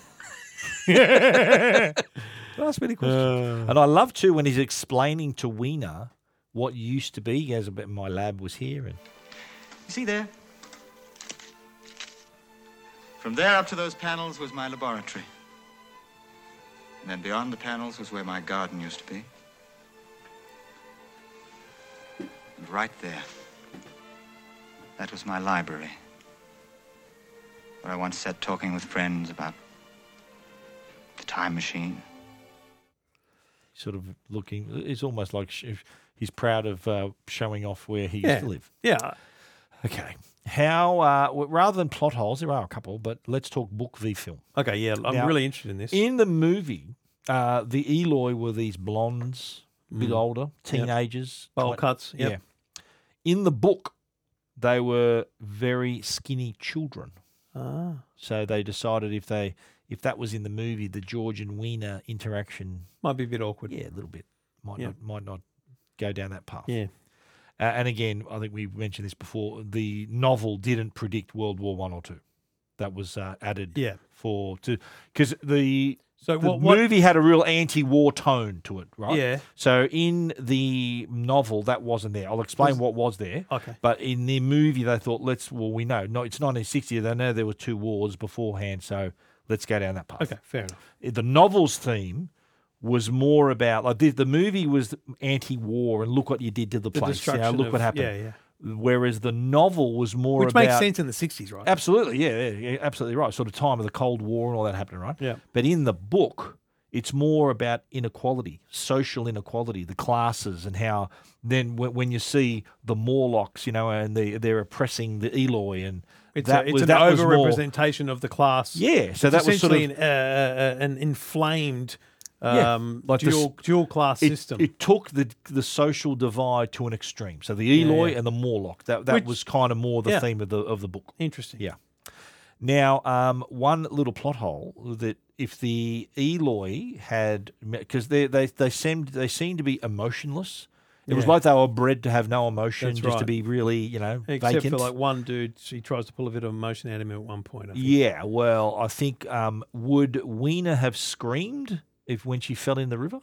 [SPEAKER 7] Ask many
[SPEAKER 8] Uh.
[SPEAKER 7] questions. and I love too when he's explaining to Wiener what used to be. He goes, "But my lab was here." And
[SPEAKER 10] You see there?
[SPEAKER 22] From there up to those panels was my laboratory. And then beyond the panels was where my garden used to be. And right there, that was my library, where I once sat talking with friends about the time machine.
[SPEAKER 7] sort of looking, it's almost like sh- he's proud of uh, showing off where he
[SPEAKER 8] Yeah.
[SPEAKER 7] used to live.
[SPEAKER 8] Yeah.
[SPEAKER 7] Okay. How, uh, w- rather than plot holes, there are a couple, but let's talk book v film.
[SPEAKER 8] Okay, yeah, I'm really interested in this.
[SPEAKER 7] In the movie, uh, the Eloi were these blondes, a bit
[SPEAKER 8] Mm.
[SPEAKER 7] older,
[SPEAKER 8] Yep.
[SPEAKER 7] teenagers.
[SPEAKER 8] Bowl
[SPEAKER 7] type-
[SPEAKER 8] cuts, yep.
[SPEAKER 7] Yeah. In the book, they were very skinny children.
[SPEAKER 8] Ah.
[SPEAKER 7] So they decided if they if that was in the movie, the George and Wiener interaction
[SPEAKER 8] Might be a bit awkward.
[SPEAKER 7] Yeah, a little bit. Might
[SPEAKER 8] Yeah.
[SPEAKER 7] not might not go down that path.
[SPEAKER 8] Yeah.
[SPEAKER 7] Uh, and again, I think we mentioned this before. The novel didn't predict World War One or two. That was uh, added.
[SPEAKER 8] Yeah.
[SPEAKER 7] For to because the
[SPEAKER 8] So
[SPEAKER 7] the
[SPEAKER 8] what- what-
[SPEAKER 7] movie had a real anti-war tone to it, right?
[SPEAKER 8] Yeah.
[SPEAKER 7] So in the novel, that wasn't there. I'll explain
[SPEAKER 8] Was-
[SPEAKER 7] what was there.
[SPEAKER 8] Okay.
[SPEAKER 7] But in the movie, they thought, let's. Well, we know. No, it's 1960. They know there were two wars beforehand, so let's go down that path
[SPEAKER 8] Okay, fair enough.
[SPEAKER 7] the novel's theme was more about like the, the movie was anti-war and look what you did to the
[SPEAKER 8] The
[SPEAKER 7] place. You know,
[SPEAKER 8] destruction
[SPEAKER 7] look what
[SPEAKER 8] of-
[SPEAKER 7] happened.
[SPEAKER 8] yeah,
[SPEAKER 7] Whereas the novel was more
[SPEAKER 8] Which
[SPEAKER 7] about
[SPEAKER 8] makes sense in the 60s, right?
[SPEAKER 7] Absolutely, yeah, yeah, yeah, absolutely right. Sort of time of the Cold War and all that happening, right?
[SPEAKER 8] Yeah.
[SPEAKER 7] But in the book, it's more about inequality, social inequality, the classes, and how then when, when you see the Morlocks, you know, and they they're oppressing the Eloi, and
[SPEAKER 8] It's,
[SPEAKER 7] that
[SPEAKER 8] a, it's
[SPEAKER 7] was
[SPEAKER 8] an
[SPEAKER 7] that was more-
[SPEAKER 8] overrepresentation of the class.
[SPEAKER 7] Yeah, so
[SPEAKER 8] It's
[SPEAKER 7] that was sort
[SPEAKER 8] essentially
[SPEAKER 7] of-
[SPEAKER 8] an, uh, uh, uh, an inflamed
[SPEAKER 7] Yeah,
[SPEAKER 8] um,
[SPEAKER 7] like the s-
[SPEAKER 8] dual dual class
[SPEAKER 7] it,
[SPEAKER 8] system.
[SPEAKER 7] It took the the social divide to an extreme. So the Eloi
[SPEAKER 8] yeah.
[SPEAKER 7] and the Morlock. That that
[SPEAKER 8] Which-
[SPEAKER 7] was kind of more the
[SPEAKER 8] yeah.
[SPEAKER 7] theme of the of the book.
[SPEAKER 8] Interesting.
[SPEAKER 7] Yeah. Now, um, one little plot hole that if the Eloi had because they they they seemed they seemed to be emotionless. It was
[SPEAKER 8] Yeah.
[SPEAKER 7] like they were bred to have no emotion,
[SPEAKER 8] That's
[SPEAKER 7] just to
[SPEAKER 8] right.
[SPEAKER 7] be really you know
[SPEAKER 8] Except
[SPEAKER 7] vacant.
[SPEAKER 8] for like one dude, she tries to pull a bit of emotion out of him at one point. I think.
[SPEAKER 7] yeah. Well, I think um, would Weena have screamed if when she fell in the river?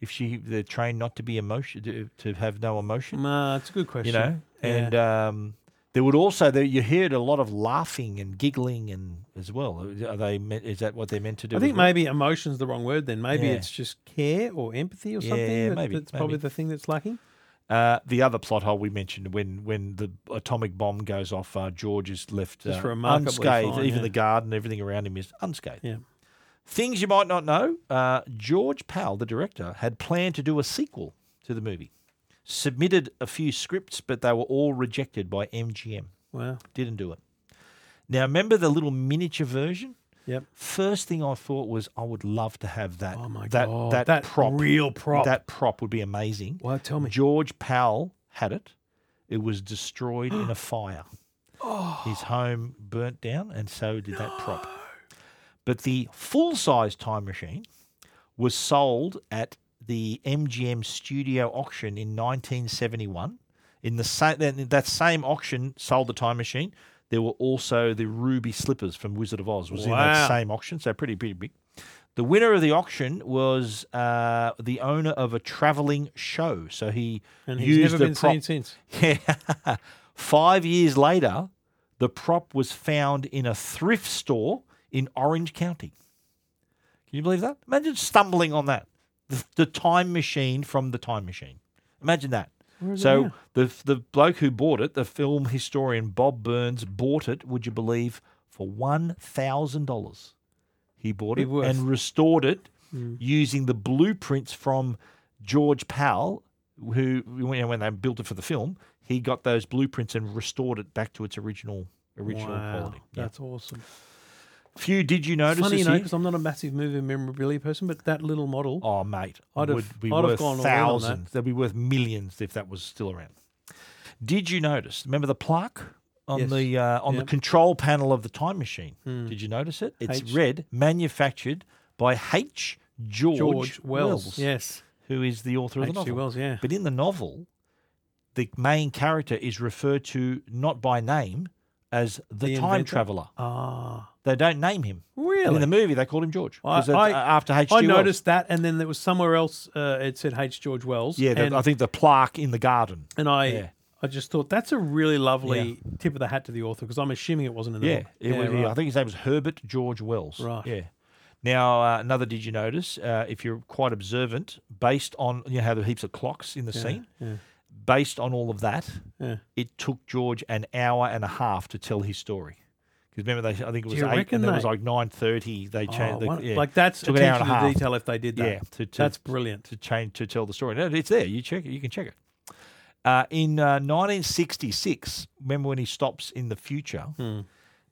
[SPEAKER 7] If she they're trained not to be emotion to, to have no emotion.
[SPEAKER 8] Nah, it's a good question.
[SPEAKER 7] You know, and um, there would also there, you heard a lot of laughing and giggling and as well. Are they? meant- Is that what they're meant to do?
[SPEAKER 8] I
[SPEAKER 7] as
[SPEAKER 8] think
[SPEAKER 7] well?
[SPEAKER 8] maybe emotion's the wrong word. Then maybe
[SPEAKER 7] Yeah.
[SPEAKER 8] it's just care or empathy or something.
[SPEAKER 7] Yeah,
[SPEAKER 8] that-
[SPEAKER 7] maybe,
[SPEAKER 8] That's probably
[SPEAKER 7] maybe.
[SPEAKER 8] the thing that's lacking.
[SPEAKER 7] Uh, the other plot hole we mentioned when when the atomic bomb goes off, uh, George is left
[SPEAKER 8] Just
[SPEAKER 7] uh,
[SPEAKER 8] remarkably
[SPEAKER 7] unscathed.
[SPEAKER 8] fine,
[SPEAKER 7] Even
[SPEAKER 8] yeah.
[SPEAKER 7] the garden, everything around him is unscathed.
[SPEAKER 8] Yeah.
[SPEAKER 7] Things you might not know: uh, George Powell, the director, had planned to do a sequel to the movie. Submitted a few scripts, but they were all rejected by MGM.
[SPEAKER 8] Wow.
[SPEAKER 7] Didn't do it. Now remember the little miniature version.
[SPEAKER 8] Yep.
[SPEAKER 7] First thing I thought was I would love to have that.
[SPEAKER 8] Oh my
[SPEAKER 7] that,
[SPEAKER 8] God,
[SPEAKER 7] That,
[SPEAKER 8] that
[SPEAKER 7] prop,
[SPEAKER 8] real prop.
[SPEAKER 7] That prop would be amazing.
[SPEAKER 8] Well, tell me.
[SPEAKER 7] George Powell had it. It was destroyed
[SPEAKER 8] <gasps>
[SPEAKER 7] in a fire.
[SPEAKER 8] Oh.
[SPEAKER 7] His home burnt down, and so did that
[SPEAKER 8] <gasps>
[SPEAKER 7] prop. <gasps> But the full size time machine was sold at the MGM studio auction in 1971. In the sa- then that same auction, sold the time machine. There were also the ruby slippers from Wizard of Oz. Was in
[SPEAKER 8] Wow.
[SPEAKER 7] that same auction, so pretty pretty big. The winner of the auction was uh, the owner of a traveling show. So he
[SPEAKER 8] And he's
[SPEAKER 7] used
[SPEAKER 8] never
[SPEAKER 7] the
[SPEAKER 8] been
[SPEAKER 7] prop-
[SPEAKER 8] seen since.
[SPEAKER 7] yeah. <laughs> Five years later, the prop was found in a thrift store in Orange County. Can you believe that? Imagine stumbling on that. The, the time machine from the time machine. Imagine that.
[SPEAKER 8] Where is it
[SPEAKER 7] So
[SPEAKER 8] now?
[SPEAKER 7] the the bloke who bought it, the film historian Bob Burns, bought it. Would you believe for one thousand dollars? He bought
[SPEAKER 8] Be
[SPEAKER 7] it
[SPEAKER 8] worth.
[SPEAKER 7] and restored it
[SPEAKER 8] Mm.
[SPEAKER 7] using the blueprints from George Powell, who you know, when they built it for the film, he got those blueprints and restored it back to its original original
[SPEAKER 8] Wow,
[SPEAKER 7] quality. Yeah.
[SPEAKER 8] That's awesome.
[SPEAKER 7] Few did you notice?
[SPEAKER 8] Funny
[SPEAKER 7] this
[SPEAKER 8] you know,
[SPEAKER 7] year?
[SPEAKER 8] because I'm not a massive movie and memorabilia person, but that little model.
[SPEAKER 7] Oh, mate,
[SPEAKER 8] I'd have,
[SPEAKER 7] would be
[SPEAKER 8] I'd
[SPEAKER 7] worth
[SPEAKER 8] have gone all in on that.
[SPEAKER 7] thousands. They'd be worth millions if that was still around. Did you notice? Remember the plaque on
[SPEAKER 8] Yes.
[SPEAKER 7] the uh, on the
[SPEAKER 8] Yep.
[SPEAKER 7] control panel of the time machine?
[SPEAKER 8] Hmm.
[SPEAKER 7] Did you notice it? It's
[SPEAKER 8] H.
[SPEAKER 7] red, manufactured by H. Oh, George,
[SPEAKER 8] George Wells, yes.
[SPEAKER 7] who is the author of the
[SPEAKER 8] H.G.
[SPEAKER 7] novel.
[SPEAKER 8] Wells, yeah.
[SPEAKER 7] But in the novel, the main character is referred to not by name as the,
[SPEAKER 8] The
[SPEAKER 7] time
[SPEAKER 8] inventor?
[SPEAKER 7] traveler.
[SPEAKER 8] Ah.
[SPEAKER 7] They don't name him.
[SPEAKER 8] Really?
[SPEAKER 7] In the movie, they called him George.
[SPEAKER 8] I,
[SPEAKER 7] 'cause that's,
[SPEAKER 8] I-
[SPEAKER 7] uh, after H.
[SPEAKER 8] I noticed that, and then there was somewhere else. Uh, it said H. George Wells.
[SPEAKER 7] Yeah, the,
[SPEAKER 8] and,
[SPEAKER 7] I think the plaque in the garden.
[SPEAKER 8] And I,
[SPEAKER 7] Yeah.
[SPEAKER 8] I just thought that's a really lovely tip of the hat to the author because I'm assuming it wasn't in the
[SPEAKER 7] Yeah,
[SPEAKER 8] book.
[SPEAKER 7] it was,
[SPEAKER 8] right.
[SPEAKER 7] I think his name was Herbert George Wells.
[SPEAKER 8] Right.
[SPEAKER 7] Yeah. Now, uh, another did you notice, uh, if you're quite observant, based on you know how there are heaps of clocks in the
[SPEAKER 8] Yeah,
[SPEAKER 7] scene,
[SPEAKER 8] yeah.
[SPEAKER 7] based on all of that,
[SPEAKER 8] Yeah.
[SPEAKER 7] it took George an hour and a half to tell his story. Because remember, they, I think it was
[SPEAKER 8] you
[SPEAKER 7] eight,
[SPEAKER 8] reckon
[SPEAKER 7] and then it was
[SPEAKER 8] they-
[SPEAKER 7] like nine thirty. They
[SPEAKER 8] Oh,
[SPEAKER 7] changed,
[SPEAKER 8] one-
[SPEAKER 7] the, yeah.
[SPEAKER 8] like, that's
[SPEAKER 7] took an hour and a
[SPEAKER 8] attention to
[SPEAKER 7] half.
[SPEAKER 8] detail if they did that.
[SPEAKER 7] Yeah, to, to,
[SPEAKER 8] That's brilliant.
[SPEAKER 7] to change to tell the story. No, it's there. You check it. You can check it. Uh, in uh, 1966, remember when he stops in the future?
[SPEAKER 8] Hmm.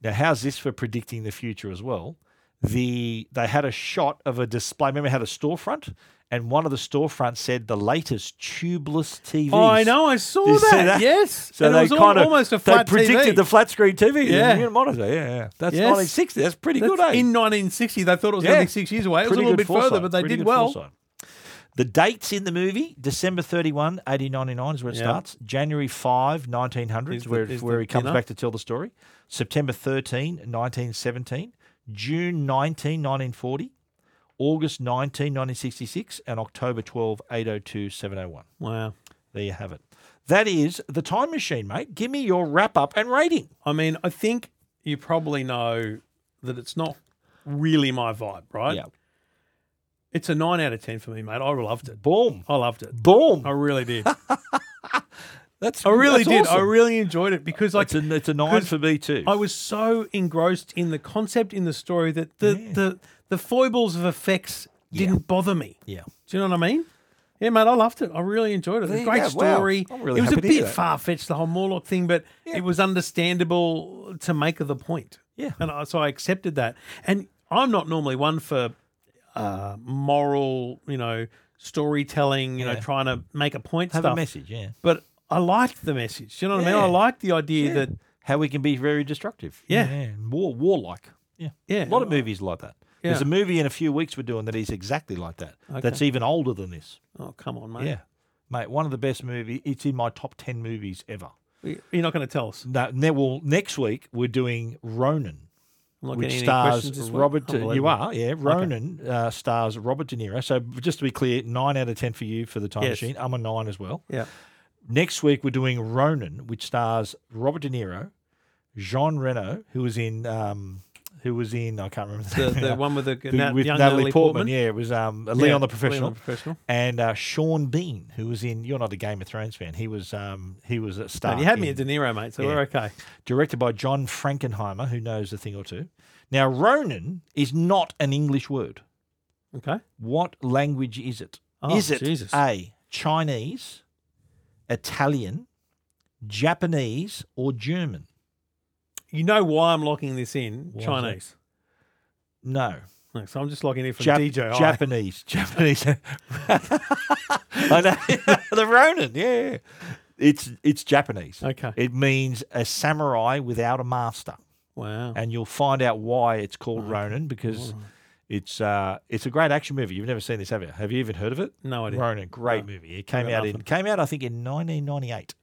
[SPEAKER 7] Now, how's this for predicting the future as well? The they had a shot of a display. Remember, it had a storefront, and one of the storefronts said the latest tubeless TVs.
[SPEAKER 8] Oh, I know. I saw
[SPEAKER 7] You see
[SPEAKER 8] that. Yes.
[SPEAKER 7] so
[SPEAKER 8] and
[SPEAKER 7] they
[SPEAKER 8] it was al-
[SPEAKER 7] kind of
[SPEAKER 8] almost a flat
[SPEAKER 7] they predicted
[SPEAKER 8] TV.
[SPEAKER 7] the flat screen TV.
[SPEAKER 8] Yeah.
[SPEAKER 7] Yeah, monitor. Yeah, yeah. That's
[SPEAKER 8] Yes.
[SPEAKER 7] 1960. That's pretty
[SPEAKER 8] That's
[SPEAKER 7] good. Eh?
[SPEAKER 8] In 1960, they thought it was
[SPEAKER 7] Yeah.
[SPEAKER 8] only six years away. It was a
[SPEAKER 7] Pretty good
[SPEAKER 8] little bit further,
[SPEAKER 7] foresight.
[SPEAKER 8] but they
[SPEAKER 7] Pretty
[SPEAKER 8] did
[SPEAKER 7] good
[SPEAKER 8] well.
[SPEAKER 7] foresight. The dates in the movie, December 31, 1899 is where it
[SPEAKER 8] Yeah.
[SPEAKER 7] starts. January 5, 1900
[SPEAKER 8] Is
[SPEAKER 7] is
[SPEAKER 8] the-
[SPEAKER 7] where,
[SPEAKER 8] is
[SPEAKER 7] where
[SPEAKER 8] the
[SPEAKER 7] he comes
[SPEAKER 8] dinner.
[SPEAKER 7] back to tell the story. September 13, 1917. June 19, 1940. August 19, 1966. And October oh 12, 802, 701.
[SPEAKER 8] Wow.
[SPEAKER 7] There you have it. That is The Time Machine, mate. Give me your wrap up and rating.
[SPEAKER 8] I mean, I think you probably know that it's not really my vibe, right?
[SPEAKER 7] Yeah.
[SPEAKER 8] It's a nine out of ten for me, mate. I loved it.
[SPEAKER 7] Boom.
[SPEAKER 8] I loved it.
[SPEAKER 7] Boom.
[SPEAKER 8] I really did.
[SPEAKER 7] That's
[SPEAKER 8] I really
[SPEAKER 7] that's
[SPEAKER 8] did. I
[SPEAKER 7] awesome.
[SPEAKER 8] really enjoyed it because like
[SPEAKER 7] It's a, it's a nine
[SPEAKER 8] 'cause
[SPEAKER 7] for me, too.
[SPEAKER 8] I was so engrossed in the concept, in the story that the the, the foibles of effects didn't bother me.
[SPEAKER 7] Yeah.
[SPEAKER 8] Do you know what I mean? Yeah, mate, I loved it. I really enjoyed it. It was
[SPEAKER 7] There
[SPEAKER 8] a
[SPEAKER 7] you
[SPEAKER 8] great
[SPEAKER 7] go. Wow.
[SPEAKER 8] story.
[SPEAKER 7] I'm really
[SPEAKER 8] it was
[SPEAKER 7] happy
[SPEAKER 8] a
[SPEAKER 7] to hear
[SPEAKER 8] bit
[SPEAKER 7] that.
[SPEAKER 8] far fetched, the whole Morlock thing, but it was understandable to make of the point.
[SPEAKER 7] Yeah.
[SPEAKER 8] And I, so I accepted that. And I'm not normally one for uh, moral, you know, storytelling, you know,
[SPEAKER 7] Yeah.
[SPEAKER 8] trying to make a point
[SPEAKER 7] Have a
[SPEAKER 8] stuff.
[SPEAKER 7] message, yeah.
[SPEAKER 8] But I liked the message. Do you know what I mean?
[SPEAKER 7] Yeah.
[SPEAKER 8] I liked the idea
[SPEAKER 7] Yeah.
[SPEAKER 8] that
[SPEAKER 7] how we can be very destructive.
[SPEAKER 8] Yeah.
[SPEAKER 7] and war warlike. Yeah,
[SPEAKER 8] Yeah.
[SPEAKER 7] A lot of movies like that. There's
[SPEAKER 8] Yeah.
[SPEAKER 7] a movie in a few weeks we're doing that is exactly like that. That's
[SPEAKER 8] Okay.
[SPEAKER 7] even older than this.
[SPEAKER 8] Oh, come on, mate.
[SPEAKER 7] Yeah, mate, one of the best movie. It's in my top ten movies ever.
[SPEAKER 8] Y- You're not going to tell us.
[SPEAKER 7] No, ne- well, next week we're doing Ronan.
[SPEAKER 8] I'm not
[SPEAKER 7] Which
[SPEAKER 8] getting any
[SPEAKER 7] stars
[SPEAKER 8] questions this week.
[SPEAKER 7] Robert? De- you
[SPEAKER 8] Unbelievable.
[SPEAKER 7] are, yeah.
[SPEAKER 8] Okay.
[SPEAKER 7] Ronan uh, stars Robert De Niro. So just to be clear, nine out of ten for you for the time
[SPEAKER 8] Yes.
[SPEAKER 7] machine. I'm a nine as well.
[SPEAKER 8] Yeah.
[SPEAKER 7] Next week we're doing Ronan, which stars Robert De Niro, Jean Reno, who was in um, who was in I can't remember
[SPEAKER 8] The-
[SPEAKER 7] name
[SPEAKER 8] the
[SPEAKER 7] now,
[SPEAKER 8] one with the g-
[SPEAKER 7] who-
[SPEAKER 8] Nat-
[SPEAKER 7] with
[SPEAKER 8] young
[SPEAKER 7] Natalie,
[SPEAKER 8] Natalie
[SPEAKER 7] Portman.
[SPEAKER 8] Portman.
[SPEAKER 7] Yeah, it was um,
[SPEAKER 8] Yeah,
[SPEAKER 7] Leon
[SPEAKER 8] Leon
[SPEAKER 7] the
[SPEAKER 8] the
[SPEAKER 7] Professional,
[SPEAKER 8] Professional.
[SPEAKER 7] and uh, Sean Bean, who was in. You're not a Game of Thrones fan. He was um, he was a star.
[SPEAKER 8] No, you had me
[SPEAKER 7] in-
[SPEAKER 8] at De Niro, mate, so
[SPEAKER 7] yeah.
[SPEAKER 8] we're okay.
[SPEAKER 7] Directed by John Frankenheimer, who knows a thing or two. Now, Ronan is not an English word.
[SPEAKER 8] Okay.
[SPEAKER 7] What language is it? Is
[SPEAKER 8] Oh,
[SPEAKER 7] it
[SPEAKER 8] Jesus.
[SPEAKER 7] A, Chinese, Italian, Japanese, or German?
[SPEAKER 8] You know why I'm locking this in
[SPEAKER 7] Why is that?
[SPEAKER 8] Chinese.
[SPEAKER 7] No.
[SPEAKER 8] No, So I'm just logging in for
[SPEAKER 7] Jap-
[SPEAKER 8] DJI.
[SPEAKER 7] Japanese. <laughs>
[SPEAKER 8] <laughs>
[SPEAKER 7] Japanese. I know. <laughs> the Ronin, yeah. It's it's Japanese.
[SPEAKER 8] Okay.
[SPEAKER 7] It means a samurai without a master.
[SPEAKER 8] Wow.
[SPEAKER 7] And you'll find out why it's called Ronin because it's uh it's a great action movie. You've never seen this, have you? Have you even heard of it?
[SPEAKER 8] No idea.
[SPEAKER 7] Ronin, great movie. It came
[SPEAKER 8] Heard
[SPEAKER 7] out in
[SPEAKER 8] nothing.
[SPEAKER 7] came out I think in 1998.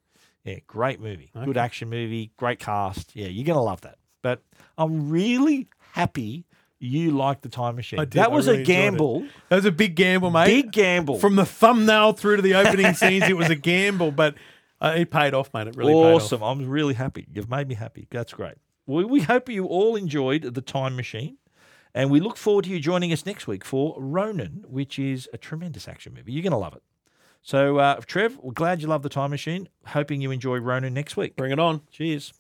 [SPEAKER 7] Yeah, great movie. Good
[SPEAKER 8] Okay.
[SPEAKER 7] action movie, great cast. Yeah, you're going to love that. But I'm really happy you liked the time machine.
[SPEAKER 8] I did.
[SPEAKER 7] That
[SPEAKER 8] I
[SPEAKER 7] was
[SPEAKER 8] really
[SPEAKER 7] a
[SPEAKER 8] enjoyed it.
[SPEAKER 7] gamble.
[SPEAKER 8] That was a big gamble, mate.
[SPEAKER 7] Big gamble.
[SPEAKER 8] From the thumbnail through to the opening scenes, it was a gamble, but uh, it paid off, mate. It really
[SPEAKER 7] awesome.
[SPEAKER 8] paid off.
[SPEAKER 7] I'm really happy. You've made me happy. That's great. Well, we hope you all enjoyed The Time Machine. And we look forward to you joining us next week for Ronin, which is a tremendous action movie. You're going to love it. So, uh, Trev, we're glad you love The Time Machine. Hoping you enjoy Ronin next week.
[SPEAKER 8] Bring it on.
[SPEAKER 7] Cheers.